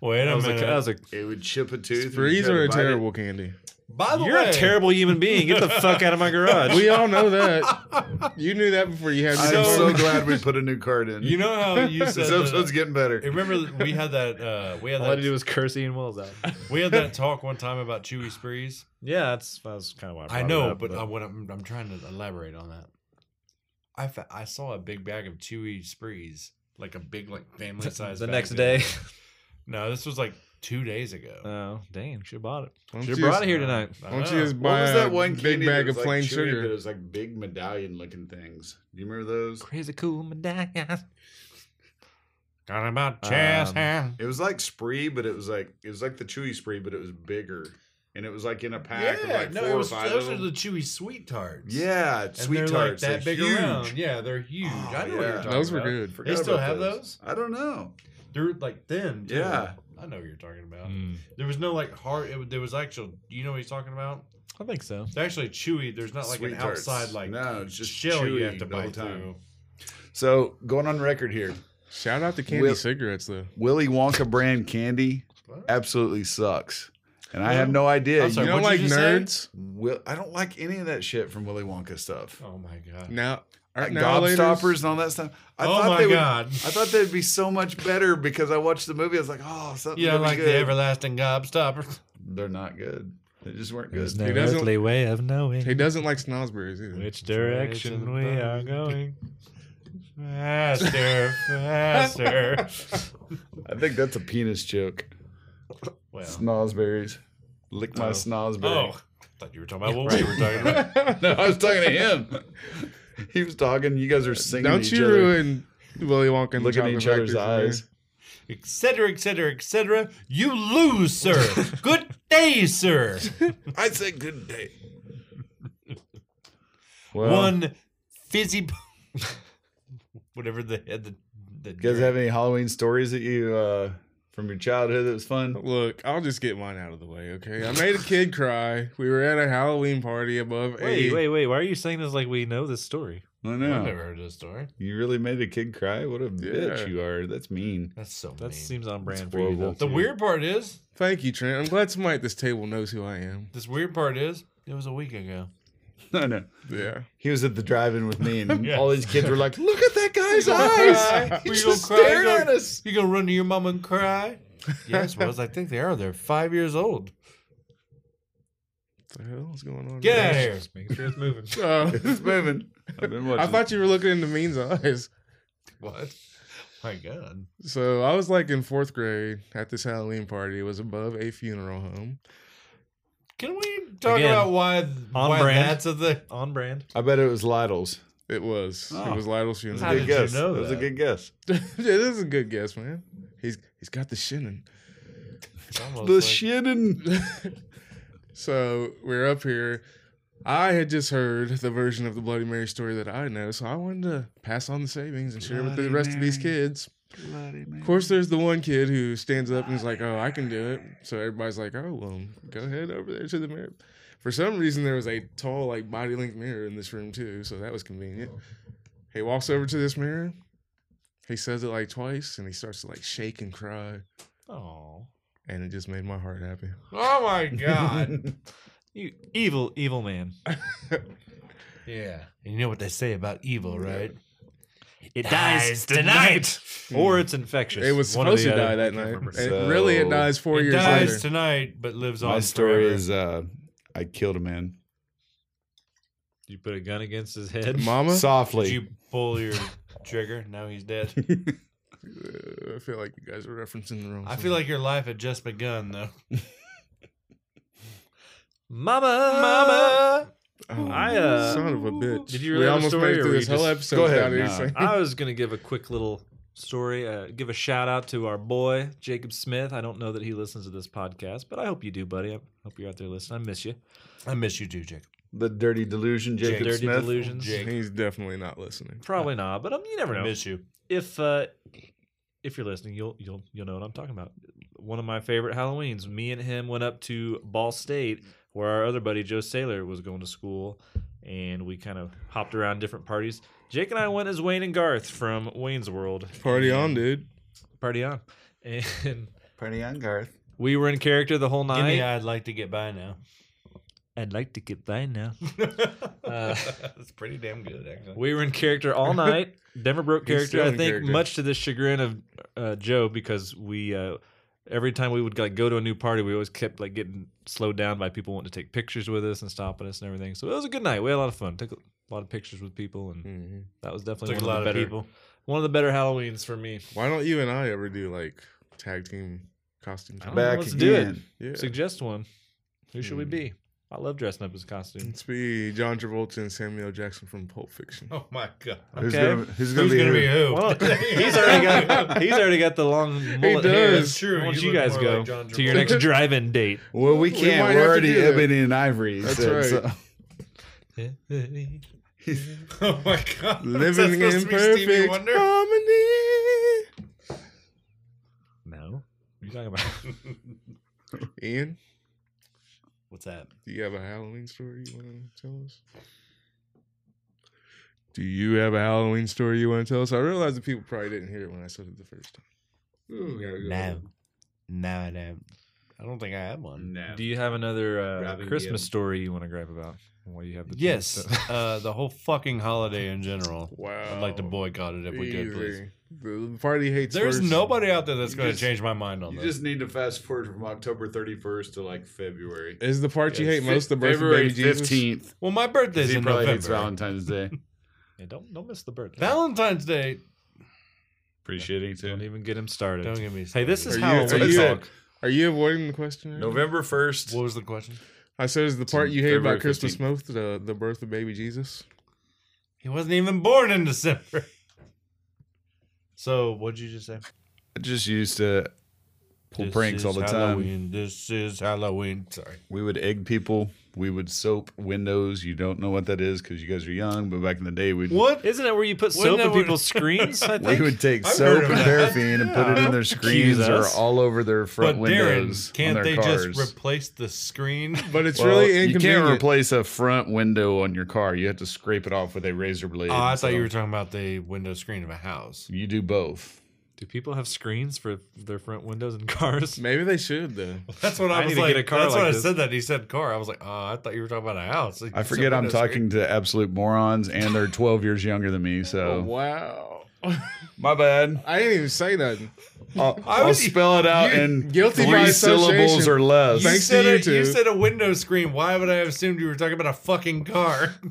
Wait
That
a
was a,
minute.
that was a,
It would chip a tooth. when you
Sprees
tried to
are a
bite it.
terrible candy.
By the
you're
way,
a terrible human being. Get the fuck out of my garage.
We all know that. You knew that before you had
I'm
your
so
phone.
glad we put a new card in.
You know how you said uh,
this
that,
episode's getting better.
Remember that we had that uh, we had
all I had to do
that
was curse Ian Wells out.
we had that talk one time about chewy sprees.
Yeah, that's that was kind of why
I
brought it
know,
up,
but, I, what I'm, I'm trying to elaborate on that. I fa- I saw a big bag of chewy sprees, like a big like family size.
the
bag
next
the
day.
other day. No, this was like two days ago.
Oh damn, should have bought it.
Why don't
Should have
you uh,
brought
just-
it here tonight.
I
Why don't
know.
you just
Oh. What
buy
was that one
a
candy
big
that
bag
was,
of
like,
plain
chewy,
sugar?
but It was like big medallion looking things. Do you remember those?
Crazy cool medallion.
Got about chest
Um,
hair.
It was like spree, but it was like it was like the chewy spree, but it was bigger, and it was like in a pack of
Yeah,
like
no,
four
it
or
was
five.
those are
of
the
them.
chewy sweet tarts.
yeah,
and
sweet
they're
tarts.
like that
they're
big
huge.
around. Yeah, they're huge.
Oh,
I know what
yeah.
you're talking
Those were
about.
good.
Forgot
They still
about
have
I don't know.
They're like thin. too.
Yeah.
I know what you're talking about.
Mm.
There was no like hard. It, was- there was actual. You know what he's talking about?
I think so.
They're actually chewy. There's not like
Sweet
an
tarts.
outside like
no, it's just
shell
chewy
you have to
the whole
bite through.
So going on record here,
Shout out to candy
Whip.
cigarettes though.
Willy Wonka brand candy
What?
absolutely sucks, and I
No.
have no idea.
I'm sorry,
you
You-
don't
what'd
like
you
nerds?
just
Will, I don't like any of that shit from Willy Wonka stuff.
Oh my god.
Now,
Like
aren't now
Gobstoppers and all that stuff. I
oh
thought
my
they would
god.
I thought that'd be so much better because I watched the movie. I was like, oh, something.
you
Yeah,
don't
like
like the everlasting gobstopper.
They're not good. They just weren't
There's
good.
no
He doesn't-
earthly way of knowing
He doesn't like snozzberries either.
which direction we are going.
Faster, faster.
I think that's a penis joke.
well,
Snozberries. Lick my
Oh.
snozberry.
oh, I thought you were talking about what we were talking about.
No, I was talking to him. he was talking. You guys are singing. to
Don't
each
you
other,
ruin Willy Wonka and the
Looking at each
Chocolate
other's
Factory for
eyes.
me.
et cetera, et cetera, et cetera. You lose, sir. Good day, sir.
I said good day. Well,
One fizzy, p- whatever the head. The, the
You guys have any Halloween stories that you uh, from your childhood that was fun?
Look, I'll just get mine out of the way, okay? I made a kid cry. We were at a Halloween party above
Wait,
a
wait, wait. Why are you saying this like we know this story?
I
I've
know.
never heard this story.
You really made a kid cry? What a
Yeah.
bitch you are. That's mean.
That's so
That
mean.
seems on brand
It's
for you.
horrible.
Though.
The weird part is,
Thank you, Trent. I'm glad somebody at this table knows who I am.
this weird part is, it was a week ago.
I know.
Yeah.
He was at the drive-in with me, and
Yeah.
all these kids were like, "Look at that guy's
You gonna
eyes!
cry?
He
You
just
gonna cry? You
stared
gonna-
at us."
You gonna run to your mom and cry? Yes, Rose. I think they are. They're five years old.
the hell is going on?
Get out of
here.
here.
Making sure it's moving.
Uh,
it's moving. I've been watching.
I thought you were looking into Mean's eyes.
What? My God.
So I was like in fourth grade at this Halloween party. It was above a funeral home.
Can we talk
Again,
about why, why
brand.
that's a thing?
On brand.
I bet it was Lidle's.
It was.
Oh.
It was Lytle's
That's
funeral.
a
How
good
did you
guess.
know
that was a
that?
good guess.
it is a good guess, man. He's he's got the shinning.
It's almost
The
like-
shitting.
so we're up here. I had just heard the version of the Bloody Mary story that I know, so I wanted to pass on the savings and share with the
Bloody
rest of these
Mary.
kids. Of course, there's the one kid who stands up and is like, "Oh, I can do it." So everybody's like, "Oh, well, go ahead over there to the mirror." For some reason, there was a tall, like body length mirror in this room too, so that was convenient. He walks over to this mirror. He says it like twice, and he starts to like shake and cry,
Oh.
and it just made my heart happy.
Oh my God.
You evil, evil man.
yeah. And you know what they say about evil, right?
It dies tonight. Or it's infectious.
It was
One or
supposed
the
to die
other.
that night.
remember.
It- really, it
So-
dies four
it
years
dies
later.
tonight, but lives on.
My story
forever.
is uh, I killed a man
You put a gun against his head.
Mama,
Did
softly.
you pull your trigger? Now he's dead.
Uh, I feel like you guys are referencing the wrong.
I
song.
feel like your life had just begun, though.
Mama.
Oh,
I, uh,
son of a bitch.
Did you
we
really have a
almost
story,
made
or
through
were
this
you
whole
just-
episode
Go
without
ahead, nah.
anything.
I was gonna give a quick little story. Uh, give a shout out to our boy Jacob Smith. I don't know that he listens to this podcast, but I hope you do, buddy. I hope you're out there listening. I miss you.
I miss you too, Jacob.
The Dirty Delusion, Jacob
Dirty
Smith.
delusions.
Jake.
He's definitely not listening.
Probably not, but um, you never
I
know.
miss you.
If uh, if you're listening, you'll you'll you'll know what I'm talking about. One of my favorite Halloweens. Me and him went up to Ball State, where our other buddy Joe Saylor was going to school, and we kind of hopped around different parties. Jake and I went as Wayne and Garth from Wayne's World.
Party on, dude.
Party on, and.
Party on, Garth.
We were in character the whole
Give me
night.
I'd like to get by now.
I'd like to get by now.
Uh, That's pretty damn good, actually.
We were in character all night. Denver broke
He's
character.
still
I
in
think
character.
much to the chagrin of uh, Joe because we uh, every time we would like go to a new party, we always kept like getting slowed down by people wanting to take pictures with us and stopping us and everything. So it was a good night. We had a lot of fun. Took a lot of pictures with people, and
Mm-hmm.
Mhm.
that was definitely
Took a
one
lot
of
of
the better
people.
one of the better Halloweens for me.
Why don't you and I ever do like tag team costume?
I don't know.
Back
Let's
again.
do it.
Yeah.
Suggest one. Who should we
Hmm.
be? I love dressing up as costumes.
Let's be John Travolta and Samuel L. Jackson from Pulp Fiction.
Oh my God.
Who's
Okay.
gonna who's gonna
Who's
be,
gonna
who?
be who?
Well, he's already got he's already got the long mullet hair.
does.
That's true.
Why don't you,
look
guys
more
go
like John
to your
Travolta.
next drive-in date?
Well,
We
we can't.
might
We
have
are
to
already
do that.
ebony and ivory.
That's
so-
right.
so-
Oh my God. Is that
Living in
supposed to be Stevie
perfect
Wonder?
harmony.
No, what are you talking about?
Ian,
What's that?
do you have a Halloween story you want to tell us? Do you have a Halloween story you want to tell us? I realize that people probably didn't hear it when I said it the first time.
No. No, I don't. I don't think I have one.
Do you have another uh,
Robin
Christmas
Gibb.
story you want to gripe about? While you have the chance
Yes,
to-
uh, the whole fucking holiday in general.
Wow.
I'd like to boycott it if we could, please.
Easy. The party hates.
There's
first.
nobody out there that's
You
going to
just-
change my mind on
You
this.
just need to fast forward from October 31st to like February.
Is the part you
Yeah,
hate
fe-
most the birth
February
of baby Jesus?
well, my
'cause
birthday's
He
in
probably
November.
hates Valentine's Day.
Yeah, don't don't miss the bird.
Valentine's Day.
Pretty shitty
Don't
too.
even get him started.
Don't get me.
Hey,
started.
this is
Are you-
how
are
we
you-
talk.
Are you avoiding the question? right now?
November 1st.
What was the question?
I said, is the part you hate
February
about Christmas most the the birth of baby Jesus?
He wasn't even born in December. So what'd you just say?
I just used to pull
This
pranks all
is
the time.
Halloween. This is Halloween. Sorry.
We would egg people. We would soap windows. You don't know what that is because you guys are young. But back in the day, we'd
What?
Isn't it where you put
Wasn't
soap
that
in
where-
people's screens? I
we
think.
would take
I've heard
soap
of
and
that.
paraffin and put it in their screens or
us.
all over their
but
front windows
Darren, can't
on their
they
cars.
just replace the screen?
But it's
Well,
really
you can't
inconvenient.
replace a front window on your car. You have to scrape it off with a razor blade.
Oh, I thought you
so
were talking about the window screen of a house.
You do both.
Do people have screens for their front windows and cars?
Maybe they should though.
That's what
I
I, was
need to
like.
get a car
that's
like
what
this.
I said. That he said car. I was like, oh, I thought you were talking about a house.
I forget I'm talking to absolute morons, and they're 12 years younger than me.
Oh,
So
wow.
my bad.
I didn't even say nothing.
I'll,
I
I'll
was-
spell it out
you-
in
Guilty by
three syllables
association.
or less.
Thanks
said
to
a,
YouTube.
You said a window screen. Why would I have assumed you were talking about a fucking car?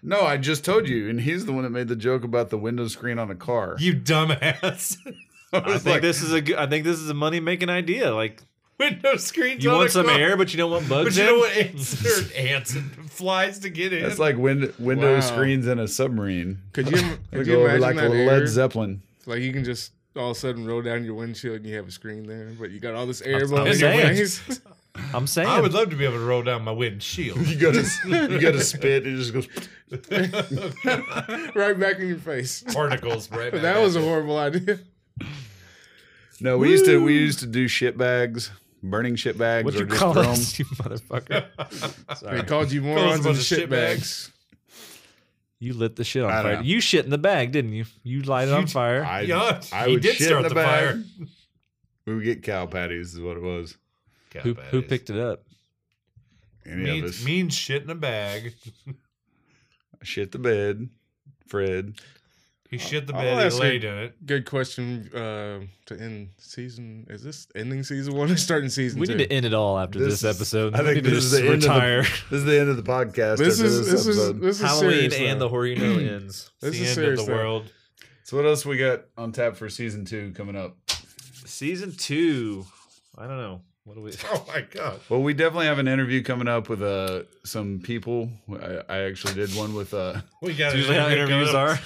No, I just told you, and he's the one that made the joke about the window screen on a car.
You dumbass.
I
I
was
think
like,
this is a. good- I think this is a money making idea. Like
window screens.
you
on
want
a
some
car.
air, but you don't want
But
bugs.
you
in?
know what? Ants or ants and flies to get in.
that's like win- window
Wow.
screens in a submarine.
Could you,
They
could
go
you
over
imagine
like a
that
Led
air?
Zeppelin.
Like you can just all of a sudden roll down your windshield and you have a screen there, but you got all this
I'm-
air
I'm
blowing in your
saying.
face.
I'm saying.
I would love to be able to roll down my windshield.
You go to you go to spit. It just goes.
right back in your face.
Particles, right?
That was a horrible idea.
No, we used to we used to do shit bags, burning shit bags,
What
or
you
just
call
throw 'em.
us, you motherfucker?
They called you
Calls them
morons
a
and
bunch of
shit bags.
You lit the shit on
I don't
fire.
know.
You shit in the bag, didn't you? You light it on fire.
I,
Yeah,
I
he
would
did
shit
start
in the,
the
bag.
fire.
We would get cow patties, is what it was.
who who picked it up?
Any of
means,
us
means shit in a bag.
shit the bed, Fred.
He shit the
I'll
bed. He
ask
laid
you-
in it.
Good question uh, to end season. Is this ending season one or starting season
We
two?
need to end it all after
This
this,
is-
episode.
I
We
think
need to
this is
just
the end of the-
retire.
This is the end of the podcast.
This
after
is this is
episode.
this is
Halloween
serious,
and
though.
the horror you know ends.
This
the
is
end
serious.
of the
though.
world.
so. What else we got on tap for season two coming up?
Season two. I don't know. What do we?
Oh my god.
Well, we definitely have an interview coming up with uh, some people. I, I actually did one with. Uh,
We got
It's usually how interviews are.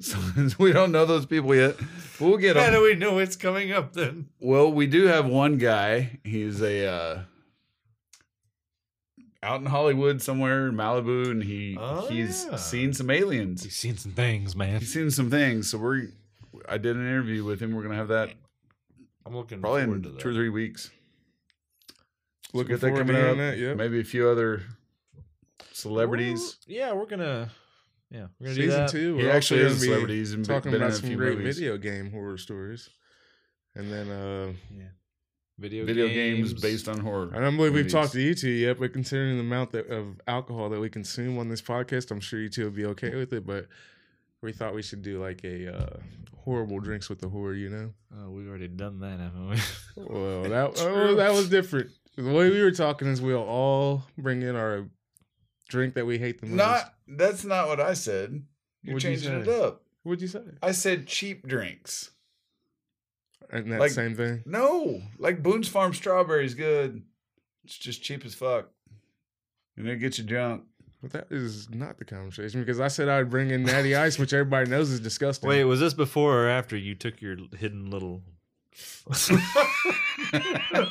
some, we don't know those people yet. But we'll get
How
them.
do we know it's coming up then?
Well, we do have one guy. He's a uh, out in Hollywood somewhere in Malibu, and he
Oh,
he's
yeah.
seen some aliens.
He's seen some things, man.
He's seen some things. So we're. I did an interview with him. We're gonna have that
I'm looking
probably
forward
in
to that.
two or three weeks.
Looking
Get that
forward to
coming
hearing
up.
that. Yep.
Maybe a few other celebrities.
We're- yeah, we're gonna. Yeah, we're gonna do
Season
that.
two.
He
we're also
actually is a
gonna be
celebrity. He's been,
Talking
been in
about
a
some
few
great
movies.
video game horror stories, and then uh,
Video,
video games based on horror.
I don't believe
movies.
we've talked to you two yet, but considering the amount that, of alcohol that we consume on this podcast, I'm sure you two will be okay with it. But we thought we should do like a uh, horrible drinks with the horror, you know?
Oh, we've already done that, haven't we?
Well, that oh, that was different. The way we were talking is we'll all bring in our drink that we hate the most.
Not that's not what I said. You're
What'd you
changing it
say?
up.
What'd you say?
I said cheap drinks.
And that
Like-
same thing.
No, like Boone's Farm strawberries, good. It's just cheap as fuck, and it gets you drunk.
But that is not the conversation because I said I'd bring in Natty Ice, which everybody knows is disgusting.
Wait, was this before or after you took your hidden little?
Well,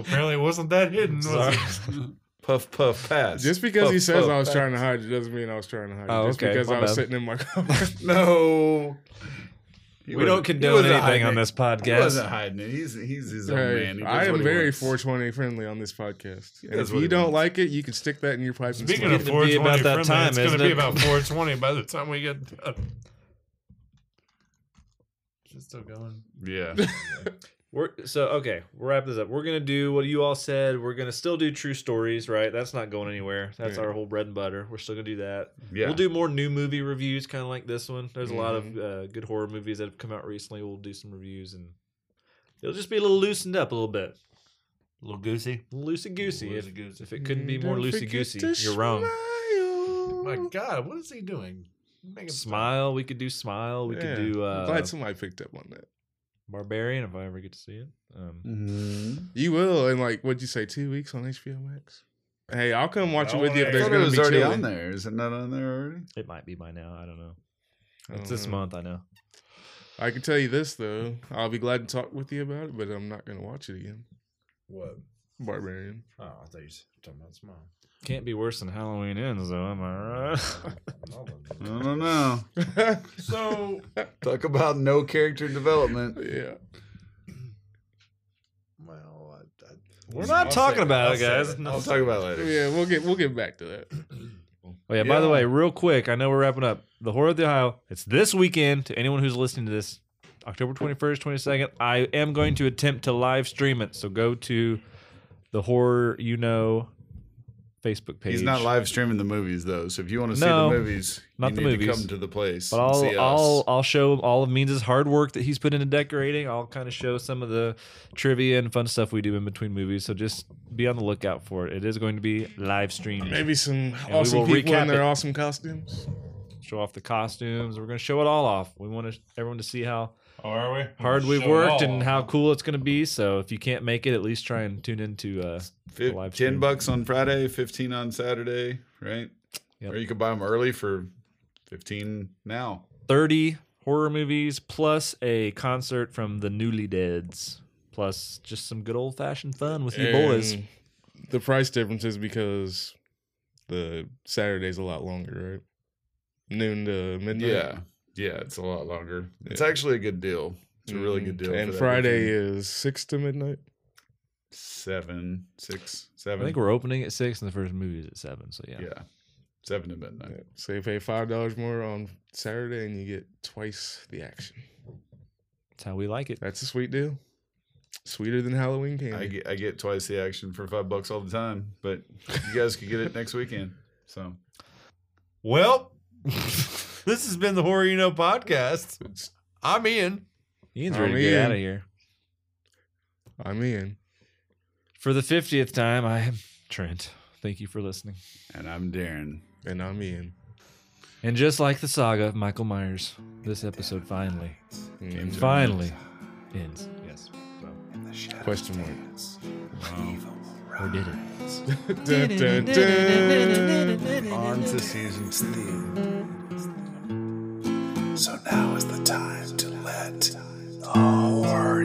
apparently, it wasn't that hidden. Was
Sorry.
it?
puff puff pass.
just because he
Puff,
says
puff,
I was
pass.
trying to hide it doesn't mean I was trying to hide it.
Oh,
just
okay,
because
my
I was
bad.
sitting in my car.
no. He
we
wasn't- he
don't condone
wasn't
anything
hiding
on
it.
this
He
podcast.
wasn't hiding it. He's he's his own
Hey,
man. He does
I
what
am
he
very
wants.
420 friendly on this podcast. And if
does what he
you don't
wants.
like it, you can stick that in your pipe. and
Speaking of
smoke it.
It's gonna be
420,
about
friendly,
that time,
it's going
isn't
to be
it?
about 420 by the time we get done. It's still going.
Yeah.
We're so okay. We're wrapping this up. We're gonna do what you all said. We're gonna still do true stories, right? That's not going anywhere. That's
Yeah.
our whole bread and butter. We're still gonna do that.
Yeah.
We'll do more new movie reviews, kind of like this one. There's a lot
Mm-hmm.
of uh, good horror movies that have come out recently. We'll do some reviews, and it'll just be a little loosened up a little bit,
little goosey.
loosey goosey. If,
Loosey-goosey.
if it couldn't be more
Don't
loosey
forget
goosey,
to
you're wrong.
smile.
My God, what is he doing? Make him
Smile. We could do smile. We
Yeah.
could do
I'm
uh,
glad somebody picked up on that.
barbarian if I ever get to see it.
Mm.
Um,
You will in like what'd you say two weeks on HBO Max? Hey, I'll come watch
I
it with you.
wanna-
If
I
there's
thought
gonna
it was
be
already
chili.
on there. Is it not on there already?
it might be by now. I don't know.
I
It's
don't
this
know.
month. I know.
Uh, I can tell you this though. I'll be glad to talk with you about it, but I'm not gonna watch it again.
What?
Barbarian.
Oh, I thought you were talking about smile.
Can't be worse than Halloween ends, though. Am I right?
I don't know.
so,
Talk about no character development.
yeah.
well, I, I,
We're not
I'll
talking
save
about
I'll
it,
save
guys.
it.
No.
I'll talk about it later.
Yeah, we'll get we'll get back to that.
Oh yeah, By the
Yeah.
way, real quick, I know we're wrapping up. The Horror of the Ohio. It's this weekend. To anyone who's listening to this, October twenty first, twenty second. I am going to attempt to live stream it. So go to the Horror You Know Facebook page.
He's not live streaming the movies though, so if you want to
No,
see the movies,
not
you
the
need to
movies.
come to the place.
But
and
I'll
see us.
I'll I'll show all of Means' hard work that he's put into decorating. I'll kind of show some of the trivia and fun stuff we do in between movies. So just be on the lookout for it. It is going to be live streamed.
Maybe some
we
awesome
will
people
recap
in their
it.
awesome costumes.
show off the costumes. We're going to show it all off. We want to, everyone to see how
Oh, are we?
hard we've
Show
worked
all.
and how cool it's going to be. So if you can't make it, at least try and tune into. Uh,
Fif-
live
ten
stream.
bucks on Friday, fifteen on Saturday, right?
Yep.
Or you could buy them early for fifteen now.
30 horror movies plus a concert from the newly deads plus just some good old-fashioned fun with you boys
And The price difference is because the Saturday's a lot longer, right? Noon to midnight.
Yeah, yeah, it's a lot longer. Mm-hmm. It's
Yeah.
actually a good deal. It's a really good
Mhm.
deal. for
And
that
Friday
weekend.
is six to midnight.
seven, six,
i
seven.
think we're opening at six and the first movie is at seven so yeah,
yeah. seven to midnight.
Yeah. So you pay five dollars more on Saturday and you get twice the action.
that's how we like it
That's a sweet deal. Sweeter than Halloween candy.
I get I get twice the action for five bucks all the time, but you guys could get it next weekend. So
Well, this has been the Horror You Know podcast. I'm Ian.
ian's
I'm
ready to get
in.
out of here
I'm in.
for the 50th time i am trent thank you for listening
and I'm Darren.
And I'm in.
and just like the saga of michael myers this episode finally
Mhm.
finally ends yes
Question mark.
or did it
Dun, dun, dun.
On to season three. So now is the time to let the horror